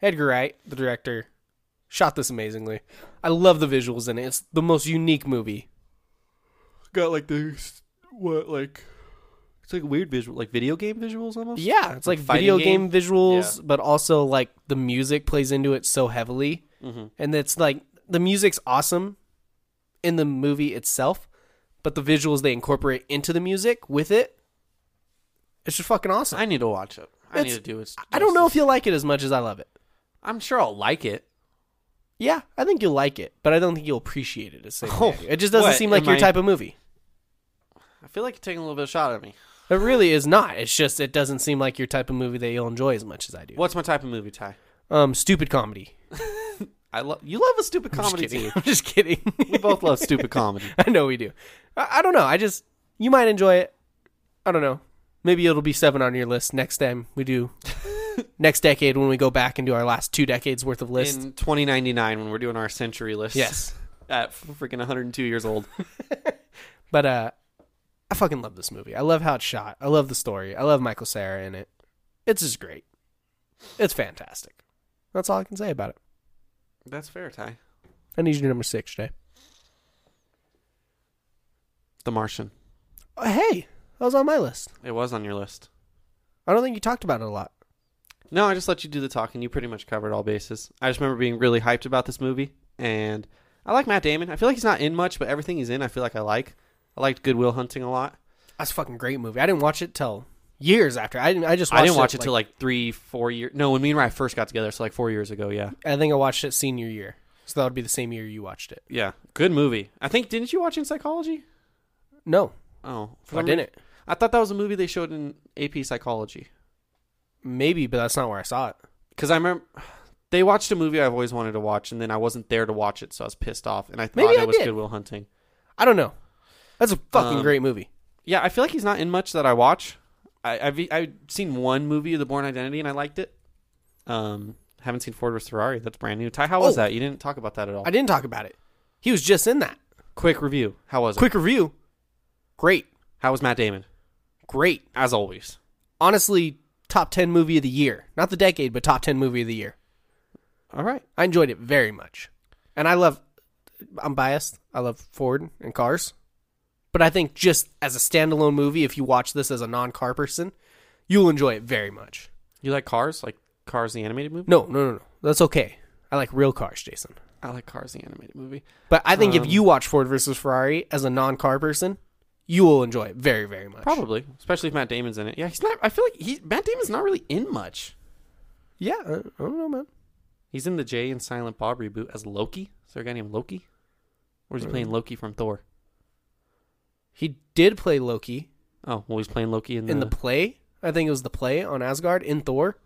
S2: Edgar Wright, the director, shot this amazingly. I love the visuals in it. It's the most unique movie.
S1: Got like the what like. It's like weird visual, like video game visuals almost.
S2: Yeah, it's like,
S1: fighting
S2: video game,
S1: game?
S2: visuals,
S1: Yeah.
S2: but also like the music plays into it so heavily. And it's like the music's awesome in the movie itself, but the visuals they incorporate into the music with it, it's just fucking awesome.
S1: I need to watch it. I need
S2: It's-
S1: to do it.
S2: I don't know if you'll like it as much as I love it.
S1: I'm sure I'll like it.
S2: Yeah, I think you'll like it, but I don't think you'll appreciate it. As same way I do. it just doesn't
S1: Oh, what,
S2: seem like
S1: am
S2: your
S1: I-
S2: type of movie.
S1: I feel like you're taking a little bit of shot at me.
S2: It really is not. It's just it doesn't seem like your type of movie that you'll enjoy as much as I do.
S1: What's my type of movie, Ty?
S2: Um, stupid comedy.
S1: I love you. Love a stupid
S2: I'm just
S1: comedy.
S2: kidding.
S1: too.
S2: I'm just kidding.
S1: We both love stupid comedy.
S2: I know we do. I, I don't know. I just you might enjoy it. I don't know. Maybe it'll be seven on your list next time we do next decade when we go back and do our last two decades worth of lists.
S1: In 2099, when we're doing our century list,
S2: Yes.
S1: at freaking 102 years old,
S2: But uh, I fucking love this movie. I love how it's shot. I love the story. I love Michael Sarah in it. It's just great. It's fantastic. That's all I can say about it.
S1: that's fair, Ty.
S2: I need you to number six today.
S1: The Martian.
S2: Oh, hey, that was on my list.
S1: It was on your list.
S2: I don't think you talked about it a lot.
S1: No, I just let you do the talking. You pretty much covered all bases. I just remember being really hyped about this movie, and I like Matt Damon. I feel like he's not in much, but everything he's in, I feel like I like. I liked Goodwill Hunting a lot.
S2: That's a fucking great movie. I didn't watch it till years after. I didn't. I just. Watched
S1: I didn't watch it till like three, four years. No, when me and Ryan first got together, so like four years ago. Yeah,
S2: I think I watched it senior year. So that would be the same year you watched it.
S1: yeah, good movie. I think didn't you watch In Psychology?
S2: No,
S1: Oh, for
S2: I
S1: some
S2: didn't.
S1: I thought that was a movie they showed in AP Psychology
S2: Maybe, but that's not where I saw it.
S1: because I remember they watched a movie I've always wanted to watch, and then I wasn't there to watch it, so I was pissed off, and I thought
S2: Maybe
S1: it
S2: I
S1: was
S2: did.
S1: Goodwill Hunting.
S2: I don't know. That's a fucking
S1: Um,
S2: great movie.
S1: Yeah, I feel like he's not in much that I watch. I, I've e, I've seen one movie, The Born Identity, and I liked it. Um, haven't seen Ford vs Ferrari. That's brand new. Ty, how was
S2: Oh.
S1: that? You didn't talk about that at all.
S2: I didn't talk about it. He was just in that.
S1: Quick review. How was it?
S2: Quick review. Great.
S1: How was Matt Damon?
S2: Great.
S1: As always.
S2: Honestly, top 10 movie of the year. Not the decade, but top 10 movie of the year.
S1: All right.
S2: I enjoyed it very much. And I love, I'm biased. I love Ford and cars. But I think just as a standalone movie, if you watch this as a non car person, you'll enjoy it very much.
S1: You like Cars? Like Cars the animated movie?
S2: No, no, no, no. That's okay. I like real cars, Jason.
S1: I like Cars the animated movie.
S2: But I think
S1: Um,
S2: if you watch Ford versus Ferrari as a non car person, you will enjoy it very, very much.
S1: Probably, especially if Matt Damon's in it. Yeah, he's not. I feel like he Matt Damon's not really in much.
S2: Yeah. I I don't know, man.
S1: He's in the Jay and Silent Bob reboot as Loki. Is there a guy named Loki? Or is he playing Loki from Thor?
S2: He did play Loki
S1: Oh, well, he's playing Loki in the.
S2: in the play. I think it was the play on Asgard in Thor.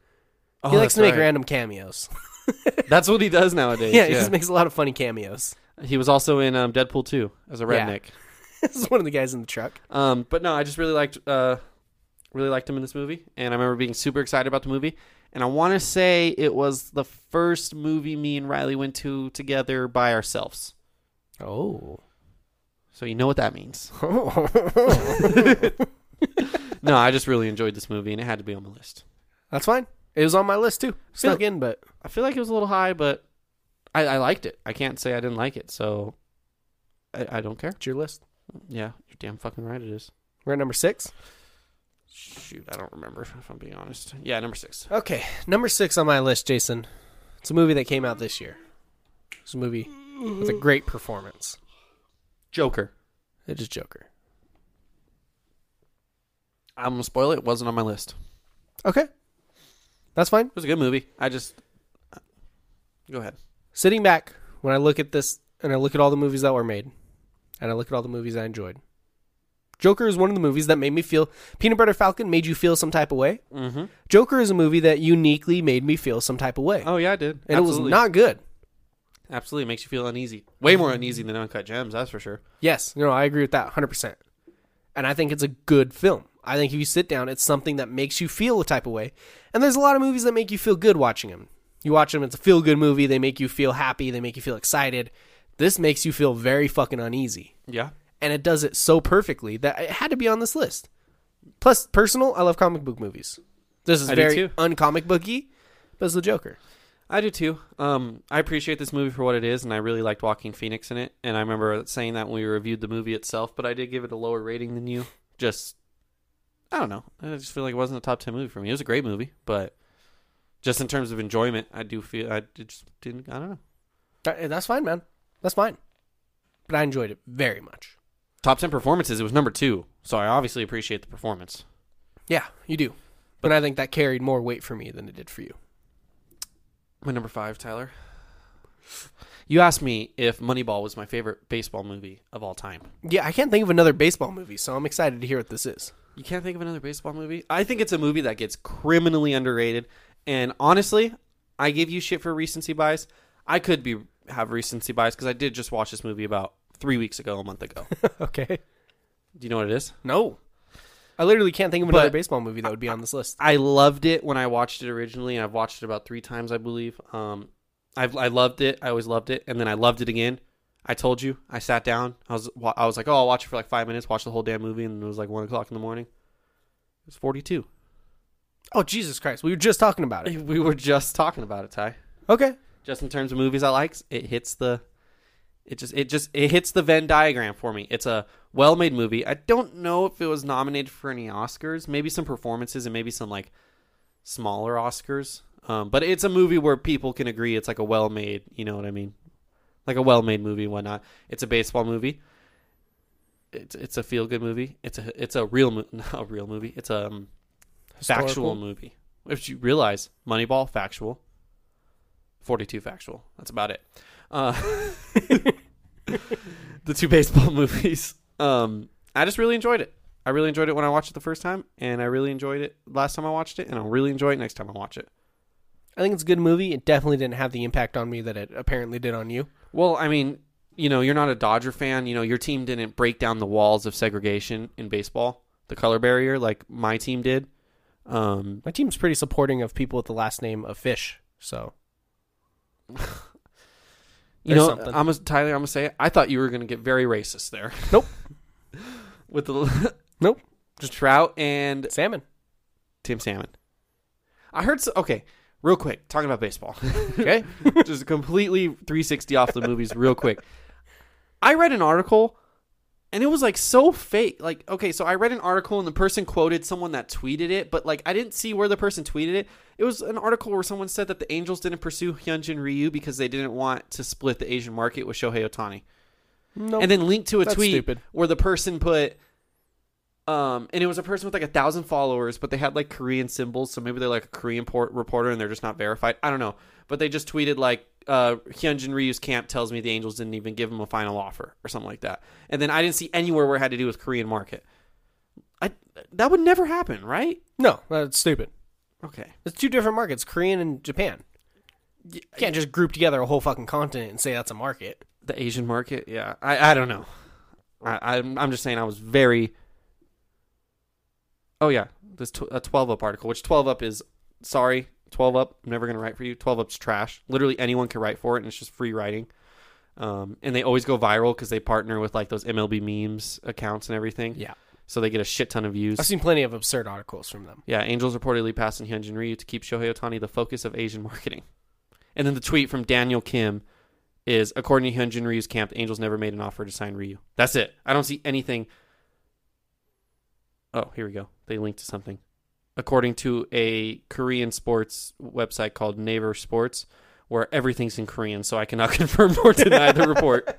S1: oh,
S2: he
S1: that's
S2: likes to make
S1: right.
S2: random cameos.
S1: That's what he does nowadays.
S2: yeah,
S1: yeah,
S2: he just makes a lot of funny cameos.
S1: he was also in um, Deadpool 2 as a
S2: Yeah.
S1: redneck.
S2: this is one of the guys in the truck.
S1: Um, but no, I just really liked uh, really liked him in this movie, and I remember being super excited about the movie. And I want to say it was the first movie me and Riley went to together by ourselves.
S2: Oh.
S1: So you know what that means. no, I just really enjoyed this movie, and it had to be on the list.
S2: That's fine. It was on my list too. Snuck in, but
S1: I feel like it was a little high, but I, I liked it. I can't say I didn't like it, so I, I don't care.
S2: it's your list.
S1: Yeah, you're damn fucking right. It is.
S2: We're at number six.
S1: Shoot, I don't remember if I'm being honest. Yeah, number six.
S2: Okay, number six on my list, Jason. It's a movie that came out this year. It's a movie with a great performance.
S1: Joker.
S2: It is Joker.
S1: I'm gonna spoil it. it. Wasn't on my list.
S2: Okay, that's fine.
S1: It was a good movie. I just go ahead.
S2: Sitting back, when I look at this and I look at all the movies that were made, and I look at all the movies I enjoyed, Joker is one of the movies that made me feel. Peanut Butter Falcon made you feel some type of way.
S1: Mm-hmm.
S2: Joker is a movie that uniquely made me feel some type of way,
S1: Oh yeah, I did.
S2: and it was not good.
S1: absolutely makes you feel uneasy. Way more uneasy than Uncut Gems, that's for sure.
S2: Yes, no, I agree with that 100%. And I think it's a good film. I think if you sit down, it's something that makes you feel a type of way. And there's a lot of movies that make you feel good watching them. You watch them, it's a feel good movie. They make you feel happy. They make you feel excited. This makes you feel very fucking uneasy.
S1: Yeah.
S2: And it does it so perfectly that it had to be on this list. Plus, personal, I love comic book movies. This is
S1: I do
S2: very
S1: too.
S2: uncomic booky, but it's the Joker.
S1: I do too. Um, I appreciate this movie for what it is, and I really liked Walking Phoenix in it. And I remember saying that when we reviewed the movie itself, but I did give it a lower rating than you. Just, I don't know. I just feel like it wasn't a top ten movie for me. It was a great movie, but just in terms of enjoyment, I do feel I just didn't. I don't know.
S2: Uh, That's fine, man. That's fine. But I enjoyed it very much.
S1: Top ten performances. It was number two, so I obviously appreciate the performance.
S2: Yeah, you do. But I think that carried more weight for me than it did for you.
S1: My number five, Tyler. You asked me if Moneyball was my favorite baseball movie of all time.
S2: Yeah, I can't think of another baseball movie, so I'm excited to hear what this is.
S1: You can't think of another baseball movie? I think it's a movie that gets criminally underrated. And honestly, I give you shit for recency bias. I could be have recency bias because I did just watch this movie about three weeks ago, a month ago.
S2: okay.
S1: Do you know what it is?
S2: No. I literally can't think of another
S1: But-
S2: baseball movie that would be on this list.
S1: I loved it when I watched it originally, and I've watched it about three times, I believe. Um, I've, I loved it. I always loved it, and then I loved it again. I told you. I sat down. I was wa- I was like, oh, I'll watch it for like five minutes, watch the whole damn movie, and it was like one o'clock in the morning. It was forty two.
S2: Oh, Jesus Christ. We were just talking about it.
S1: We were just talking about it, Ty.
S2: Okay.
S1: Just in terms of movies I like, it hits the, it just it just it hits the Venn diagram for me. It's a well made movie. I don't know if it was nominated for any Oscars. Maybe some performances and maybe some like smaller Oscars. Um, but it's a movie where people can agree it's like a well made, you know what I mean? Like a well made movie and whatnot. It's a baseball movie. It's it's a feel good movie. It's a it's a real mo- not a real movie. It's a um, factual
S2: Historical?
S1: movie. If you realize Moneyball factual, forty two factual. That's about it. Uh, the two baseball movies. Um, I just really enjoyed it. I really enjoyed it when I watched it the first time, and I really enjoyed it last time I watched it, and I'll really enjoy it next time I watch it.
S2: I think it's a good movie. It definitely didn't have the impact on me that it apparently did on you.
S1: Well, I mean, you know, you're not a Dodger fan. You know, your team didn't break down the walls of segregation in baseball, the color barrier, like my team did. Um,
S2: My team's pretty supporting of people with the last name of Fish, so.
S1: you
S2: There's
S1: know,
S2: something.
S1: I'm a, Tyler. I'm gonna say it. I thought you were gonna get very racist there
S2: Nope.
S1: with the
S2: Nope.
S1: just Trout and
S2: Salmon.
S1: Tim Salmon. I heard. So, okay, real quick, talking about baseball.
S2: Okay.
S1: just completely 360 off the movies real quick. I read an article and it was like so fake. Like, okay, so I read an article and the person quoted someone that tweeted it, but like I didn't see where the person tweeted it. It was an article where someone said that the Angels didn't pursue Hyunjin Ryu because they didn't want to split the Asian market with Shohei Otani.
S2: Nope.
S1: And then linked to a
S2: That's
S1: tweet
S2: stupid.
S1: where the person put um and it was a person with like a thousand followers, but they had like Korean symbols, so maybe they're like a Korean port reporter and they're just not verified. I don't know. But they just tweeted like uh Hyunjin Ryu's camp tells me the Angels didn't even give him a final offer or something like that. And then I didn't see anywhere where it had to do with Korean market. I that would never happen, right?
S2: no, that's stupid.
S1: Okay.
S2: It's two different markets, Korean and Japan. You can't just group together a whole fucking continent and say that's a market.
S1: The Asian market, yeah. I, I don't know. I, I'm I'm just saying I was very. Oh yeah, this tw- a 12 up article, which 12 up is sorry, 12 up. I'm never gonna write for you. 12 up's trash. Literally anyone can write for it, and it's just free writing. Um, and they always go viral because they partner with like those MLB memes accounts and everything.
S2: Yeah.
S1: So they get a shit ton of views.
S2: I've seen plenty of absurd articles from them.
S1: Yeah, Angels reportedly passing Hyunjin Ryu to keep Shohei Otani the focus of Asian marketing. And then the tweet from Daniel Kim is according to Hyunjin Ryu's camp, the Angels never made an offer to sign Ryu. That's it. I don't see anything. Oh, here we go. They linked to something. According to a Korean sports website called Naver Sports, where everything's in Korean, so I cannot confirm nor deny the report.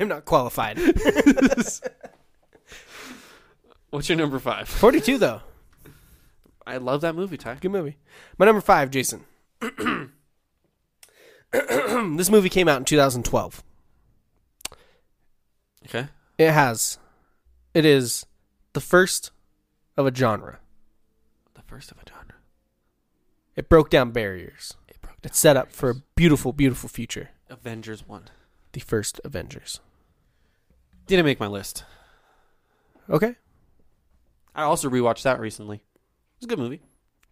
S2: I'm not qualified.
S1: What's your number five?
S2: 42 though.
S1: I love that movie, Ty.
S2: Good movie. My number 5, Jason. this movie came out in 2012.
S1: Okay.
S2: It has it is the first of a genre.
S1: The first of a genre.
S2: It broke down barriers.
S1: It broke down.
S2: It's set up for a beautiful beautiful future.
S1: Avengers 1.
S2: The first Avengers.
S1: Didn't make my list.
S2: Okay?
S1: I also rewatched that recently. It's a good movie.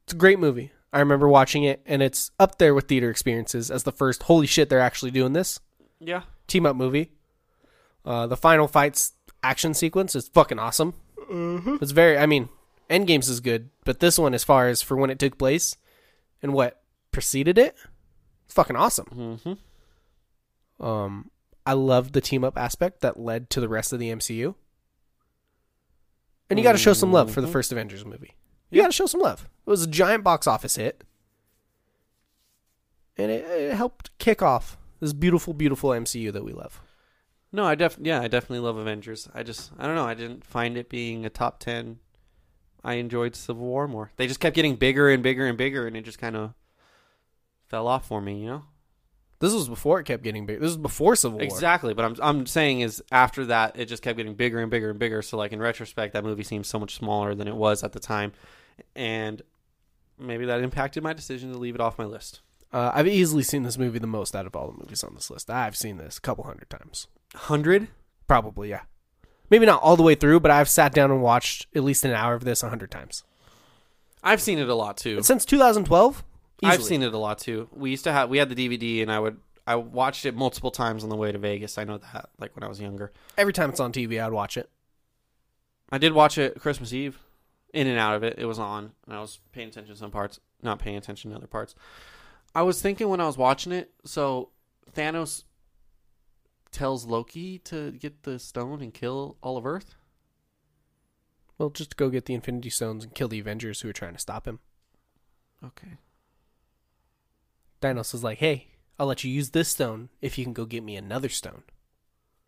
S2: It's a great movie. I remember watching it and it's up there with theater experiences as the first holy shit they're actually doing this.
S1: Yeah.
S2: team up movie. Uh, the final fights action sequence is fucking awesome. It's very, I mean, Endgames is good, but this one, as far as for when it took place and what preceded it, it's fucking awesome.
S1: Mm-hmm.
S2: Um, I love the team up aspect that led to the rest of the MCU. And you got to show some love for the first Avengers movie. You got to show some love. It was a giant box office hit, and it, it helped kick off this beautiful, beautiful MCU that we love.
S1: No, I def yeah, I definitely love Avengers. I just I don't know, I didn't find it being a top ten. I enjoyed Civil War more. They just kept getting bigger and bigger and bigger and it just kinda fell off for me, you know?
S2: This was before it kept getting big. This was before Civil War.
S1: Exactly. But I'm I'm saying is after that it just kept getting bigger and bigger and bigger. So like in retrospect that movie seems so much smaller than it was at the time. And maybe that impacted my decision to leave it off my list.
S2: Uh, I've easily seen this movie the most out of all the movies on this list. I've seen this a couple hundred times.
S1: Hundred?
S2: Probably, yeah. Maybe not all the way through, but I've sat down and watched at least an hour of this a hundred times.
S1: I've seen it a lot too.
S2: But since 2012,
S1: I've seen it a lot too. We used to have we had the DVD and I would I watched it multiple times on the way to Vegas. I know that like when I was younger.
S2: Every time it's on TV, I'd watch it.
S1: I did watch it Christmas Eve, in and out of it. It was on, and I was paying attention to some parts, not paying attention to other parts. I was thinking when I was watching it, so Thanos tells Loki to get the stone and kill all of Earth.
S2: Well, just to go get the Infinity Stones and kill the Avengers who are trying to stop him.
S1: Okay.
S2: Thanos is like, "Hey, I'll let you use this stone if you can go get me another stone."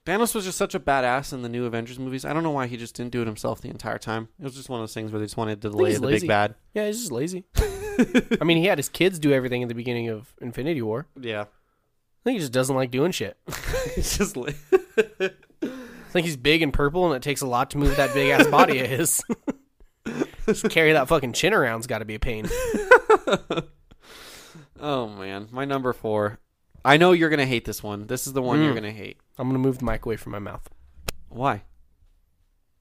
S1: Thanos was just such a badass in the new Avengers movies. I don't know why he just didn't do it himself the entire time. It was just one of those things where they just wanted to
S2: I think
S1: delay
S2: he's
S1: the
S2: lazy.
S1: big bad.
S2: Yeah, he's just lazy. I mean, he had his kids do everything at the beginning of Infinity War.
S1: Yeah.
S2: I think he just doesn't like doing shit.
S1: it's just la-
S2: I think he's big and purple, and it takes a lot to move that big ass body of his. Just carry that fucking chin around's got to be a pain.
S1: Oh man, my number 4. I know you're going to hate this one. This is the one you're
S2: Mm.
S1: going to hate.
S2: I'm gonna move the mic away from my mouth.
S1: Why?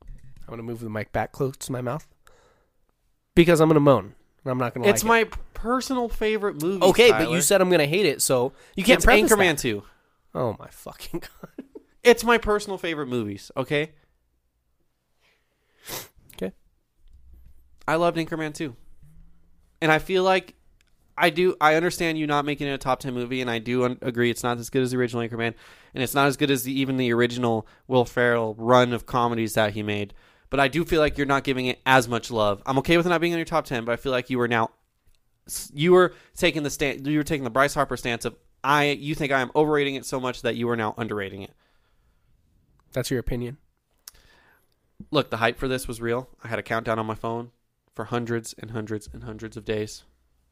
S2: I'm gonna move the mic back close to my mouth because I'm gonna moan. And I'm not gonna.
S1: It's
S2: like
S1: my personal favorite movie.
S2: it. okay, but
S1: Tyler.
S2: you said I'm gonna hate it, so you can't
S1: it's
S2: preface
S1: Anchorman
S2: that.
S1: 2.
S2: Oh my fucking god.
S1: It's my personal favorite movies, okay?
S2: Okay.
S1: I loved Anchorman 2. And I feel like I do I understand you not making it a top 10 movie and I do un- agree it's not as good as the original Anchorman and it's not as good as the, even the original Will Ferrell run of comedies that he made. But I do feel like you're not giving it as much love. I'm okay with it not being in your top 10, but I feel like you are now you were taking the stand you were taking the Bryce Harper stance of I you think I am overrating it so much that you are now underrating it.
S2: That's your opinion.
S1: Look, the hype for this was real. I had a countdown on my phone for hundreds and hundreds and hundreds of days.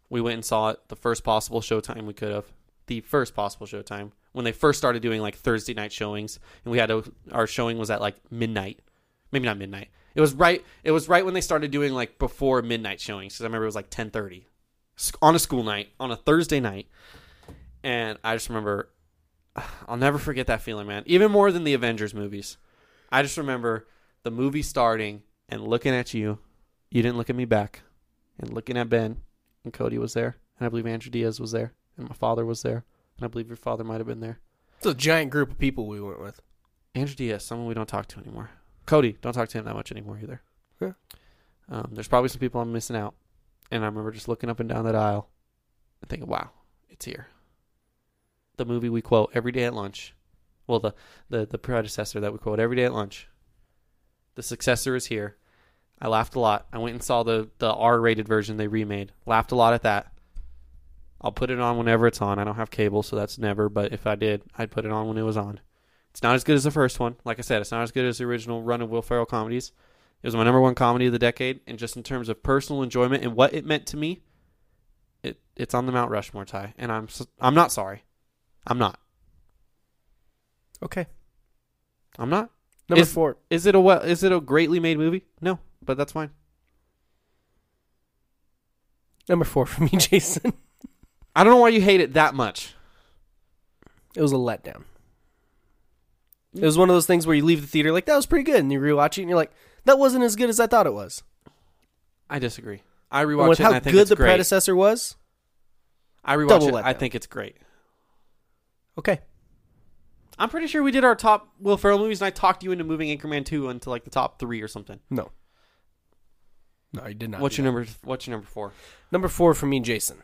S1: We went and saw it the first possible showtime we could have. The first possible showtime when they first started doing like Thursday night showings and we had to, our showing was at like midnight. Maybe not midnight. It was right it was right when they started doing like before midnight showings cuz I remember it was like 10:30 Sc- on a school night on a Thursday night. And I just remember I'll never forget that feeling, man. Even more than the Avengers movies. I just remember the movie starting and looking at you. You didn't look at me back. And looking at Ben. And Cody was there. And I believe Andrew Diaz was there. And my father was there. And I believe your father might have been there.
S2: It's a giant group of people we went with.
S1: Andrew Diaz, someone we don't talk to anymore. Cody, don't talk to him that much anymore either.
S2: Yeah.
S1: Um, there's probably some people I'm missing out. And I remember just looking up and down that aisle and thinking, wow, it's here. The movie we quote every day at lunch. Well, the, the, the predecessor that we quote every day at lunch. The successor is here. I laughed a lot. I went and saw the, the R rated version they remade. Laughed a lot at that. I'll put it on whenever it's on. I don't have cable, so that's never, but if I did, I'd put it on when it was on. It's not as good as the first one. Like I said, it's not as good as the original run of Will Ferrell comedies. It was my number one comedy of the decade, and just in terms of personal enjoyment and what it meant to me, it it's on the Mount Rushmore tie, and I'm s I'm not sorry. I'm not.
S2: Okay.
S1: I'm not.
S2: Number
S1: Is-
S2: four.
S1: Is it a well, is it a greatly made movie? No, but that's fine.
S2: Number four for me, Jason.
S1: I don't know why you hate it that much.
S2: It was a letdown. It was one of those things where you leave the theater like that was pretty good, and you rewatch it and you're like, that wasn't as good as I thought it was.
S1: I disagree. I
S2: And
S1: rewatch
S2: with
S1: it. And
S2: how
S1: I think
S2: good
S1: it's
S2: the
S1: great.
S2: predecessor was.
S1: I rewatch
S2: double
S1: it. I
S2: letdown.
S1: think it's great.
S2: Okay.
S1: I'm pretty sure we did our top Will Ferrell movies, and I talked you into moving Anchorman two into like the top three or something.
S2: No. No, you did not.
S1: what's
S2: do
S1: your
S2: that.
S1: number? What's your number four?
S2: Number four for me, Jason.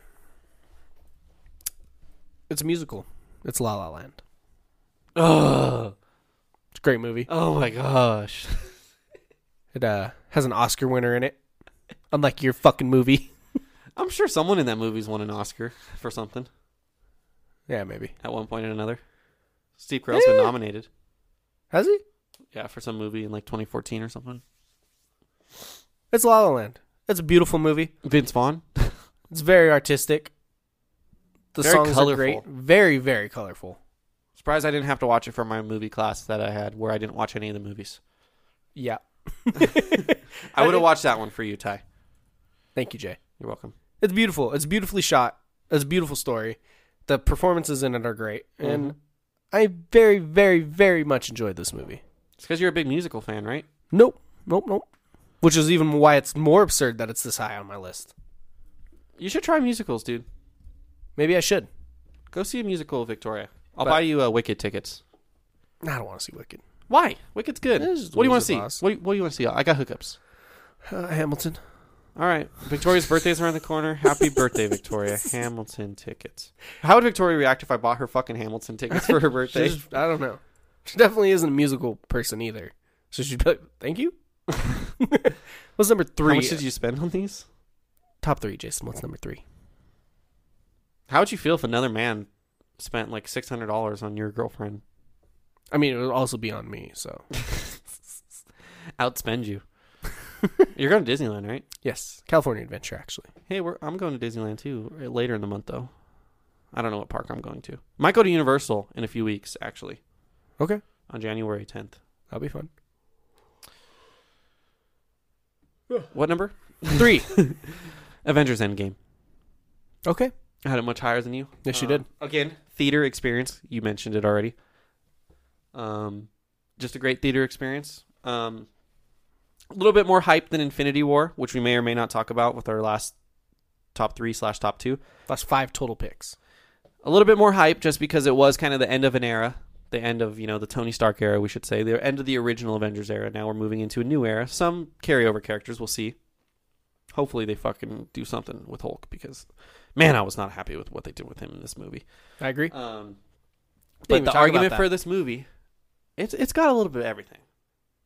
S2: It's a musical. It's La La Land.
S1: Ugh.
S2: It's a great movie.
S1: Oh my gosh.
S2: It uh, has an Oscar winner in it. Unlike your fucking movie.
S1: I'm sure someone in that movie's won an Oscar for something
S2: Yeah, maybe.
S1: at one point or another. Steve Carell's been
S2: Yeah.
S1: nominated.
S2: Has he?
S1: Yeah, for some movie in like 2014 or something.
S2: It's La La Land. It's a beautiful movie.
S1: Vince Vaughn.
S2: It's very artistic. The
S1: Very
S2: songs
S1: colorful.
S2: are great. Very, very colorful.
S1: Surprised I didn't have to watch it for my movie class that I had, where I didn't watch any of the movies.
S2: Yeah.
S1: I would have watched that one for you, Ty.
S2: Thank you, Jay.
S1: You're welcome.
S2: It's beautiful. It's beautifully shot. It's a beautiful story. The performances in it are great.
S1: Mm-hmm.
S2: And I very, very, very much enjoyed this movie.
S1: It's because you're a big musical fan, right?
S2: Nope. Nope. Nope. Which is even why it's more absurd that it's this high on my list.
S1: You should try musicals, dude.
S2: Maybe I should.
S1: Go see a musical, Victoria. I'll
S2: But-
S1: buy you uh, Wicked tickets.
S2: I don't want to see Wicked.
S1: Why? Wicked's good.
S2: It is
S1: What do you want to
S2: Wizard
S1: see?
S2: of Oz.
S1: What do you, what do you want to see? I got hookups.
S2: Uh, Hamilton.
S1: All right. Victoria's birthday's around the corner. Happy birthday, Victoria. Hamilton tickets. How would Victoria react if I bought her fucking Hamilton tickets for her birthday?
S2: She's- I don't know. She definitely isn't a musical person either. So she'd be like, thank you. what's number three?
S1: How much did you spend on these?
S2: Top three, Jason. What's number three?
S1: How would you feel if another man spent like six hundred dollars on your girlfriend?
S2: I mean, it would also be on me, so.
S1: Outspend you. You're going to Disneyland, right?
S2: yes. California Adventure, actually.
S1: Hey, we're, I'm going to Disneyland too uh, later in the month, though. I don't know what park I'm going to. Might go to Universal in a few weeks, actually,
S2: Okay.
S1: on January 10th.
S2: That'll be fun.
S1: What number?
S2: Three.
S1: Avengers Endgame.
S2: okay.
S1: I had it much higher than you.
S2: Yes, you
S1: Uh,
S2: did.
S1: Again, theater experience. You mentioned it already. Um, just a great theater experience. Um, a little bit more hype than Infinity War, which we may or may not talk about with our last top three slash top two.
S2: That's five total picks.
S1: a little bit more hype just because it was kind of the end of an era the end of you know the tony stark era we should say the end of the original avengers era now we're moving into a new era some carryover characters we'll see hopefully they fucking do something with hulk because man i was not happy with what they did with him in this movie
S2: I agree.
S1: um,
S2: Didn't
S1: but
S2: even
S1: the
S2: talk
S1: argument
S2: about
S1: for
S2: that.
S1: this movie it's it's got a little bit of everything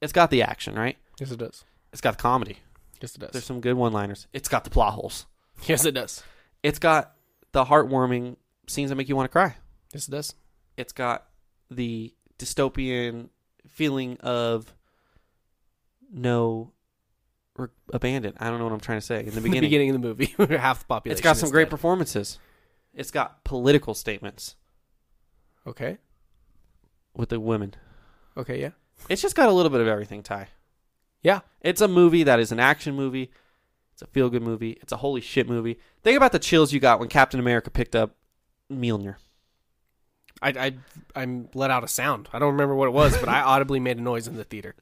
S1: it's got the action right
S2: Yes, it does.
S1: it's got the comedy
S2: Yes, it does.
S1: there's some good one liners it's got the plot holes
S2: yes, it does.
S1: it's got the heartwarming scenes that make you want to cry
S2: Yes, it does.
S1: it's got the dystopian feeling of no re- abandon. I don't know what I'm trying to say in the beginning.
S2: The beginning of the movie. Half the population.
S1: it's got some
S2: is
S1: great
S2: dead.
S1: performances. It's got political statements
S2: okay.
S1: with the women.
S2: Okay, yeah.
S1: It's just got a little bit of everything, Ty.
S2: Yeah.
S1: It's a movie that is an action movie. It's a feel good movie. It's a holy shit movie. Think about the chills you got when Captain America picked up Mjolnir.
S2: I, I, I'm let out a sound. I don't remember what it was, but I audibly made a noise in the theater.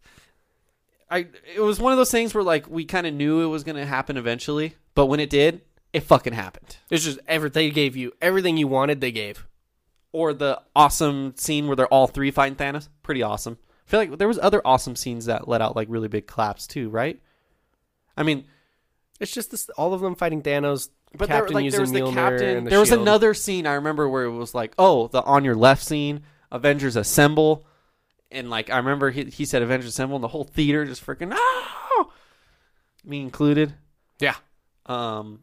S1: I it was one of those things where like we kind of knew it was going to happen eventually, but when it did, it fucking happened.
S2: It's just every they gave you everything you wanted. They gave.
S1: or the awesome scene where they're all three fighting Thanos. Pretty awesome. I feel like there was other awesome scenes that let out like really big claps too, right? I mean,
S2: It's just this, all of them fighting Thanos.
S1: but there,
S2: captain
S1: like, there
S2: using
S1: was the
S2: Mjolnir
S1: captain.
S2: and the
S1: there was
S2: shield.
S1: another scene I remember where it was like, oh, the on your left scene, Avengers Assemble, and like I remember he, he said Avengers Assemble, and the whole theater just freaking ah, me included.
S2: Yeah.
S1: Um,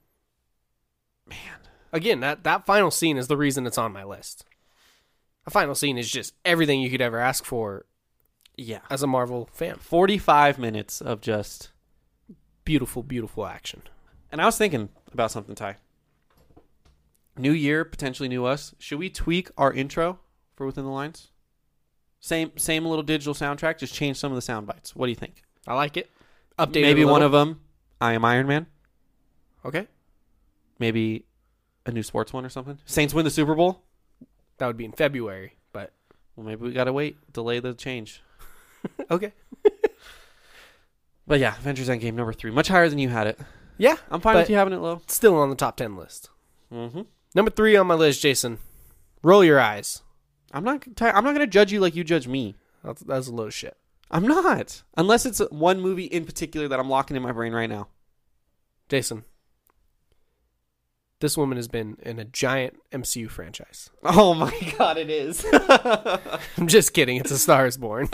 S2: Again, that that final scene is the reason it's on my list. A final scene is just everything you could ever ask for
S1: yeah,
S2: as a Marvel fan.
S1: forty-five minutes of just
S2: Beautiful, beautiful action.
S1: And I was thinking about something, Ty. New year, potentially new us. Should we tweak our intro for Within the Lines? Same, same little digital soundtrack. Just change some of the sound bites. What do you think?
S2: I like it. Updated
S1: Maybe
S2: a
S1: one
S2: little.
S1: of them. I am Iron Man.
S2: okay.
S1: Maybe a new sports one or something. Saints win the Super Bowl.
S2: That would be in February, but
S1: Well, maybe we gotta wait, delay the change.
S2: okay.
S1: But yeah, Avengers Endgame number three, much higher than you had it.
S2: Yeah,
S1: I'm fine
S2: but
S1: with you having it low.
S2: Still on the top ten list.
S1: Mm-hmm.
S2: Number three on my list, Jason. Roll your eyes.
S1: I'm not. Ty, I'm not gonna judge you like you judge me.
S2: That's, that's a load of shit.
S1: I'm not, unless it's one movie in particular that I'm locking in my brain right now.
S2: Jason. This woman has been in a giant MCU franchise.
S1: Oh my god, it is.
S2: I'm just kidding. It's a Star is Born.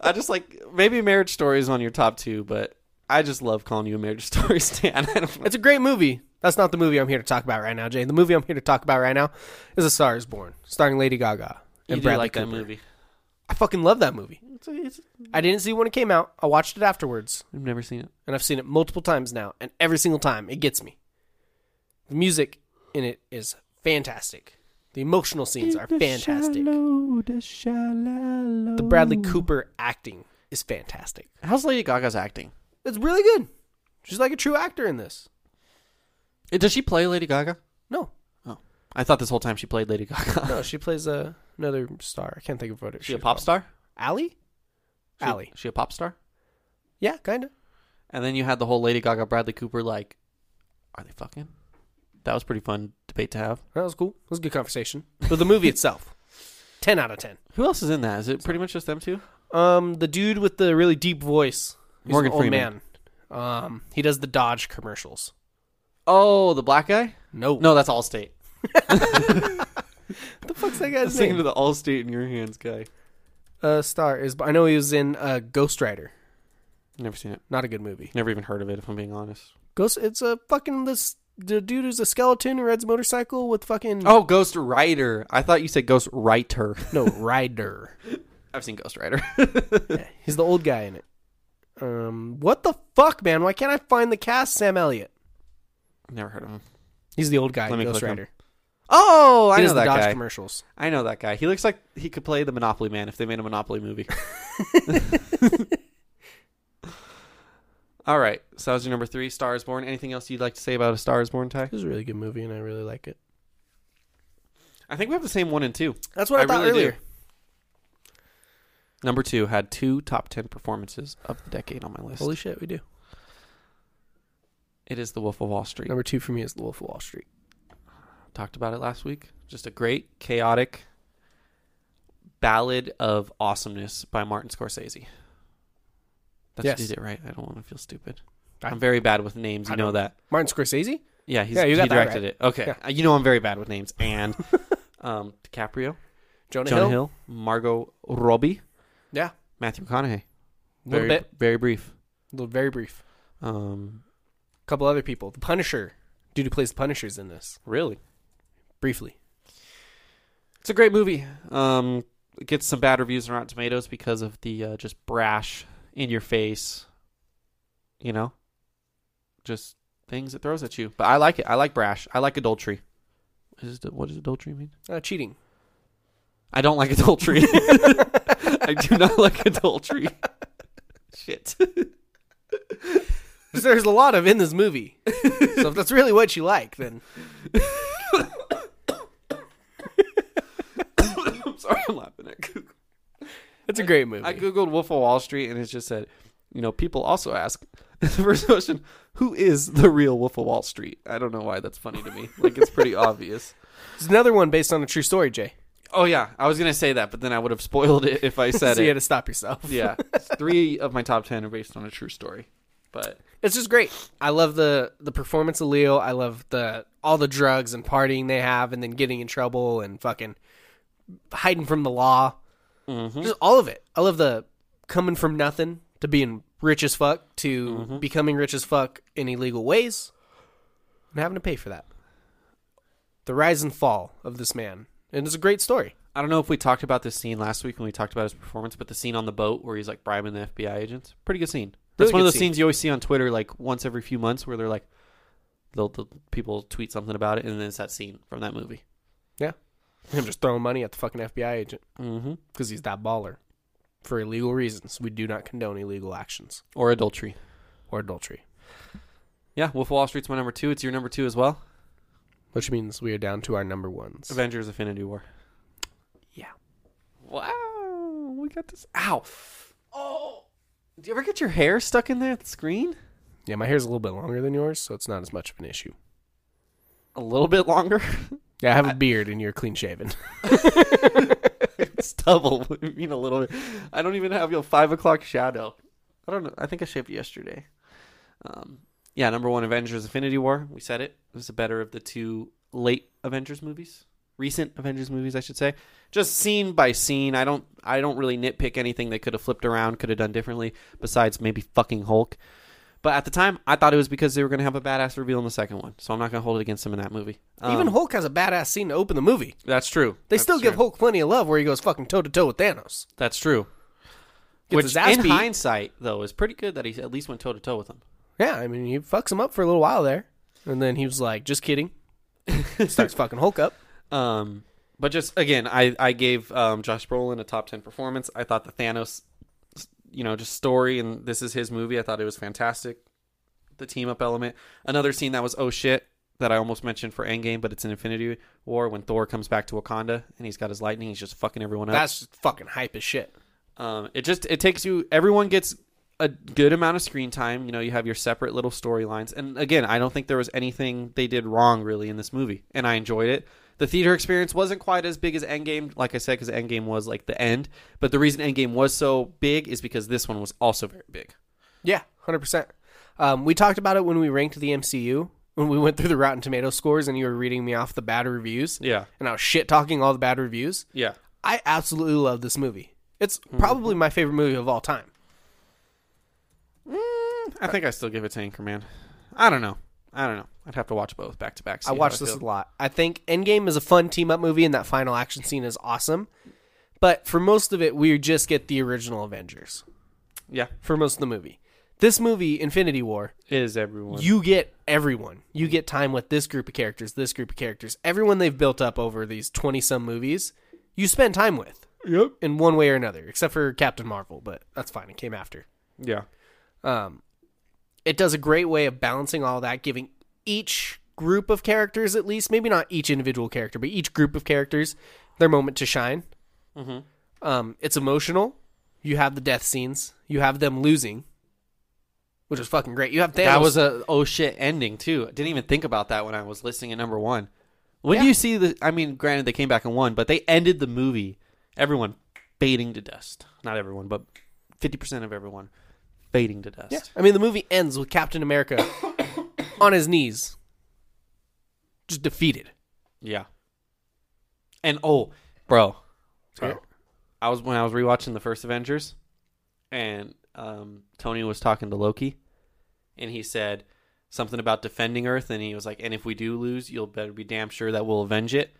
S1: I just like maybe Marriage Story is on your top two, but I just love calling you a Marriage Story Stan. I don't know.
S2: It's a great movie. That's not the movie I'm here to talk about right now, Jay. The movie I'm here to talk about right now is A Star Is Born, starring Lady Gaga
S1: You
S2: and
S1: do
S2: Bradley
S1: like
S2: Cooper.
S1: that movie.
S2: I fucking love that movie. I didn't see it when it came out. I watched it afterwards,
S1: I've never seen it.
S2: and I've seen it multiple times now. And every single time, it gets me. The music in it is fantastic. The emotional scenes are fantastic. The Bradley Cooper acting is fantastic.
S1: How's Lady Gaga's acting?
S2: It's really good. She's like a true actor in this.
S1: Does she play Lady Gaga?
S2: No,
S1: I thought this whole time she played Lady Gaga.
S2: no, she plays a, another star. I can't think of what it
S1: she a pop star?
S2: Allie?
S1: She-
S2: Allie.
S1: She a pop star?
S2: Yeah, kind of.
S1: And then you had the whole Lady Gaga Bradley Cooper like, are they fucking? That was pretty fun debate to have.
S2: That was cool. It was a good conversation. But the movie itself, 10 out of 10.
S1: Who else is in that? Is it pretty much just them two?
S2: Um, the dude with the really deep voice, he's
S1: Morgan
S2: an old
S1: Freeman.
S2: man. Um, he does the Dodge commercials.
S1: Oh, the black guy?
S2: No,
S1: No, that's Allstate.
S2: what the fuck's that
S1: I was
S2: guy's
S1: thinking
S2: name?
S1: of the Allstate in your hands guy.
S2: uh, Star is. I know he was in uh, Ghost Rider.
S1: Never seen it.
S2: Not a good movie.
S1: Never even heard of it, if I'm being honest.
S2: Ghost. It's a fucking this the dude who's a skeleton who rides a motorcycle with fucking
S1: Oh, Ghost Rider. I thought you said Ghost Writer.
S2: no rider.
S1: I've seen Ghost Rider.
S2: He's the old guy in it. Um, what the fuck, man? Why can't I find the cast? Sam Elliott.
S1: Never heard of him.
S2: He's the old guy.
S1: Let
S2: in
S1: me
S2: Ghost
S1: click him.
S2: Rider.
S1: Oh, I
S2: He
S1: know
S2: does the
S1: that
S2: Dodge
S1: guy.
S2: commercials.
S1: I know that guy. He looks like he could play the Monopoly Man if they made a Monopoly movie. All right. So that was your number three, Star is Born. Anything else you'd like to say about A Star is Born, Ty?
S2: It was a really good movie, and I really like it.
S1: I think we have the same one and two.
S2: That's what I, thought
S1: do.
S2: earlier.
S1: Number two had two top ten performances of the decade on my list.
S2: Holy shit, we do.
S1: it is The Wolf of Wall Street.
S2: Number two for me is The Wolf of Wall Street.
S1: talked about it last week. Just a great, chaotic ballad of awesomeness by Martin Scorsese. That's
S2: Yes.
S1: what did it right. I don't want to feel stupid.
S2: I-
S1: I'm very bad with names. You know that.
S2: Martin Scorsese?
S1: Yeah, he's,
S2: Yeah, you got
S1: he
S2: that
S1: directed
S2: right.
S1: it. Okay,
S2: Yeah.
S1: Uh, you know I'm very bad with names. And um, DiCaprio,
S2: Jonah,
S1: Jonah
S2: Hill?
S1: Hill, Margot Robbie,
S2: Yeah.
S1: Matthew McConaughey.
S2: A little
S1: Very,
S2: bit.
S1: very brief.
S2: little, very brief.
S1: Um,
S2: A couple other people. The Punisher. Dude who plays the Punishers in this.
S1: really,
S2: Briefly.
S1: it's a great movie. Um, it gets some bad reviews on Rotten Tomatoes because of the uh, just brash, in your face, you know, just things it throws at you. But I like it. I like brash. I like adultery. Is it, what does adultery mean?
S2: Uh, cheating.
S1: I don't like adultery. I do not like adultery. Shit.
S2: There's a lot of in this movie. so if that's really what you like, then
S1: I'm sorry. I'm laughing at Google.
S2: it's a great movie.
S1: I googled Wolf of Wall Street and it just said, you know, people also ask, the first question: Who is the real Wolf of Wall Street? I don't know why that's funny to me. Like it's pretty obvious.
S2: There's another one based on a true story, Jay.
S1: Oh yeah, I was gonna say that, but then I would have spoiled it if I said
S2: so you had
S1: it.
S2: to stop yourself.
S1: yeah, three of my top ten are based on a true story. But
S2: It's just great. I love the the performance of Leo. I love the all the drugs and partying they have, and then getting in trouble and fucking hiding from the law. Just all of it. I love the coming from nothing to being rich as fuck to becoming rich as fuck in illegal ways, and having to pay for that. The rise and fall of this man, and it's a great story.
S1: I don't know if we talked about this scene last week when we talked about his performance, but the scene on the boat where he's like bribing the FBI agents, pretty good scene. That's one
S2: Really
S1: of those
S2: good scene.
S1: scenes you always see on Twitter, like once every few months, where they're like, they'll, they'll people tweet something about it, and then it's that scene from that movie.
S2: Yeah, him just throwing money at the fucking FBI agent
S1: Mm-hmm.
S2: because he's that baller for illegal reasons. We do not condone illegal actions
S1: Or adultery.
S2: or adultery.
S1: Yeah, Wolf of Wall Street's my number two. It's your number two as well.
S2: Which means we are down to our number ones.
S1: Avengers: Infinity War.
S2: Yeah.
S1: Wow, we got this. Ow. Oh, do you ever get your hair stuck in there at the screen?
S2: Yeah, my hair's a little bit longer than yours, so it's not as much of an issue.
S1: A little bit longer.
S2: Yeah, I have a beard and you're clean shaven.
S1: it's double. what do you mean a little bit? I don't even have your five o'clock shadow. I don't know. I think I shaved yesterday. Um, yeah, number one, Avengers: Infinity War. We said it. It was the better of the two late Avengers movies, recent Avengers movies, I should say. Just scene by scene. I don't. I don't really nitpick anything they could have flipped around, could have done differently. Besides maybe fucking Hulk. But at the time, I thought it was because they were going to have a badass reveal in the second one, so I'm not going to hold it against them in that movie. Um,
S2: Even Hulk has a badass scene to open the movie.
S1: That's true.
S2: They
S1: That's
S2: still give
S1: true.
S2: Hulk plenty of love where he goes fucking toe to toe with Thanos.
S1: That's true.
S2: Gets
S1: Which
S2: his ass
S1: in
S2: beat.
S1: hindsight though is pretty good that he at least went toe to toe with him.
S2: Yeah, I mean, he fucks him up for a little while there. And then he was like, just kidding. Starts fucking Hulk up.
S1: Um, but just again, I I gave um, Josh Brolin a top ten performance. I thought the Thanos, you know, just story and this is his movie. I thought it was fantastic. The team up element. Another scene that was oh shit that I almost mentioned for Endgame, but it's in Infinity War when Thor comes back to Wakanda and he's got his lightning. He's just fucking everyone up.
S2: That's just fucking hype as shit.
S1: Um, it just it takes you. Everyone gets a good amount of screen time. You know, you have your separate little storylines. And again, I don't think there was anything they did wrong really in this movie, and I enjoyed it. The theater experience wasn't quite as big as Endgame, like I said, because Endgame was like the end. But the reason Endgame was so big is because this one was also very big.
S2: Yeah, hundred percent. Um, we talked about it when we ranked the MCU when we went through the Rotten Tomato scores, and you were reading me off the bad reviews.
S1: Yeah.
S2: and I was shit talking all the bad reviews.
S1: Yeah,
S2: I absolutely love this movie. It's probably my favorite movie of all time.
S1: Mm, I think I still give it to Anchorman. I don't know. I don't know. I'd have to watch both back to back. see
S2: I
S1: how
S2: watch this
S1: feel.
S2: a lot. I think Endgame is a fun team up movie, and that final action scene is awesome. But for most of it, we just get the original Avengers
S1: Yeah,
S2: for most of the movie. This movie, Infinity War,
S1: it is everyone.
S2: you get everyone. You get time with this group of characters, this group of characters, everyone they've built up over these 20 some movies, you spend time with. Yep. In one way or another, except for Captain Marvel, but that's fine. It came after.
S1: yeah,
S2: Um, it does a great way of balancing all that, giving each group of characters, at least, maybe not each individual character, but each group of characters, their moment to shine.
S1: Mm-hmm.
S2: Um, it's emotional. You have the death scenes, you have them losing, which is fucking great. You have Thanos.
S1: That was a oh shit ending too. I didn't even think about that when I was listening at number one. When do
S2: Yeah.
S1: you see the? I mean, granted they came back and won, but they ended the movie. Everyone fading to dust. Not everyone, but fifty percent of everyone fading to dust.
S2: Yeah. I mean, the movie ends with Captain America on his knees, just defeated.
S1: Yeah. And oh, bro,
S2: Sorry.
S1: I was when I was rewatching the first Avengers, and um, Tony was talking to Loki, and he said something about defending Earth, and he was like, "And if we do lose, you'll better be damn sure that we'll avenge it."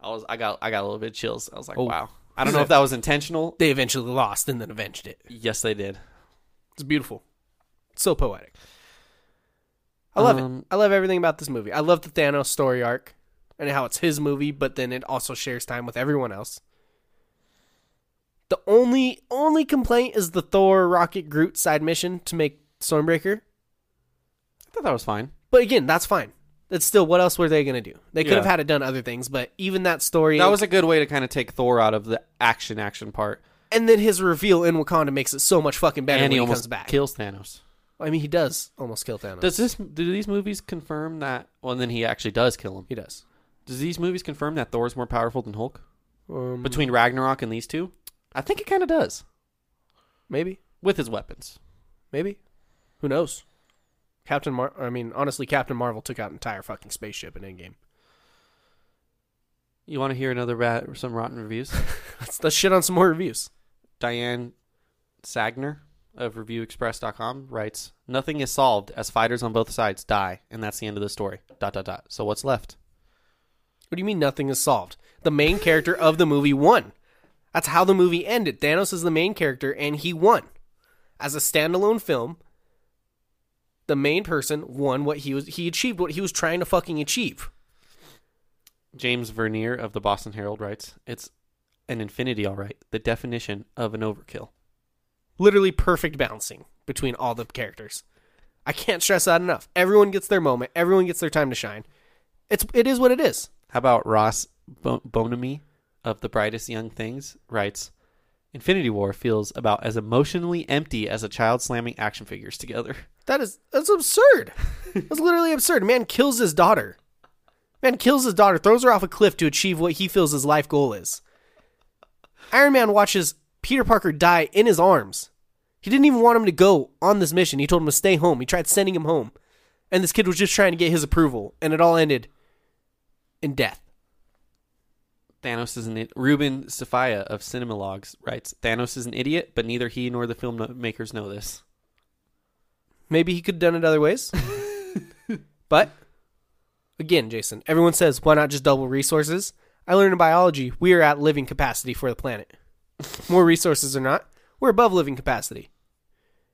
S1: I was, I got, I got a little bit of chills. I was like,
S2: Oh.
S1: "Wow." I don't know if that was intentional.
S2: They eventually lost and then avenged it.
S1: Yes, they did.
S2: It's beautiful. It's so poetic. I love it.
S1: Um,
S2: I love everything about this movie. I love the Thanos story arc and how it's his movie, but then it also shares time with everyone else. The only only complaint is the Thor Rocket Groot side mission to make Stormbreaker.
S1: I thought that was fine.
S2: But again, that's fine. That's still what else were they gonna do? They could
S1: Yeah.
S2: have had it done other things, but even that story
S1: That was a good way to kind of take Thor out of the action action part,
S2: and then his reveal in Wakanda makes it so much fucking better
S1: and
S2: when
S1: he
S2: he,
S1: almost
S2: comes back.
S1: kills Thanos.
S2: I mean, he does almost kill Thanos.
S1: Does this do these movies confirm that? Well, and then he actually does kill him.
S2: He does.
S1: Does these movies confirm that Thor's more powerful than Hulk
S2: Um,
S1: between Ragnarok and these two? I think it kind of does
S2: maybe,
S1: with his weapons.
S2: maybe, who knows? Captain Mar. I mean, honestly, Captain Marvel took out an entire fucking spaceship in Endgame.
S1: You want to hear another rat or some rotten reviews?
S2: Let's, let's shit on some more reviews.
S1: Diane Sagner of ReviewExpress.com writes, "Nothing is solved as fighters on both sides die, and that's the end of the story." Dot dot dot. So what's left?
S2: What do you mean nothing is solved? The main character of the movie won. That's how the movie ended. Thanos is the main character and he won. As a standalone film, the main person won what he was he achieved what he was trying to fucking achieve.
S1: James Vernier of the Boston Herald writes, "It's an infinity, all right. The definition of an overkill."
S2: Literally perfect balancing between all the characters. I can't stress that enough. Everyone gets their moment, everyone gets their time to shine. It's it is what it is.
S1: How about Ross Bo- Bonamy of The Brightest Young Things writes, Infinity War feels about as emotionally empty as a child slamming action figures together.
S2: That is that's absurd. that's literally absurd. Man kills his daughter. Man kills his daughter, throws her off a cliff to achieve what he feels his life goal is. Iron Man watches Peter Parker die in his arms. He didn't even want him to go on this mission. He told him to stay home. He tried sending him home. And this kid was just trying to get his approval, and it all ended in death.
S1: Thanos is an idiot. Ruben Safia of Cinemalogs writes, Thanos is an idiot, but neither he nor the film no- makers know this.
S2: Maybe he could have done it other ways. but again, Jason, everyone says why not just double resources? I learned in biology we are at living capacity for the planet. More resources or not, we're above living capacity.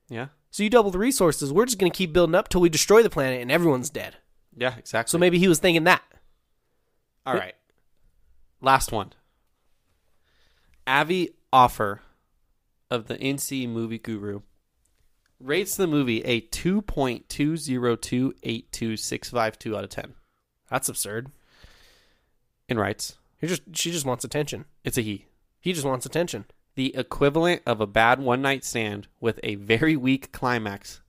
S1: Yeah?
S2: So you double the resources, we're just gonna keep building up till we destroy the planet and everyone's dead.
S1: Yeah, exactly.
S2: So maybe he was thinking that.
S1: All right. Last one. Avi Offer of the NC Movie Guru rates the movie a 2.20282652 out of 10
S2: That's absurd.
S1: and writes,
S2: He just she just wants attention.
S1: It's a he.
S2: He just wants attention.
S1: The equivalent of a bad one night stand with a very weak climax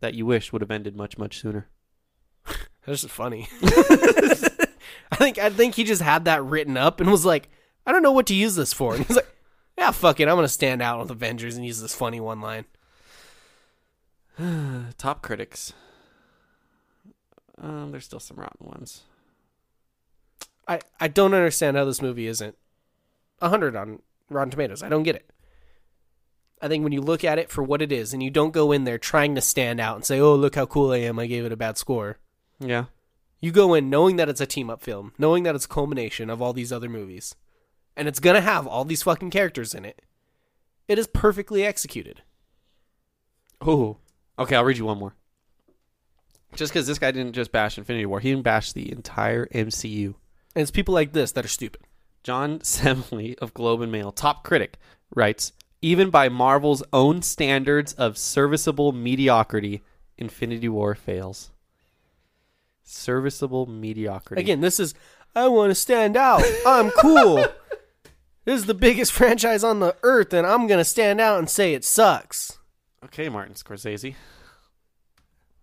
S1: that you wish would have ended much, much sooner.
S2: That's just funny. I think I think he just had that written up and was like, I don't know what to use this for. And he's like, Yeah, fuck it, I'm gonna stand out with Avengers and use this funny one line.
S1: Uh, Top critics. Um, there's still some rotten ones.
S2: I, I don't understand how this movie isn't a hundred on Rotten Tomatoes. I don't get it. I think when you look at it for what it is and you don't go in there trying to stand out and say, Oh, look how cool I am, I gave it a bad score.
S1: Yeah.
S2: You go in knowing that it's a team up film, knowing that it's a culmination of all these other movies, and it's gonna have all these fucking characters in it. It is perfectly executed.
S1: Oh, okay. I'll read you one more. Just because this guy didn't just bash Infinity War, he didn't bash the entire MCU.
S2: And it's people like this that are stupid.
S1: John Semley of Globe and Mail, top critic, writes Even by Marvel's own standards of serviceable mediocrity, Infinity War fails. Serviceable mediocrity.
S2: Again, this is I want to stand out. I'm cool. this is the biggest franchise on the earth, and I'm gonna stand out and say it sucks.
S1: Okay, Martin Scorsese.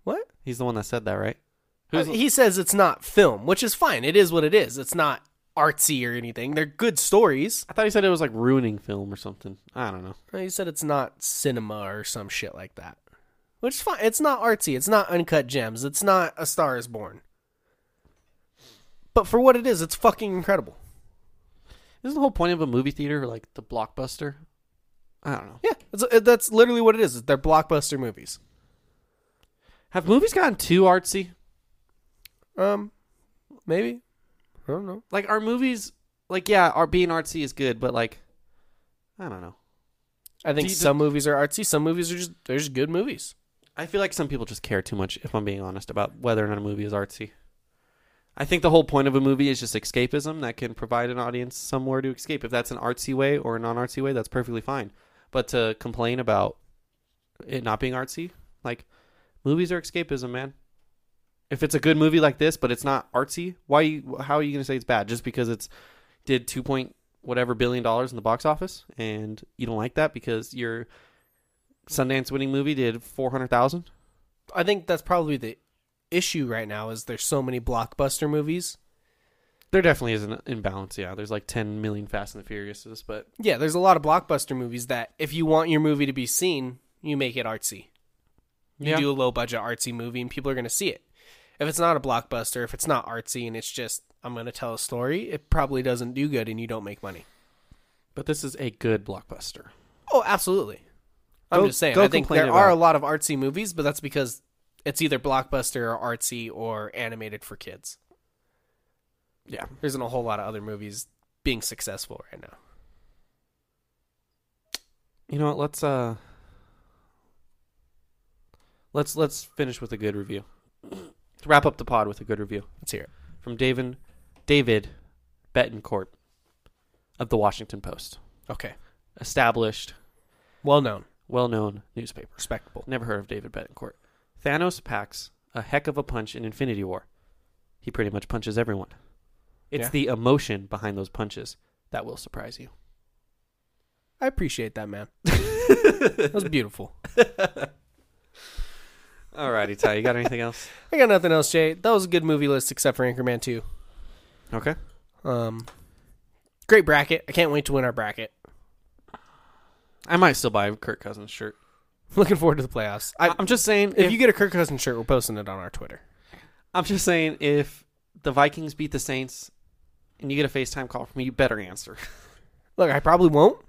S2: What?
S1: He's the one that said that, right?
S2: Uh, he says it's not film, which is fine. It is what it is. It's not artsy or anything. They're good stories.
S1: I thought he said it was like ruining film or something. I don't know.
S2: He said it's not cinema or some shit like that. Which is fine. It's not artsy. It's not uncut gems. It's not A Star is Born. But for what it is, it's fucking incredible.
S1: Isn't the whole point of a movie theater like the blockbuster? I don't know.
S2: Yeah, it's, it, that's literally what it is. They're blockbuster movies.
S1: Have movies gotten too artsy?
S2: Um, maybe. I don't know.
S1: Like, are movies like yeah, are being artsy is good, but like, I don't know.
S2: I think
S1: Do you-
S2: some movies are artsy. Some movies are just they're just good movies.
S1: I feel like some people just care too much, if I'm being honest, about whether or not a movie is artsy. I think the whole point of a movie is just escapism that can provide an audience somewhere to escape. If that's an artsy way or a non artsy way, that's perfectly fine. But to complain about it not being artsy, like, movies are escapism, man. If it's a good movie like this, but it's not artsy, why? You, how are you going to say it's bad? Just because it's did two point whatever billion dollars in the box office, and you don't like that because your Sundance winning movie did four hundred thousand?
S2: I think that's probably the issue right now is there's so many blockbuster movies.
S1: There definitely is an imbalance. Yeah, there's like 10 million Fast and the Furiouses, but
S2: Yeah, there's a lot of blockbuster movies that if you want your movie to be seen, you make it artsy. You
S1: Yeah.
S2: do a low budget artsy movie and people are going to see it. If it's not a blockbuster, if it's not artsy and it's just I'm going to tell a story, it probably doesn't do good and you don't make money.
S1: but this is a good blockbuster.
S2: Oh, absolutely. I'm
S1: Go-
S2: just saying.
S1: go
S2: I think there
S1: complain
S2: are a
S1: about-
S2: lot of artsy movies, but that's because it's either blockbuster or artsy or animated for kids.
S1: Yeah.
S2: There isn't a whole lot of other movies being successful right now.
S1: You know what? Let's uh Let's let's finish with a good review. to wrap up the pod with a good review
S2: Let's hear it.
S1: from David David Betancourt of the Washington Post,
S2: Okay.
S1: established,
S2: Well known,
S1: well-known newspaper.
S2: respectable.
S1: Never heard of David Betancourt. Thanos packs a heck of a punch in Infinity War. He pretty much punches everyone. It's
S2: Yeah.
S1: the emotion behind those punches that will surprise you.
S2: I appreciate that, man. that was beautiful.
S1: Alrighty, Ty, you got anything else?
S2: I got nothing else, Jay. That was a good movie list except for Anchorman 2.
S1: Okay.
S2: Um, great bracket. I can't wait to win our bracket.
S1: I might still buy a Kirk Cousins shirt.
S2: Looking forward to the playoffs. I,
S1: I, am just saying
S2: if you get a Kirk Cousins shirt, we're posting it on our Twitter.
S1: I'm just saying if the Vikings beat the Saints and you get a FaceTime call from me, you better answer.
S2: Look, I probably won't,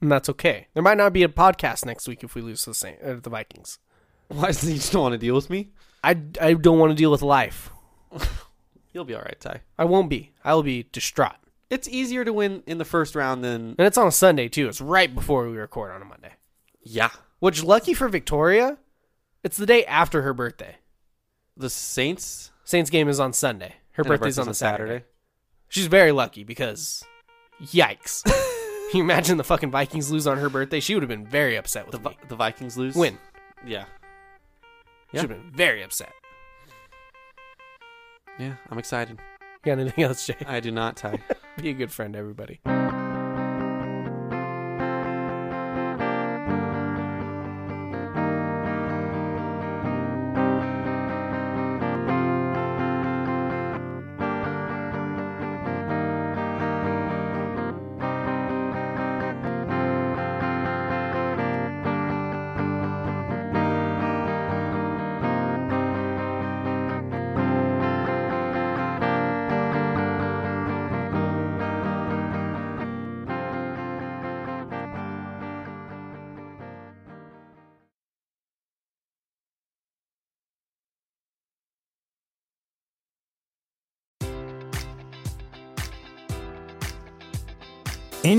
S2: and that's okay. There might not be a podcast next week if we lose to the Saint, uh, the Vikings.
S1: Why does he still want to deal with me?
S2: I, I don't want to deal with life.
S1: You'll be all right, Ty.
S2: I won't be. I'll be distraught.
S1: It's easier to win in the first round than
S2: And it's on a Sunday too. It's right before we record on a Monday.
S1: yeah.
S2: Which, lucky for Victoria, it's the day after her birthday.
S1: The Saints.
S2: Saints game is on Sunday. Her
S1: And her
S2: birthday's on a
S1: birthday's on
S2: Saturday.
S1: Saturday.
S2: She's very lucky because, yikes! Can you imagine the fucking Vikings lose on her birthday? She would have been very upset with
S1: The
S2: the
S1: Vi- the Vikings lose.
S2: win.
S1: Yeah. Yeah.
S2: She'd have been very upset.
S1: Yeah. I'm excited.
S2: You got anything else, Jay?
S1: I do not, Ty.
S2: Be a good friend, to everybody.